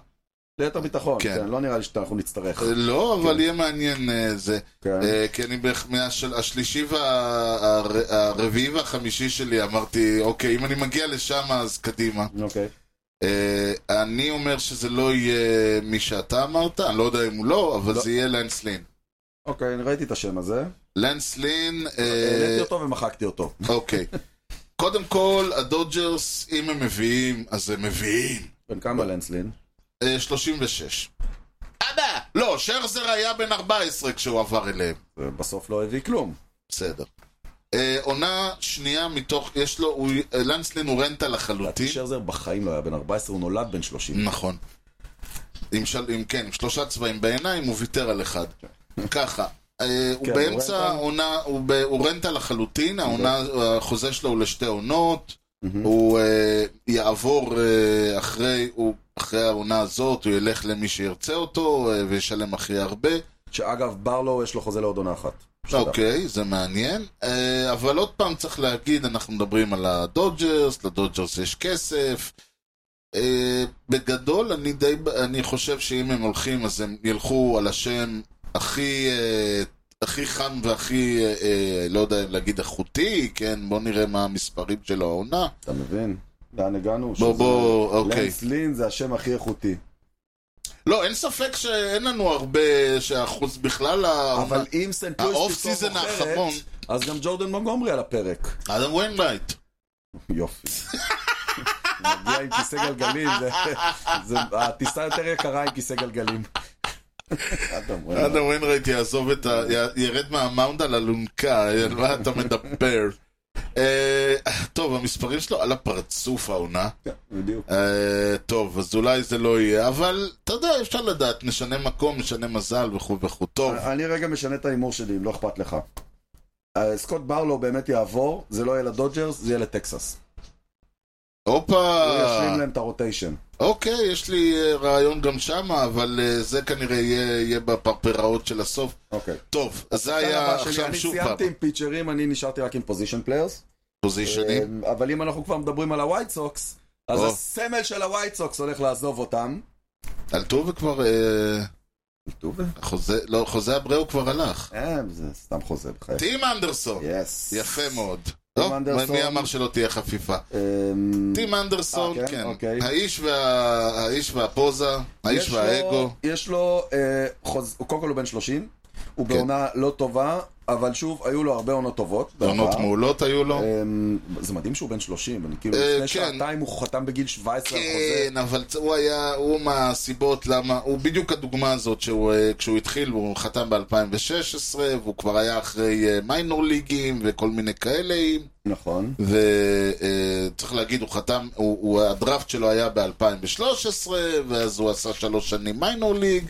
Speaker 2: ליתר ביטחון,
Speaker 1: כן.
Speaker 2: כן. לא נראה לי שאנחנו נצטרך.
Speaker 1: אה, לא, אבל יהיה מעניין אה, זה.
Speaker 2: כן.
Speaker 1: אה, כי אני בערך מהשלישי והרביעי והחמישי שלי אמרתי, אוקיי, אם אני מגיע לשם אז קדימה.
Speaker 2: אוקיי.
Speaker 1: אה, אני אומר שזה לא יהיה מי שאתה אמרת, אני לא יודע אם הוא לא, אבל זה יהיה לנס לין.
Speaker 2: אוקיי, אני ראיתי את השם הזה.
Speaker 1: לנס לין... אה,
Speaker 2: העליתי אותו ומחקתי אותו.
Speaker 1: אוקיי. קודם כל, הדודג'רס, אם הם מביאים, אז הם מביאים.
Speaker 2: בן כמה לנסלין?
Speaker 1: אה, 36. אבא! לא, שרזר היה בן 14 כשהוא עבר אליהם.
Speaker 2: בסוף לא הביא כלום.
Speaker 1: בסדר. אה, עונה שנייה מתוך, יש לו, הוא- אה, לנסלין הוא רנטה לחלוטין.
Speaker 2: שרזר בחיים לא היה בן 14, הוא נולד בן 30.
Speaker 1: נכון. עם של... עם, כן, עם שלושה צבעים בעיניים, הוא ויתר על אחד. ככה. אה, הוא
Speaker 2: כן,
Speaker 1: באמצע
Speaker 2: הוא רנטה. אוקיי.
Speaker 1: העונה, הוא, ב... הוא רנטה לחלוטין, העונה, החוזה שלו הוא לשתי עונות, הוא אה, יעבור אה, אחרי, הוא, אחרי העונה הזאת, הוא ילך למי שירצה אותו אה, וישלם הכי הרבה.
Speaker 2: שאגב, ברלו יש לו חוזה לעוד עונה אחת.
Speaker 1: אוקיי, זה מעניין. אה, אבל עוד פעם צריך להגיד, אנחנו מדברים על הדודג'רס, לדודג'רס יש כסף. אה, בגדול, אני די, אני חושב שאם הם הולכים, אז הם ילכו על השם הכי, אה, הכי חם והכי, אה, אה, לא יודע אם להגיד איכותי, כן? בוא נראה מה המספרים של העונה.
Speaker 2: אתה מבין? לאן הגענו?
Speaker 1: בוא,
Speaker 2: שזה-
Speaker 1: בוא, אוקיי.
Speaker 2: לנסלין זה השם הכי איכותי.
Speaker 1: לא, אין ספק שאין לנו הרבה, שהאחוז בכלל... ה-
Speaker 2: אבל אם סנט לואיס
Speaker 1: האוף
Speaker 2: פתאום
Speaker 1: סיזן האחרון.
Speaker 2: מוכרת, אז גם ג'ורדן מונגומרי על הפרק.
Speaker 1: אדם ויינרייט.
Speaker 2: יופי. מגיע עם כיסא גלגלים, זה- זה- הטיסה יותר יקרה עם כיסא גלגלים. אדם ויינה.
Speaker 1: אדם ויינרייט יעזוב את ה... י- ירד מהמאונד על אלונקה, על מה אתה מדבר? אה, טוב, המספרים שלו על הפרצוף העונה.
Speaker 2: בדיוק.
Speaker 1: אה, טוב, אז אולי זה לא יהיה, אבל אתה יודע, אפשר לדעת, משנה מקום, משנה מזל וכו' וכו'. טוב,
Speaker 2: אני רגע משנה את ההימור שלי, אם לא אכפת לך. אה, סקוט ברלו באמת יעבור, זה לא יהיה לדודג'רס, זה יהיה לטקסס.
Speaker 1: הופה,
Speaker 2: הוא ישלים להם את הרוטיישן.
Speaker 1: אוקיי, יש לי אה, רעיון גם שמה, אבל אה, זה כנראה יהיה יהיה בפרפראות של הסוף.
Speaker 2: אוקיי.
Speaker 1: טוב, אז זה
Speaker 2: השחקן
Speaker 1: היה
Speaker 2: הבא שלי,
Speaker 1: עכשיו שוב
Speaker 2: אני
Speaker 1: פעם,
Speaker 2: סיימתי עם פיצ'רים, אני נשארתי רק עם פוזיישן פליירס.
Speaker 1: פוזיישנים.
Speaker 2: אמ, אבל אם אנחנו כבר מדברים על הווייט סוקס, אז
Speaker 1: או.
Speaker 2: הסמל של הווייט סוקס הולך לעזוב אותם.
Speaker 1: אלטובה כבר, אה,
Speaker 2: טובה.
Speaker 1: חוזה- לא, חוזה אבריאו כבר הלך.
Speaker 2: אה, זה סתם חוזה בחייך.
Speaker 1: טים אנדרסון,
Speaker 2: יס.
Speaker 1: יפה מאוד. טוב,
Speaker 2: אנדרסון.
Speaker 1: מי אמר שלא תהיה חפיפה?
Speaker 2: אמ,
Speaker 1: טים אנדרסון,
Speaker 2: אה, כן,
Speaker 1: כן.
Speaker 2: אוקיי.
Speaker 1: האיש וה- האיש והפוזה, האיש
Speaker 2: יש לו-
Speaker 1: והאגו.
Speaker 2: יש לו, אה, חוז- הוא קודם כל הוא בן 30, הוא
Speaker 1: כן.
Speaker 2: בעונה לא טובה, אבל שוב, היו לו הרבה עונות טובות.
Speaker 1: עונות
Speaker 2: בעבר.
Speaker 1: מעולות היו לו.
Speaker 2: אמ, זה מדהים שהוא בן 30, אני כאילו,
Speaker 1: אה,
Speaker 2: לפני
Speaker 1: כן.
Speaker 2: שעתיים הוא חתם בגיל 17 על חוזה.
Speaker 1: כן, אבל הוא היה, הוא מהסיבות למה, הוא בדיוק הדוגמה הזאת שהוא, אה, כשהוא התחיל, הוא חתם ב-2016, והוא כבר היה אחרי אה, מיינור ליגים וכל מיני כאלה,
Speaker 2: נכון.
Speaker 1: וצריך להגיד, הוא חתם, הוא, הוא, הדראפט שלו היה ב-2013, ואז הוא עשה שלוש שנים מיינור ליג.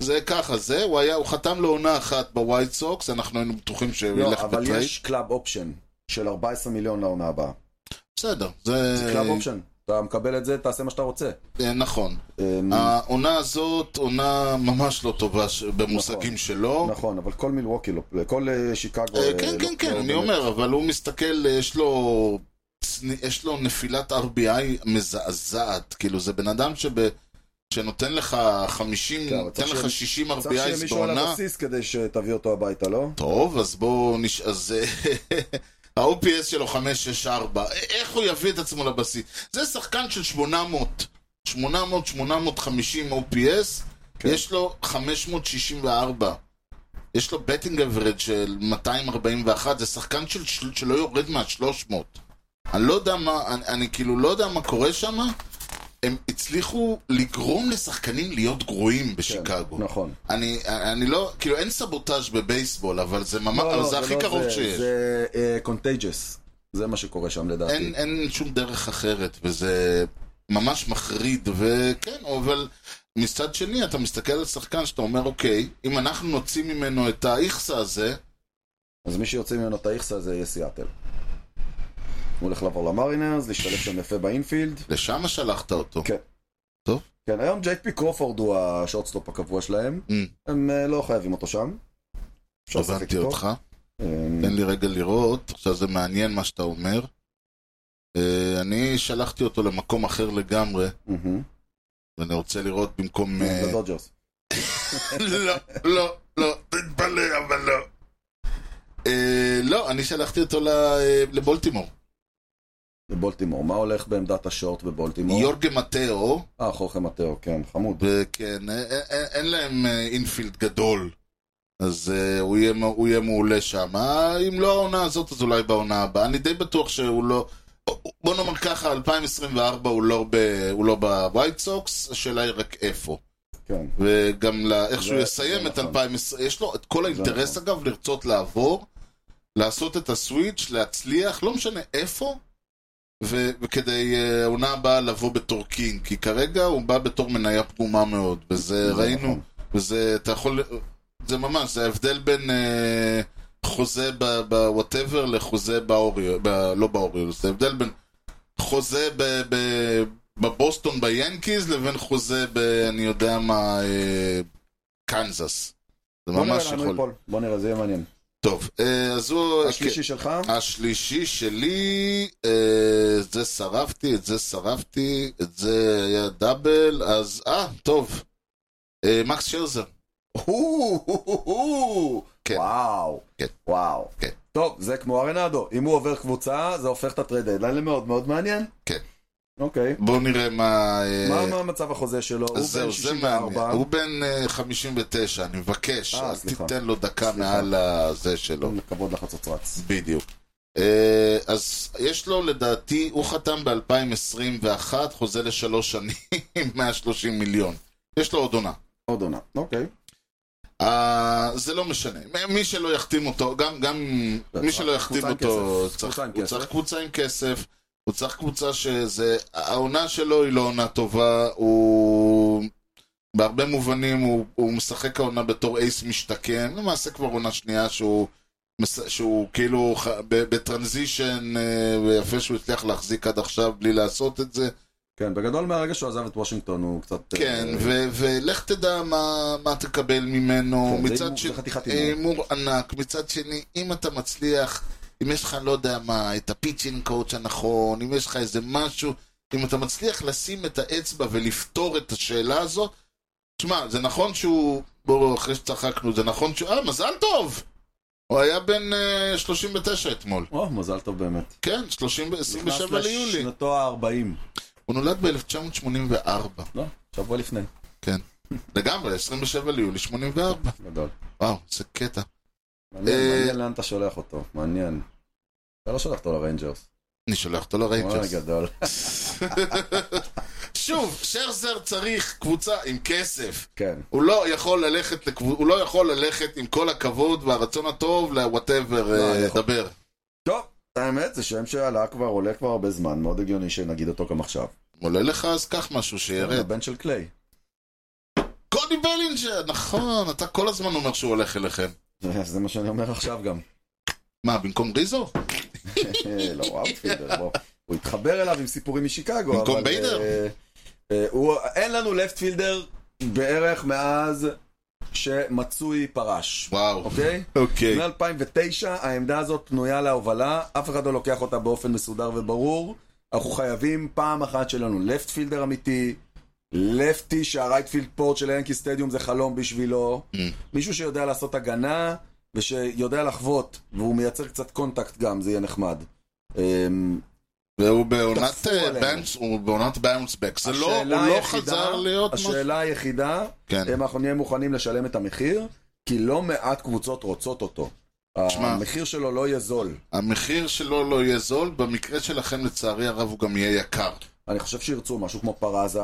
Speaker 1: זה ככה זה, הוא היה, הוא חתם לעונה אחת בווייט סוקס, אנחנו היינו בטוחים שהוא
Speaker 2: לא,
Speaker 1: ילך
Speaker 2: אבל
Speaker 1: בטרייד.
Speaker 2: יש קלאב אופשן של 14 מיליון לעונה הבאה.
Speaker 1: בסדר, זה...
Speaker 2: זה קלאב אופשן. אתה מקבל את זה, תעשה מה שאתה רוצה.
Speaker 1: אה, נכון.
Speaker 2: אמ,
Speaker 1: העונה הזאת עונה ממש לא טובה ש- במושגים שלו.
Speaker 2: נכון, אבל כל מילווקי, לא- כל אה, שיקגו...
Speaker 1: אה,
Speaker 2: אה,
Speaker 1: כן,
Speaker 2: לא-
Speaker 1: כן, כן,
Speaker 2: לא
Speaker 1: אני
Speaker 2: באמת.
Speaker 1: אומר, אבל הוא מסתכל, אה, יש לו... צני- יש לו נפילת RBI מזעזעת, כאילו זה בן אדם שב... שנותן לך 50,
Speaker 2: כן, אבל
Speaker 1: נותן
Speaker 2: צריך
Speaker 1: לך
Speaker 2: שיהיה-
Speaker 1: 60
Speaker 2: צריך שיהיה
Speaker 1: RBI
Speaker 2: מישהו על
Speaker 1: בעונה.
Speaker 2: הבסיס כדי שתביא אותו הביתה, לא?
Speaker 1: טוב, אז בואו נש... אז... אה, ה-OPS שלו 564, א- אה, איך הוא יביא את עצמו לבסיס? זה שחקן של 800, 800, 850 OPS,
Speaker 2: כן.
Speaker 1: כן. יש לו 564. יש לו בטינג אברד של 241, זה שחקן של, של, שלא יורד מה-300. אני לא יודע מה, אני, אני כאילו לא יודע מה קורה שם. הם הצליחו לגרום לשחקנים להיות גרועים בשיקגו.
Speaker 2: נכון.
Speaker 1: אני, אני לא, כאילו אין סבוטאז' בבייסבול, אבל זה ממש, אבל זה הכי
Speaker 2: לא
Speaker 1: קרוב
Speaker 2: זה,
Speaker 1: שיש.
Speaker 2: זה קונטייג'ס. זה מה שקורה שם לדעתי.
Speaker 1: אין, אין שום דרך אחרת, וזה ממש מחריד, וכן, אבל מצד שני, אתה מסתכל על שחקן שאתה אומר, אוקיי, אם אנחנו נוציא ממנו את האיכסה הזה,
Speaker 2: אז מי שיוצא ממנו את האיכסה זה יהיה סיאטל. הוא הולך לעבור למרינרס, להשתלב שם יפה באינפילד.
Speaker 1: לשם שלחת אותו.
Speaker 2: כן.
Speaker 1: טוב.
Speaker 2: כן, היום ג'ייק פי קרופורד הוא השורטסטופ הקבוע שלהם.
Speaker 1: Mm,
Speaker 2: הם אה, לא חייבים אותו שם. אפשר לשחק
Speaker 1: הבנתי
Speaker 2: לא איתו.
Speaker 1: אותך. כן.
Speaker 2: אה,
Speaker 1: תן לי רגע לראות, עכשיו זה מעניין מה שאתה אומר. אה, אני שלחתי אותו למקום אחר לגמרי,
Speaker 2: מהמם.
Speaker 1: ואני רוצה לראות במקום... אה,
Speaker 2: לדודג'רס.
Speaker 1: לא, לא, לא, תתפלא, אבל לא. אה, לא, אני שלחתי אותו ל- אה, לבולטימור.
Speaker 2: בבולטימור. מה הולך בעמדת השורט בבולטימור?
Speaker 1: יורגה מטאו,
Speaker 2: אה, חוכם מטאו, כן, חמוד.
Speaker 1: וכן, אה, אה, אה, אין להם אה, אינפילד גדול. אז אה, הוא יהיה מ- הוא יהיה מעולה שם. אה, אם לא העונה הזאת, אז אולי בעונה הבאה. אני די בטוח שהוא לא... בוא נאמר ככה, 2024 הוא לא ב- הוא לא בווייט סוקס, השאלה היא רק איפה.
Speaker 2: כן.
Speaker 1: וגם לא, איך שהוא
Speaker 2: זה-
Speaker 1: יסיים
Speaker 2: זה
Speaker 1: את
Speaker 2: נכון.
Speaker 1: 2020, יש לו את כל האינטרס
Speaker 2: נכון.
Speaker 1: אגב לרצות לעבור, לעשות את הסוויץ', להצליח, לא משנה איפה, ו- וכדי אה, העונה הבאה לבוא בתור קינג, כי כרגע הוא בא בתור מניה פגומה מאוד, וזה
Speaker 2: זה
Speaker 1: ראינו,
Speaker 2: נכון.
Speaker 1: וזה, אתה יכול, זה ממש, זה ההבדל בין אה, חוזה בוואטאבר לחוזה באוריו, ב- לא באוריו, זה הבדל בין חוזה ב- ב- בבוסטון ביאנקיז לבין חוזה ב... אני יודע מה... אה, קנזס. זה
Speaker 2: בוא נראה
Speaker 1: ממש
Speaker 2: לאן הוא
Speaker 1: יכול...
Speaker 2: ייפול. בוא נראה, זה יהיה מעניין.
Speaker 1: טוב, אה, אז הוא...
Speaker 2: השלישי שלך?
Speaker 1: כן. השלישי שלי, אה, את זה שרפתי, את זה שרפתי, את זה היה דאבל, אז... אה, טוב. אה, מקס שרזר.
Speaker 2: הו-הו-הו-הו.
Speaker 1: כן.
Speaker 2: וואו.
Speaker 1: כן.
Speaker 2: וואו.
Speaker 1: כן.
Speaker 2: טוב, זה כמו ארנדו. אם הוא עובר קבוצה, זה הופך את הטרייד דדליין למאוד מאוד מעניין.
Speaker 1: כן.
Speaker 2: אוקיי.
Speaker 1: בואו נראה מה... אה,
Speaker 2: מה מה המצב החוזה שלו? הוא
Speaker 1: אז
Speaker 2: בן
Speaker 1: זהו, זה מעניין.
Speaker 2: 64.
Speaker 1: הוא בן אה, 59, אני מבקש,
Speaker 2: אה,
Speaker 1: אל
Speaker 2: סליחה.
Speaker 1: תיתן לו דקה
Speaker 2: סליחה.
Speaker 1: מעל הזה שלו.
Speaker 2: כבוד לחצוצרץ.
Speaker 1: בדיוק. אה, אז יש לו לדעתי, הוא חתם ב-2021, חוזה לשלוש שנים, 130 מיליון. יש לו עוד עונה.
Speaker 2: עוד עונה. אוקיי.
Speaker 1: אה, זה לא משנה. מ- מי שלא יחתים אותו, גם, גם מי שלא יחתים
Speaker 2: לא, קבוצה עם
Speaker 1: אותו,
Speaker 2: כסף.
Speaker 1: צריך,
Speaker 2: קבוצה
Speaker 1: הוא
Speaker 2: עם כסף.
Speaker 1: צריך קבוצה עם כסף, הוא צריך קבוצה שזה... העונה שלו היא לא עונה טובה, הוא... בהרבה מובנים הוא, הוא משחק העונה בתור אייס משתכן, למעשה כבר עונה שנייה שהוא, מס- שהוא כאילו ח- ב- בטרנזישן, אה, יפה שהוא הצליח להחזיק עד עכשיו בלי לעשות את זה.
Speaker 2: כן, בגדול מהרגע שהוא עזב את וושינגטון הוא קצת...
Speaker 1: כן,
Speaker 2: אה,
Speaker 1: ו- ולך תדע מה, מה תקבל ממנו,
Speaker 2: כן, זה הימור,
Speaker 1: מצד
Speaker 2: זה חתיכת הימור.
Speaker 1: הימור ענק, מצד שני, אם אתה מצליח, אם יש לך, לא יודע מה, את הפיצ'ינג קואוץ' הנכון, אם יש לך איזה משהו, אם אתה מצליח לשים את האצבע ולפתור את השאלה הזו, תשמע, זה נכון שהוא, בואו, אחרי שצחקנו, זה נכון שהוא, אה, מזל טוב! הוא היה בן אה, 39 אתמול,
Speaker 2: או, מזל טוב באמת.
Speaker 1: כן, 30, 27 ליולי.
Speaker 2: נכנס לשנתו ה-40.
Speaker 1: הוא נולד ב-1984,
Speaker 2: לא, שבוע לפני.
Speaker 1: כן. לגמרי, 27 ליולי 84.
Speaker 2: גדול.
Speaker 1: וואו, איזה קטע.
Speaker 2: מעניין
Speaker 1: אה,
Speaker 2: מעניין לאן אתה שולח אותו. מעניין. אתה לא שולח אותו לריינג'רס.
Speaker 1: אני שולח אותו לריינג'רס.
Speaker 2: וואי, גדול.
Speaker 1: שוב, שרזר צריך קבוצה עם כסף.
Speaker 2: כן.
Speaker 1: הוא לא יכול ללכת, לקב... הוא לא יכול ללכת עם כל הכבוד והרצון הטוב לוואטאבר,
Speaker 2: לא, אני יכול.
Speaker 1: דבר.
Speaker 2: טוב, האמת זה שם שעלה כבר, עולה כבר הרבה זמן, מאוד הגיוני שנגיד אותו גם עכשיו.
Speaker 1: עולה לך אז קח משהו שירד.
Speaker 2: הבן של קליי.
Speaker 1: קודי בלינג'ר, נכון, אתה כל הזמן אומר שהוא הולך אליכם.
Speaker 2: זה- זה מה שאני אומר עכשיו גם.
Speaker 1: מה, במקום ריזו?
Speaker 2: אה, לא, הוא אאוטפילדר, בוא. הוא התחבר אליו עם סיפורים משיקגו, אבל...
Speaker 1: במקום ביידר?
Speaker 2: אה, אה, הוא- אין לנו לפטפילדר בערך מאז שמצוי פרש.
Speaker 1: וואו.
Speaker 2: אוקיי?
Speaker 1: אוקיי.
Speaker 2: מ-2009 העמדה הזאת פנויה להובלה, אף אחד לא לוקח אותה באופן מסודר וברור. אנחנו חייבים פעם אחת שיהיה לנו לפטפילדר אמיתי, לפטי שהרייטפילד פורט של ינקי סטדיום זה חלום בשבילו,
Speaker 1: Mm.
Speaker 2: מישהו שיודע לעשות הגנה ושיודע לחוות, והוא מייצר קצת קונטקט גם, זה יהיה נחמד. אמ,
Speaker 1: והוא בעונת
Speaker 2: דחפו
Speaker 1: אה,
Speaker 2: עלינו.
Speaker 1: באונס- הוא בעונת באונסבק. זה לא, הוא
Speaker 2: השאלה
Speaker 1: לא
Speaker 2: היחידה-
Speaker 1: חזר להיות משהו.
Speaker 2: השאלה היחידה,
Speaker 1: כן.
Speaker 2: אם אנחנו נהיה מוכנים לשלם את המחיר, כי לא מעט קבוצות רוצות אותו.
Speaker 1: תשמע.
Speaker 2: המחיר שלו לא יהיה זול.
Speaker 1: המחיר שלו לא יהיה זול, במקרה שלכם לצערי הרב הוא גם יהיה יקר.
Speaker 2: אני חושב שירצו משהו כמו פרזה.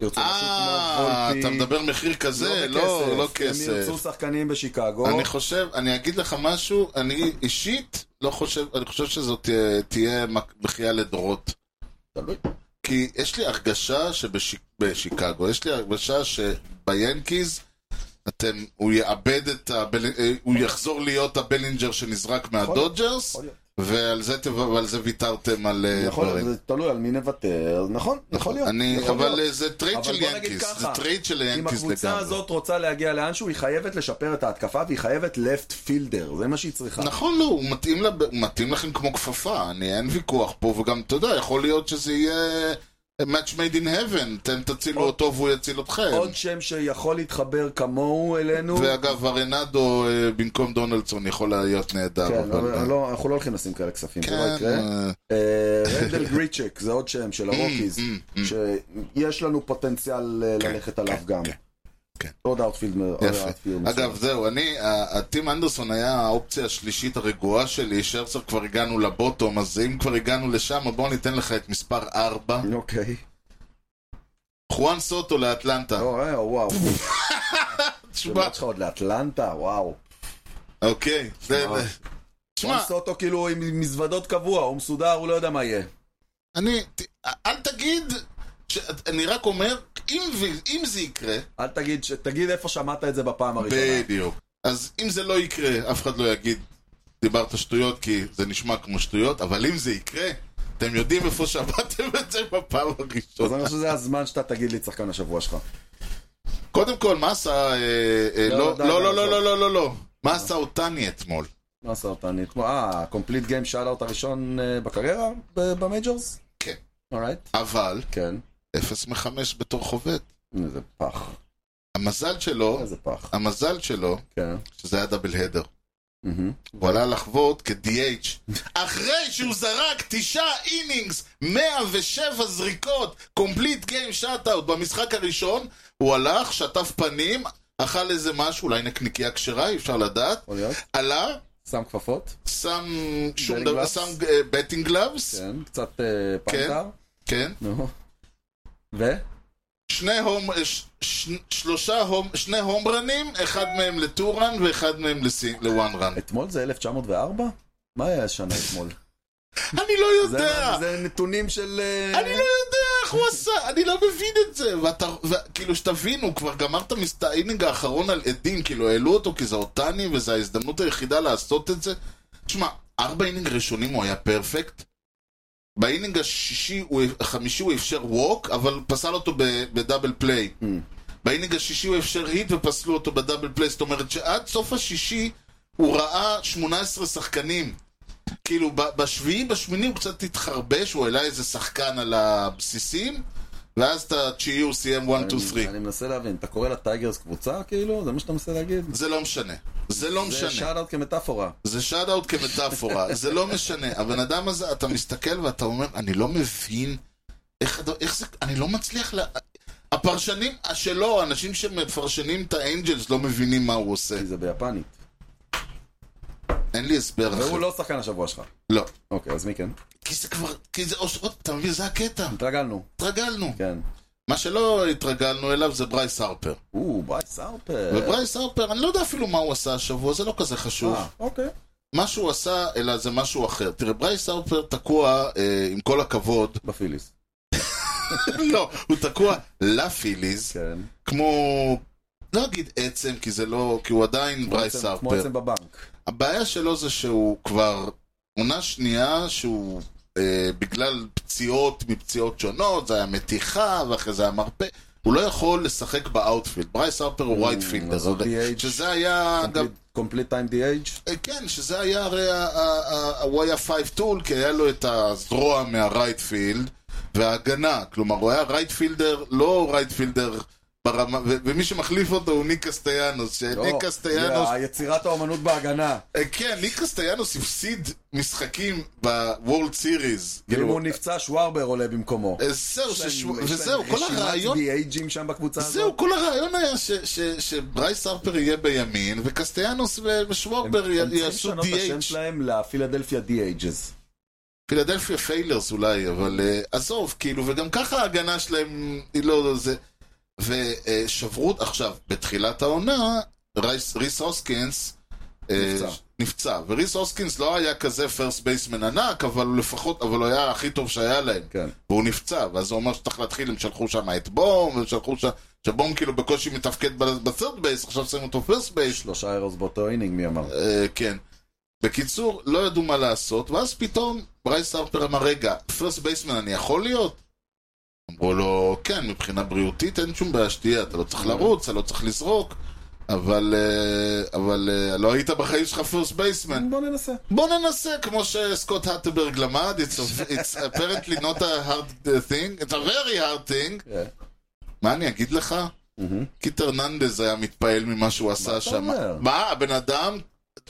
Speaker 2: ירצו משהו כמו
Speaker 1: אה,
Speaker 2: וולפי.
Speaker 1: אתה מדבר מחיר כזה, לא, לא
Speaker 2: הם
Speaker 1: כסף.
Speaker 2: ירצו שחקנים בשיקגו.
Speaker 1: אני חושב, אני אגיד לך משהו, אני אישית לא חושב, אני חושב שזאת תהיה- תהיה מק- בכייה לדורות.
Speaker 2: תלוי.
Speaker 1: כי יש לי הרגשה שבשיקגו, יש לי הרגשה שביאנקיז, אתם, הוא יאבד את הבל... אה, הוא יחזור להיות הבלינג'ר שנזרק מהדודג'רס,
Speaker 2: יכול להיות.
Speaker 1: ועל זה, תב- ועל זה ויתרתם על אה,
Speaker 2: יכול
Speaker 1: דברים.
Speaker 2: להיות, זה תלוי על מי נוותר. נכון, יכול להיות.
Speaker 1: אני,
Speaker 2: יכול
Speaker 1: אבל
Speaker 2: להיות.
Speaker 1: אה, זה טרייד
Speaker 2: אבל
Speaker 1: של
Speaker 2: בוא נגיד
Speaker 1: ינקיס, זה
Speaker 2: ככה,
Speaker 1: טרייד של
Speaker 2: אם
Speaker 1: ינקיס
Speaker 2: הקבוצה
Speaker 1: לגמרי.
Speaker 2: הזאת רוצה להגיע לאנשהו, היא חייבת לשפר את ההתקפה והיא חייבת לפט פילדר, זה מה שהיא צריכה.
Speaker 1: נכון, לא, הוא מתאים, לב... הוא מתאים לכם כמו כפפה, אני, אין ויכוח פה, וגם, אתה יודע, יכול להיות שזה יהיה אה, match made in heaven, אתם תצילו
Speaker 2: עוד-
Speaker 1: אותו והוא יציל אתכם.
Speaker 2: עוד שם שיכול להתחבר כמוהו אלינו.
Speaker 1: ואגב, ארנדו אה, במקום דונלדסון יכול להיות נהדר,
Speaker 2: כן,
Speaker 1: אבל... אה,
Speaker 2: אבל לא, אנחנו לא הולכים לשים כאלה כספים, זה
Speaker 1: כן,
Speaker 2: לא יקרה.
Speaker 1: אה,
Speaker 2: אה, רנדל גריצ'ק, זה עוד שם של הרוקיז,
Speaker 1: mm, mm, mm.
Speaker 2: שיש לנו פוטנציאל אה,
Speaker 1: כן,
Speaker 2: ללכת עליו
Speaker 1: כן,
Speaker 2: גם.
Speaker 1: כן, כן.
Speaker 2: עוד אאוטפילד. מ-
Speaker 1: יפה.
Speaker 2: אאוטפילד
Speaker 1: אגב,
Speaker 2: מסוים.
Speaker 1: זהו, אני, ה- הטים אנדרסון היה האופציה השלישית הרגועה שלי, שרצר כבר הגענו לבוטום, אז אם כבר הגענו לשם, בואו ניתן לך את מספר 4.
Speaker 2: אוקיי.
Speaker 1: חואן סוטו לאטלנטה.
Speaker 2: או, אה, וואו.
Speaker 1: תשמע,
Speaker 2: תשמע. שלך עוד לאטלנטה, וואו. לא.
Speaker 1: אוקיי. זה-
Speaker 2: וואו.
Speaker 1: תשמע,
Speaker 2: תשמע. סוטו כאילו עם מזוודות קבוע, הוא מסודר, הוא לא יודע מה יהיה.
Speaker 1: אני, ת- אל תגיד, ש- אני רק אומר, אם ו- אם זה יקרה,
Speaker 2: אל תגיד, ש- תגיד איפה שמעת את זה בפעם הראשונה.
Speaker 1: בדיוק. אז אם זה לא יקרה, אף אחד לא יגיד, דיברת שטויות, כי זה נשמע כמו שטויות, אבל אם זה יקרה, אתם יודעים איפה שמעתם את זה בפעם
Speaker 2: אז אני
Speaker 1: הראשונה.
Speaker 2: חושב שזה הזמן שאתה תגיד לי את שחקן השבוע שלך.
Speaker 1: קודם כל, מה עשה... אה, אה,
Speaker 2: לא,
Speaker 1: לא, לא,
Speaker 2: די, די,
Speaker 1: לא, לא,
Speaker 2: עזוב.
Speaker 1: לא, לא, לא, לא. מה עשה אותני אתמול?
Speaker 2: מה עשה אותה? אני אתמול... אה, קומפליט גיים שאלה אותה ראשון אה, בקריירה? ב- במייג'ורס?
Speaker 1: כן.
Speaker 2: אורייט.
Speaker 1: אבל,
Speaker 2: כן.
Speaker 1: 0 מ-5 בתור חובט.
Speaker 2: איזה פח.
Speaker 1: המזל שלו,
Speaker 2: איזה פח.
Speaker 1: המזל שלו,
Speaker 2: כן.
Speaker 1: שזה היה דאבל הדר. הוא עלה לחוות כ-DH. אחרי שהוא זרק תשעה אינינגס, 107 זריקות, קומפליט גיים שאט-אאוט במשחק הראשון, הוא הלך, שטף פנים, אכל איזה משהו, אולי נקניקייה כשרה, אי אפשר לדעת.
Speaker 2: יכול להיות.
Speaker 1: עלה,
Speaker 2: שם כפפות,
Speaker 1: שם שום
Speaker 2: Batting
Speaker 1: דבר,
Speaker 2: gloves.
Speaker 1: שם אה, בטינג גלאבס,
Speaker 2: כן, קצת אה,
Speaker 1: כן.
Speaker 2: פנתר.
Speaker 1: כן.
Speaker 2: נו. ו?
Speaker 1: שני הום, אה, ש, ש, שלושה הום, שני הומרנים, אחד מהם לטורן ואחד מהם לסי- לוואן רן.
Speaker 2: אתמול זה 1904? מה היה השנה אתמול?
Speaker 1: אני לא
Speaker 2: זה-
Speaker 1: יודע!
Speaker 2: זה נתונים של... אה,
Speaker 1: אני לא יודע איך הוא עשה, אני לא מבין את זה. ואתה, ו- כאילו שתבין, הוא כבר גמר את המס- את האינינג האחרון על עדים, כאילו העלו אותו כי זה אותני וזו ההזדמנות היחידה לעשות את זה. תשמע, ארבע אינינג ראשונים הוא היה פרפקט. באינינג השישי, הוא- החמישי הוא אפשר ווק, אבל פסל אותו ב- בדאבל פליי. באינינג השישי הוא אפשר היט ופסלו אותו בדאבל פליי, זאת אומרת שעד סוף השישי הוא ראה 18 שחקנים. כאילו, ב- בשביעי, בשמיני הוא קצת התחרבש, הוא העלה איזה שחקן על הבסיסים, ואז את התשיעי הוא סיים 1, 2, 3.
Speaker 2: אני מנסה להבין, אתה קורא לטייגרס קבוצה כאילו? זה מה שאתה מנסה להגיד?
Speaker 1: זה לא משנה. זה לא
Speaker 2: זה
Speaker 1: משנה. כן.
Speaker 2: שאט-אאוט כמטאפורה.
Speaker 1: זה שאט אאוט כמטאפורה, זה לא משנה. הבן אדם הזה, אתה מסתכל ואתה אומר, אני לא מבין איך, הד- איך זה, אני לא מצליח ל... הפרשנים שלו, האנשים שמפרשנים את האנג'לס לא מבינים מה הוא עושה.
Speaker 2: כי זה ביפנית.
Speaker 1: אין לי הסבר אחר.
Speaker 2: והוא לא שחקן השבוע שלך.
Speaker 1: לא.
Speaker 2: אוקיי, אז מי כן?
Speaker 1: כי זה כבר, כי זה, עוד- עוד- אתה מבין, זה הקטע.
Speaker 2: התרגלנו.
Speaker 1: התרגלנו.
Speaker 2: כן.
Speaker 1: מה שלא התרגלנו אליו זה ברייס הרפר.
Speaker 2: או, ברייס הרפר.
Speaker 1: וברייס הרפר, אני לא יודע אפילו מה הוא עשה השבוע, זה לא כזה חשוב.
Speaker 2: אה, אוקיי.
Speaker 1: מה שהוא עשה, אלא זה משהו אחר. תראה, ברייס הרפר תקוע, אה, עם כל הכבוד,
Speaker 2: בפיליס.
Speaker 1: לא, הוא תקוע לפיליז,
Speaker 2: כן.
Speaker 1: כמו... לא אגיד עצם, כי זה לא... כי הוא עדיין ברייס
Speaker 2: עצם- כמו
Speaker 1: הרפר.
Speaker 2: עצם בבנק.
Speaker 1: הבעיה שלו זה שהוא כבר עונה שנייה שהוא אה, בגלל פציעות מפציעות שונות, זה היה מתיחה ואחרי זה היה מרפא, הוא לא יכול לשחק באאוטפילד. ברייס הרפר הוא רייטפילדר,
Speaker 2: אז הוא DH.
Speaker 1: שזה היה גם...
Speaker 2: קומפליט טיים DH.
Speaker 1: אה, כן, שזה היה הרי, ה- ה- ה- הוא היה פייב טול, כי היה לו את הזרוע מהרייטפילד וההגנה. כלומר, הוא היה רייטפילדר, לא רייטפילדר ברמה, ו- ומי שמחליף אותו הוא ניק קסטיאנוס,
Speaker 2: לא,
Speaker 1: שניק קסטיאנוס...
Speaker 2: יצירת האומנות בהגנה.
Speaker 1: אה, כן, ניק קסטיאנוס הפסיד משחקים בוורלד סיריז. אה,
Speaker 2: ואם הוא נפצע, שווארבר עולה במקומו.
Speaker 1: זהו, שש- וזהו, כל הרעיון...
Speaker 2: יש להם שם בקבוצה הזאת.
Speaker 1: זהו, כל הרעיון היה ש- ש- שברייס הרפר יהיה בימין, וקסטיאנוס ו- ושוורבר י-
Speaker 2: הם צריכים
Speaker 1: יעשו
Speaker 2: לשנות את השם
Speaker 1: DH.
Speaker 2: שלהם לפילדלפיה DHs.
Speaker 1: פילדלפיה פיילרס אולי, אבל uh, עזוב, כאילו, וגם ככה ההגנה שלהם היא לא זה. ושברו, uh, עכשיו, בתחילת העונה, רייס, ריס הוסקינס אה,
Speaker 2: נפצע.
Speaker 1: נפצע. וריס הוסקינס לא היה כזה פרסט בייסמן ענק, אבל הוא לפחות, אבל הוא היה הכי טוב שהיה להם.
Speaker 2: כן.
Speaker 1: והוא נפצע, ואז הוא אמר שצריך להתחיל, הם שלחו שם את בום, הם שלחו שם, שבום כאילו בקושי מתפקד בסרט בייס, עכשיו שמים אותו פרסט בייס.
Speaker 2: שלושה אירוס באותו אינינג, מי אמר?
Speaker 1: אה, כן. בקיצור, לא ידעו מה לעשות, ואז פתאום ברייס הרפר אמר, רגע, פרסט בייסמן אני יכול להיות? אמרו לו, כן, מבחינה בריאותית אין שום בעיה שתהיה, אתה לא צריך לרוץ, אתה לא צריך לזרוק, אבל, אה, אבל אה, לא היית בחיים שלך פרסט בייסמן.
Speaker 2: בוא ננסה.
Speaker 1: בוא ננסה, כמו שסקוט האטברג למד, it's, a- it's apparently not a hard thing, it's a very hard thing.
Speaker 2: כן.
Speaker 1: מה אני אגיד לך? קיט הרננדז היה מתפעל ממה שהוא עשה
Speaker 2: אתה
Speaker 1: שם.
Speaker 2: אומר?
Speaker 1: מה, הבן אדם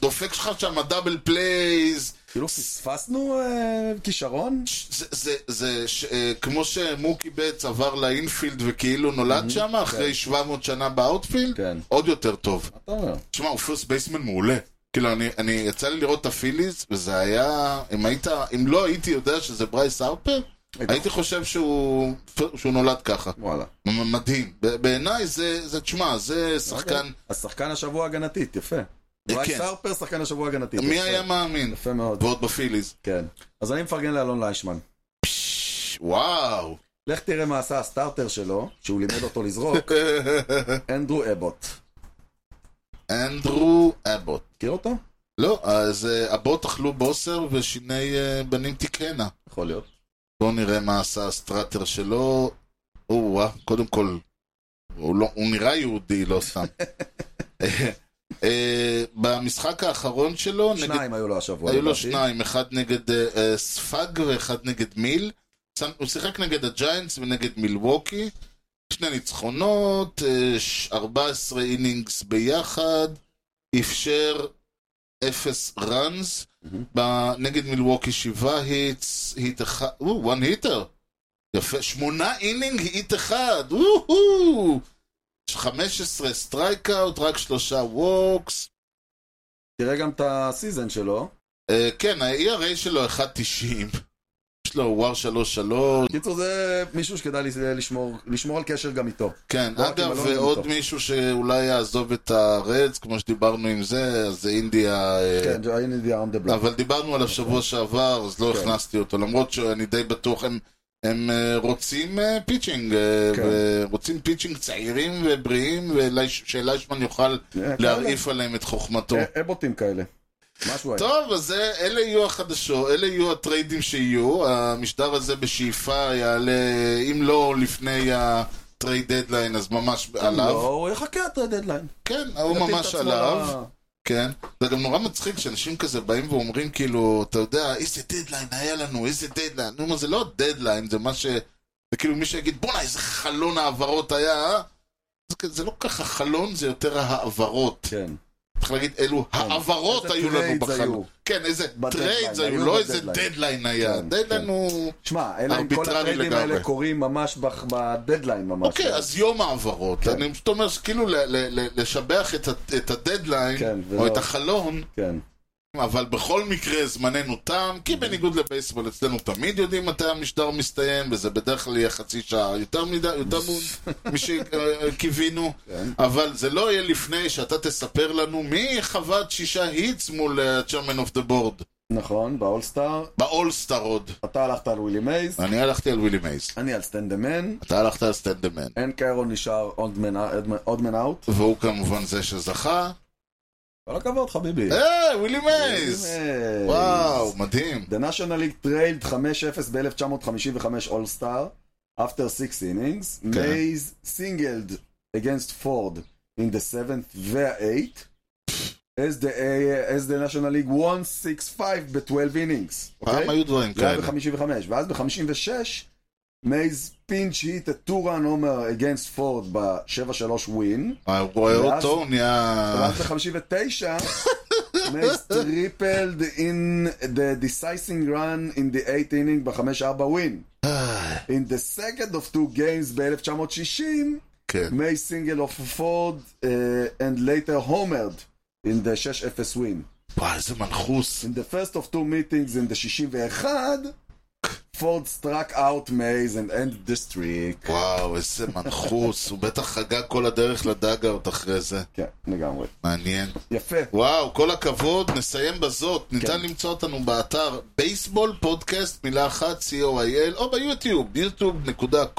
Speaker 1: דופק שלך שם דאבל פלייז.
Speaker 2: כאילו פספסנו אה, כישרון?
Speaker 1: זה, זה, זה ש, אה, כמו שמוקי בץ עבר לאינפילד וכאילו נולד שם אחרי 700 שנה באאוטפילד,
Speaker 2: כן.
Speaker 1: עוד יותר טוב.
Speaker 2: אתה אומר.
Speaker 1: תשמע, הוא פרסט בייסמן מעולה. כאילו, אני, אני יצא לי לראות את הפיליז, וזה היה... אם היית... אם לא הייתי יודע שזה ברייס הרפר,
Speaker 2: היית-
Speaker 1: הייתי חושב שהוא, שהוא נולד ככה.
Speaker 2: וואלה.
Speaker 1: מ- מדהים. ב- בעיניי זה, זה, תשמע,
Speaker 2: אוקיי.
Speaker 1: זה שחקן...
Speaker 2: השחקן השבוע הגנתית, יפה.
Speaker 1: אה,
Speaker 2: ברייס
Speaker 1: כן.
Speaker 2: הרפר, שחקן השבוע הגנתית.
Speaker 1: מי
Speaker 2: יפה.
Speaker 1: היה מאמין?
Speaker 2: יפה מאוד.
Speaker 1: ועוד בפיליז.
Speaker 2: כן. אז אני מפרגן לאלון ליישמן.
Speaker 1: וואו.
Speaker 2: לך תראה מה עשה הסטארטר שלו, שהוא לימד אותו לזרוק, אנדרו אבוט.
Speaker 1: אנדרו אבוט.
Speaker 2: מכיר אותו?
Speaker 1: לא, אז אה, אבוט אכלו בוסר ושיני אה, בנים תיקנה.
Speaker 2: יכול להיות.
Speaker 1: בואו נראה מה עשה הסטראטר שלו. או-אה, קודם כל, הוא, לא, הוא נראה יהודי, לא סתם. אה, במשחק האחרון שלו, נגד
Speaker 2: שניים היו לו השבוע.
Speaker 1: היו לו
Speaker 2: לדעתי.
Speaker 1: שניים, אחד נגד אה, אה, ספג ואחד נגד מיל. שם- הוא שיחק נגד הג'יינטס ונגד מילווקי. שני ניצחונות, אה, ש- 14 אינינגס ביחד. אפשר runs, ב- נגד מילווקי שבעה היטס, היט אחד, או, וואן היטר. יפה, שמונה אינינג היט אחד, וואו! 15 סטרייקאוט, רק שלושה ווקס.
Speaker 2: תראה גם את הסיזן שלו.
Speaker 1: אה, כן, ה-ERA שלו 1.90. יש לו וואר 3.3.
Speaker 2: קיצור, זה מישהו שכדאי לשמור, לשמור על קשר גם איתו.
Speaker 1: כן,
Speaker 2: לא רק
Speaker 1: אגב,
Speaker 2: עם אלון
Speaker 1: ועוד
Speaker 2: איתו.
Speaker 1: מישהו שאולי יעזוב את הרדס, כמו שדיברנו עם זה, אז זה אינדיה. אה,
Speaker 2: כן, הנה די ארם דה בלוק.
Speaker 1: אבל דיברנו עליו שבוע שעבר, אז לא
Speaker 2: כן.
Speaker 1: הכנסתי אותו, למרות שאני די בטוח, הם- הם אה, רוצים אה, פיצ'ינג, אה,
Speaker 2: כן.
Speaker 1: ורוצים פיצ'ינג צעירים ובריאים, ואלי- שליישמן
Speaker 2: אה,
Speaker 1: יוכל
Speaker 2: כן,
Speaker 1: להרעיף
Speaker 2: לא.
Speaker 1: עליהם את חוכמתו.
Speaker 2: אבוטים כאלה. משהו היה.
Speaker 1: טוב, אז זה- אלה יהיו החדשות, אלה יהיו הטריידים שיהיו. המשדר הזה בשאיפה יעלה, אם לא לפני הטרייד דדליין, אז ממש
Speaker 2: לא,
Speaker 1: עליו.
Speaker 2: הוא יחכה את הדדליין.
Speaker 1: כן, הוא
Speaker 2: יתאים את
Speaker 1: ממש
Speaker 2: עצמו
Speaker 1: עליו.
Speaker 2: ל-
Speaker 1: כן. זה גם נורא מצחיק שאנשים כזה באים ואומרים כאילו, אתה יודע, איזה דדליין היה לנו, איזה דדליין. נו, מה זה לא דדליין, זה מה ש... זה כאילו מי שיגיד, בואנה, איזה חלון העברות היה, אה?" זה כ- זה לא ככה חלון, זה יותר ההעברות.
Speaker 2: כן.
Speaker 1: צריך להגיד, אלו העברות
Speaker 2: איזה
Speaker 1: היו לנו
Speaker 2: trades היו.
Speaker 1: בחלון. כן, איזה
Speaker 2: בדדליין,
Speaker 1: טריידס היו,
Speaker 2: היו
Speaker 1: לא איזה
Speaker 2: בדדליין.
Speaker 1: דדליין היה.
Speaker 2: כן,
Speaker 1: דדליין
Speaker 2: כן.
Speaker 1: הוא...
Speaker 2: שמע, אלא אם כל
Speaker 1: ארביטררי
Speaker 2: הטריידים
Speaker 1: לגמרי.
Speaker 2: האלה קורים ממש בח- בדדליין ממש.
Speaker 1: אוקיי, אז יום העברות.
Speaker 2: כן.
Speaker 1: אני פשוט אומר שכאילו ל- ל- ל- לשבח את ה- את הדדליין,
Speaker 2: כן,
Speaker 1: או
Speaker 2: ולא-
Speaker 1: את החלון,
Speaker 2: כן.
Speaker 1: אבל בכל מקרה זמננו תם, כי בניגוד לבייסבול אצלנו תמיד יודעים מתי המשדר מסתיים, וזה בדרך כלל יהיה חצי שעה יותר מדי, יותר מ- משקיווינו,
Speaker 2: כן.
Speaker 1: אה, אבל זה לא יהיה לפני שאתה תספר לנו מי חוות שישה היטס מול ה-Chairman of the Board,
Speaker 2: נכון, באולסטאר.
Speaker 1: באולסטאר עוד.
Speaker 2: אתה הלכת על ווילי מייז,
Speaker 1: אני הלכתי על ווילי מייס,
Speaker 2: אני על סטנדמן.
Speaker 1: אתה הלכת על סטנדמן,
Speaker 2: אין קיירון נשאר אודמן אאוט.
Speaker 1: והוא כמובן זה שזכה.
Speaker 2: כל הכבוד חביבי.
Speaker 1: אה, ווילי
Speaker 2: ווילי
Speaker 1: מייס!
Speaker 2: מייז.
Speaker 1: וואו, מדהים.
Speaker 2: The National League Trailed 5-0 ב-1955 All-Star, after six innings,
Speaker 1: כן.
Speaker 2: מייז סינגלד against פורד in the seventh וה-eight, as the, uh, as the National League won 6-5 ב-12 innings,
Speaker 1: פעם
Speaker 2: אוקיי?
Speaker 1: היו דברים
Speaker 2: זה היה
Speaker 1: כאלה.
Speaker 2: ב-55, ואז ב-56, מייז פינץ' היט a two-run homer against פורד ב-7-3 ווין,
Speaker 1: רואה
Speaker 2: ואז-
Speaker 1: אותו, אה, הוא נהיה...
Speaker 2: ואז ב-59, מייס טריפלד in the decising run in the 8th inning ב-5-4 ווין. In the second of two games ב-1960,
Speaker 1: כן.
Speaker 2: מייס סינגל אוף פורד uh, and later homered in the 6-0 win.
Speaker 1: וואי, איזה מנחוס.
Speaker 2: In the first of two meetings in the 61, פורד struck out מייז and ended the streak.
Speaker 1: וואו, איזה מנחוס. הוא בטח חגג כל הדרך לדאגאוט אחרי זה.
Speaker 2: כן, לגמרי.
Speaker 1: מעניין.
Speaker 2: יפה.
Speaker 1: וואו, כל הכבוד, נסיים בזאת. ניתן
Speaker 2: כן.
Speaker 1: למצוא אותנו באתר בייסבול פודקאסט, מילה אחת, co.il, או ביוטיוב,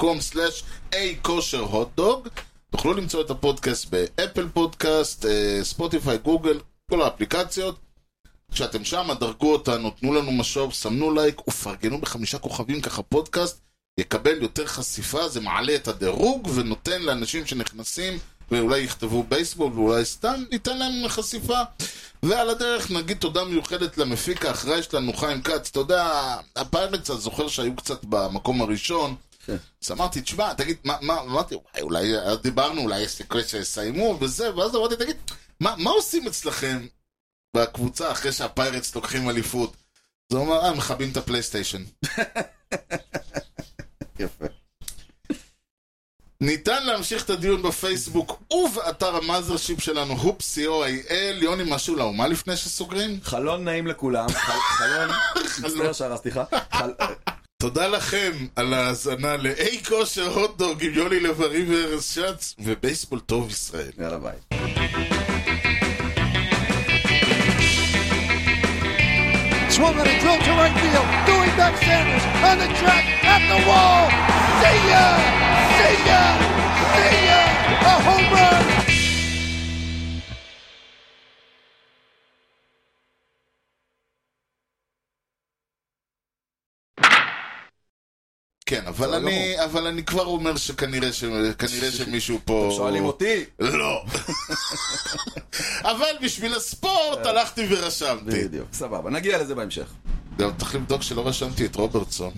Speaker 1: yוטיוב.com/a כושר הוטדוג. תוכלו למצוא את הפודקאסט באפל פודקאסט, אה, ספוטיפיי, גוגל, כל האפליקציות. כשאתם שם, דרגו אותנו, תנו לנו משוב, סמנו לייק ופרגנו בחמישה כוכבים, ככה פודקאסט יקבל יותר חשיפה, זה מעלה את הדירוג ונותן לאנשים שנכנסים ואולי יכתבו בייסבול ואולי סתם, ניתן להם חשיפה. ועל הדרך נגיד תודה מיוחדת למפיק האחראי שלנו, חיים כץ. אתה יודע, הפיירטס, אני זוכר שהיו קצת במקום הראשון. אז אמרתי, תשמע, תגיד, מה, מה, אמרתי, וואי, אולי אה, דיברנו, אולי יש סיכוי שיסיימו וזה, ואז אמרתי, תגיד, מה, מה עושים אצלכם בקבוצה אחרי שהפיירטס לוקחים אליפות? אז הוא אמר, אה, מכבים את הפלייסטיישן.
Speaker 2: יפה.
Speaker 1: ניתן להמשיך את הדיון בפייסבוק ובאתר המאזרשיפ שלנו, הופס, co.il, יוני משהו לאומה לפני שסוגרים?
Speaker 2: חלון נעים לכולם. חל- חלון, מצטער שהרסתי לך. חל-
Speaker 1: תודה לכם על ההאזנה לאי כושר הוטדוג עם יוני לב-ארי וארז שץ, ובייסבול טוב ישראל.
Speaker 2: יאללה ביי.
Speaker 6: Swung on a drill to right field. Doing back Sanders on the track at the wall. See ya! See ya! See ya! A home run!
Speaker 1: כן, אבל
Speaker 2: בסדר
Speaker 1: אני, אבל אני כבר אומר שכנראה, ש... כנראה שמישהו פה...
Speaker 2: שואלים אותי.
Speaker 1: לא. אבל בשביל הספורט הלכתי ורשמתי.
Speaker 2: אה. בדיוק, סבבה, נגיע לזה בהמשך.
Speaker 1: גם צריך לבדוק שלא רשמתי את רוברטסון.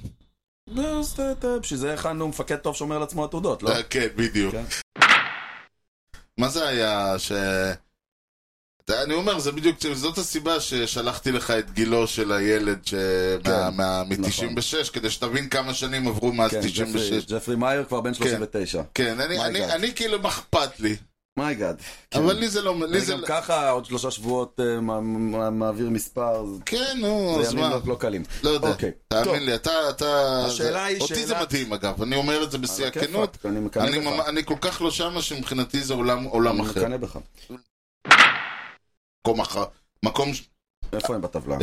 Speaker 2: אז ת- ת- בשביל לא, זה הכנו מפקד טוב שומר על עצמו עתודות, לא?
Speaker 1: אה, כן, בדיוק.
Speaker 2: כן.
Speaker 1: מה זה היה ש... זה- אני אומר, זה בדיוק, זאת הסיבה ששלחתי לך את גילו של הילד ש... מה,
Speaker 2: כן,
Speaker 1: מה,
Speaker 2: נכון.
Speaker 1: מ-96, כדי שתבין כמה שנים עברו מאז
Speaker 2: כן,
Speaker 1: 96.
Speaker 2: ג'פרי- ג'פרי מאייר כבר בן 39.
Speaker 1: כן, אני,
Speaker 2: My
Speaker 1: אני,
Speaker 2: God. כן.
Speaker 1: אני כאילו, מה אכפת לי?
Speaker 2: מייגאד.
Speaker 1: אבל לי זה לא... לי
Speaker 2: זה
Speaker 1: זה...
Speaker 2: גם ככה עוד שלושה שבועות אה, מה- מה- מעביר מספר, זה-
Speaker 1: כן, נו,
Speaker 2: זה
Speaker 1: אז
Speaker 2: ימים
Speaker 1: מה?
Speaker 2: לא- לא קלים.
Speaker 1: לא יודע.
Speaker 2: אוקיי. טוב.
Speaker 1: תאמין לי, אתה... אתה...
Speaker 2: השאלה
Speaker 1: זה-
Speaker 2: היא
Speaker 1: אותי
Speaker 2: שאלה-
Speaker 1: זה מדהים, אגב. אני אומר את זה בשיא
Speaker 2: על הכיפאק,
Speaker 1: הכנות.
Speaker 2: אני מקנא
Speaker 1: אני
Speaker 2: בך.
Speaker 1: ממ- אני כל כך לא שמה שמבחינתי זה עולם עולם
Speaker 2: אני
Speaker 1: אחר.
Speaker 2: מקנא בך.
Speaker 1: מקום אחר. מקום... ש-
Speaker 2: איפה הם בטבלה?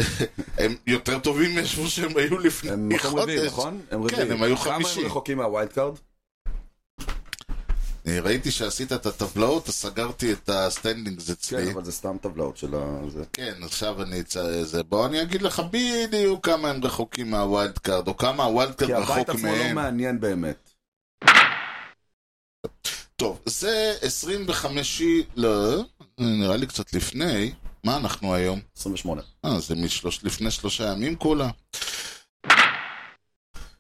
Speaker 1: הם יותר טובים מאיפה שהם היו לפני
Speaker 2: הם מקום רביעי,
Speaker 1: חודש.
Speaker 2: נכון? הם
Speaker 1: כן,
Speaker 2: רביעי.
Speaker 1: הם היו
Speaker 2: כמה
Speaker 1: חמישי.
Speaker 2: הם רחוקים מהווילד קארד? כן,
Speaker 1: אני ראיתי שעשית את הטבלאות, אז סגרתי את הסטנדינגס
Speaker 2: כן,
Speaker 1: אצלי.
Speaker 2: אבל זה סתם טבלאות של ה... זה.
Speaker 1: כן, עכשיו אני אצא... זה- בוא אני אגיד לך בדיוק כמה הם רחוקים מהווילד קארד, או כמה הווילד קארד
Speaker 2: כי הבית
Speaker 1: רחוק
Speaker 2: עצמו לא
Speaker 1: מהם.
Speaker 2: מעניין באמת.
Speaker 1: טוב, זה 25... לא, נראה לי קצת לפני. מה אנחנו היום?
Speaker 2: 28.
Speaker 1: אה, זה משלוש, לפני שלושה ימים כולה.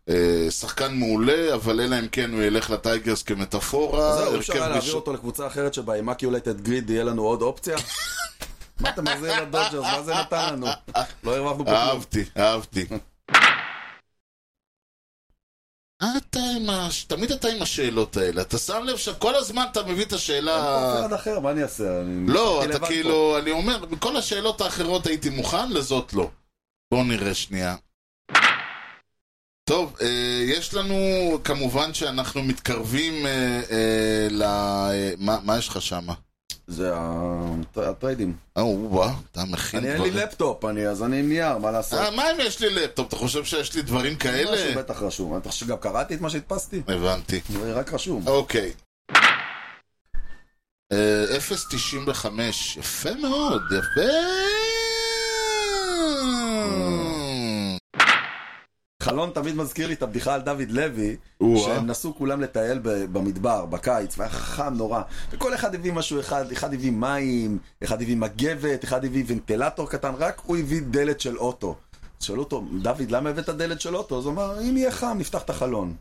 Speaker 1: אה, שחקן מעולה, אבל אלא אם כן הוא ילך לטייגרס כמטאפורה.
Speaker 2: אז זהו, אי אפשר
Speaker 1: הרכב
Speaker 2: היה להעביר
Speaker 1: ראשון-
Speaker 2: אותו לקבוצה אחרת שבה עם אקיולטד גריד יהיה לנו עוד אופציה? מה אתה מחזיר לדודג'רס? מה זה נתן לנו? לא הרווחנו פה כלום.
Speaker 1: אהבתי, אהבתי. אתה עם ה... תמיד אתה עם השאלות האלה. אתה שם לב שכל הזמן אתה מביא את השאלה...
Speaker 2: אין פה אף אחד אחר, מה אני אעשה? אני
Speaker 1: לא,
Speaker 2: נשארתי
Speaker 1: אתה
Speaker 2: לבד
Speaker 1: כאילו, אני אומר, בכל השאלות האחרות הייתי מוכן, לזאת לא. בואו נראה שנייה. טוב, אה, יש לנו, כמובן שאנחנו מתקרבים אה, אה, ל... אה, מה, מה יש לך שם?
Speaker 2: פה. זה הט- הטריידים.
Speaker 1: אה, וואה, אתה מכין
Speaker 2: אני
Speaker 1: דברים.
Speaker 2: אין לי לפטופ, אני אז אני עם נייר, מה לעשות?
Speaker 1: אה, מה אם יש לי לפטופ? אתה חושב שיש לי דברים
Speaker 2: משהו
Speaker 1: כאלה?
Speaker 2: בטח רשום. אתה חושב שגם קראתי את מה שהדפסתי?
Speaker 1: הבנתי.
Speaker 2: זה רק רשום.
Speaker 1: אוקיי. אה, 0.95, יפה מאוד, יפה.
Speaker 2: אה. חלון תמיד מזכיר לי את הבדיחה על דוד לוי,
Speaker 1: או-אה.
Speaker 2: שהם נסעו כולם לטייל ב- במדבר, בקיץ, והיה חם נורא. וכל אחד הביא משהו אחד, אחד הביא מים, אחד הביא מגבת, אחד הביא ונטילטור קטן, רק הוא הביא דלת של אוטו. שאלו אותו, דוד, למה הבאת דלת של אוטו? אז הוא אמר, אם יהיה חם, נפתח את החלון.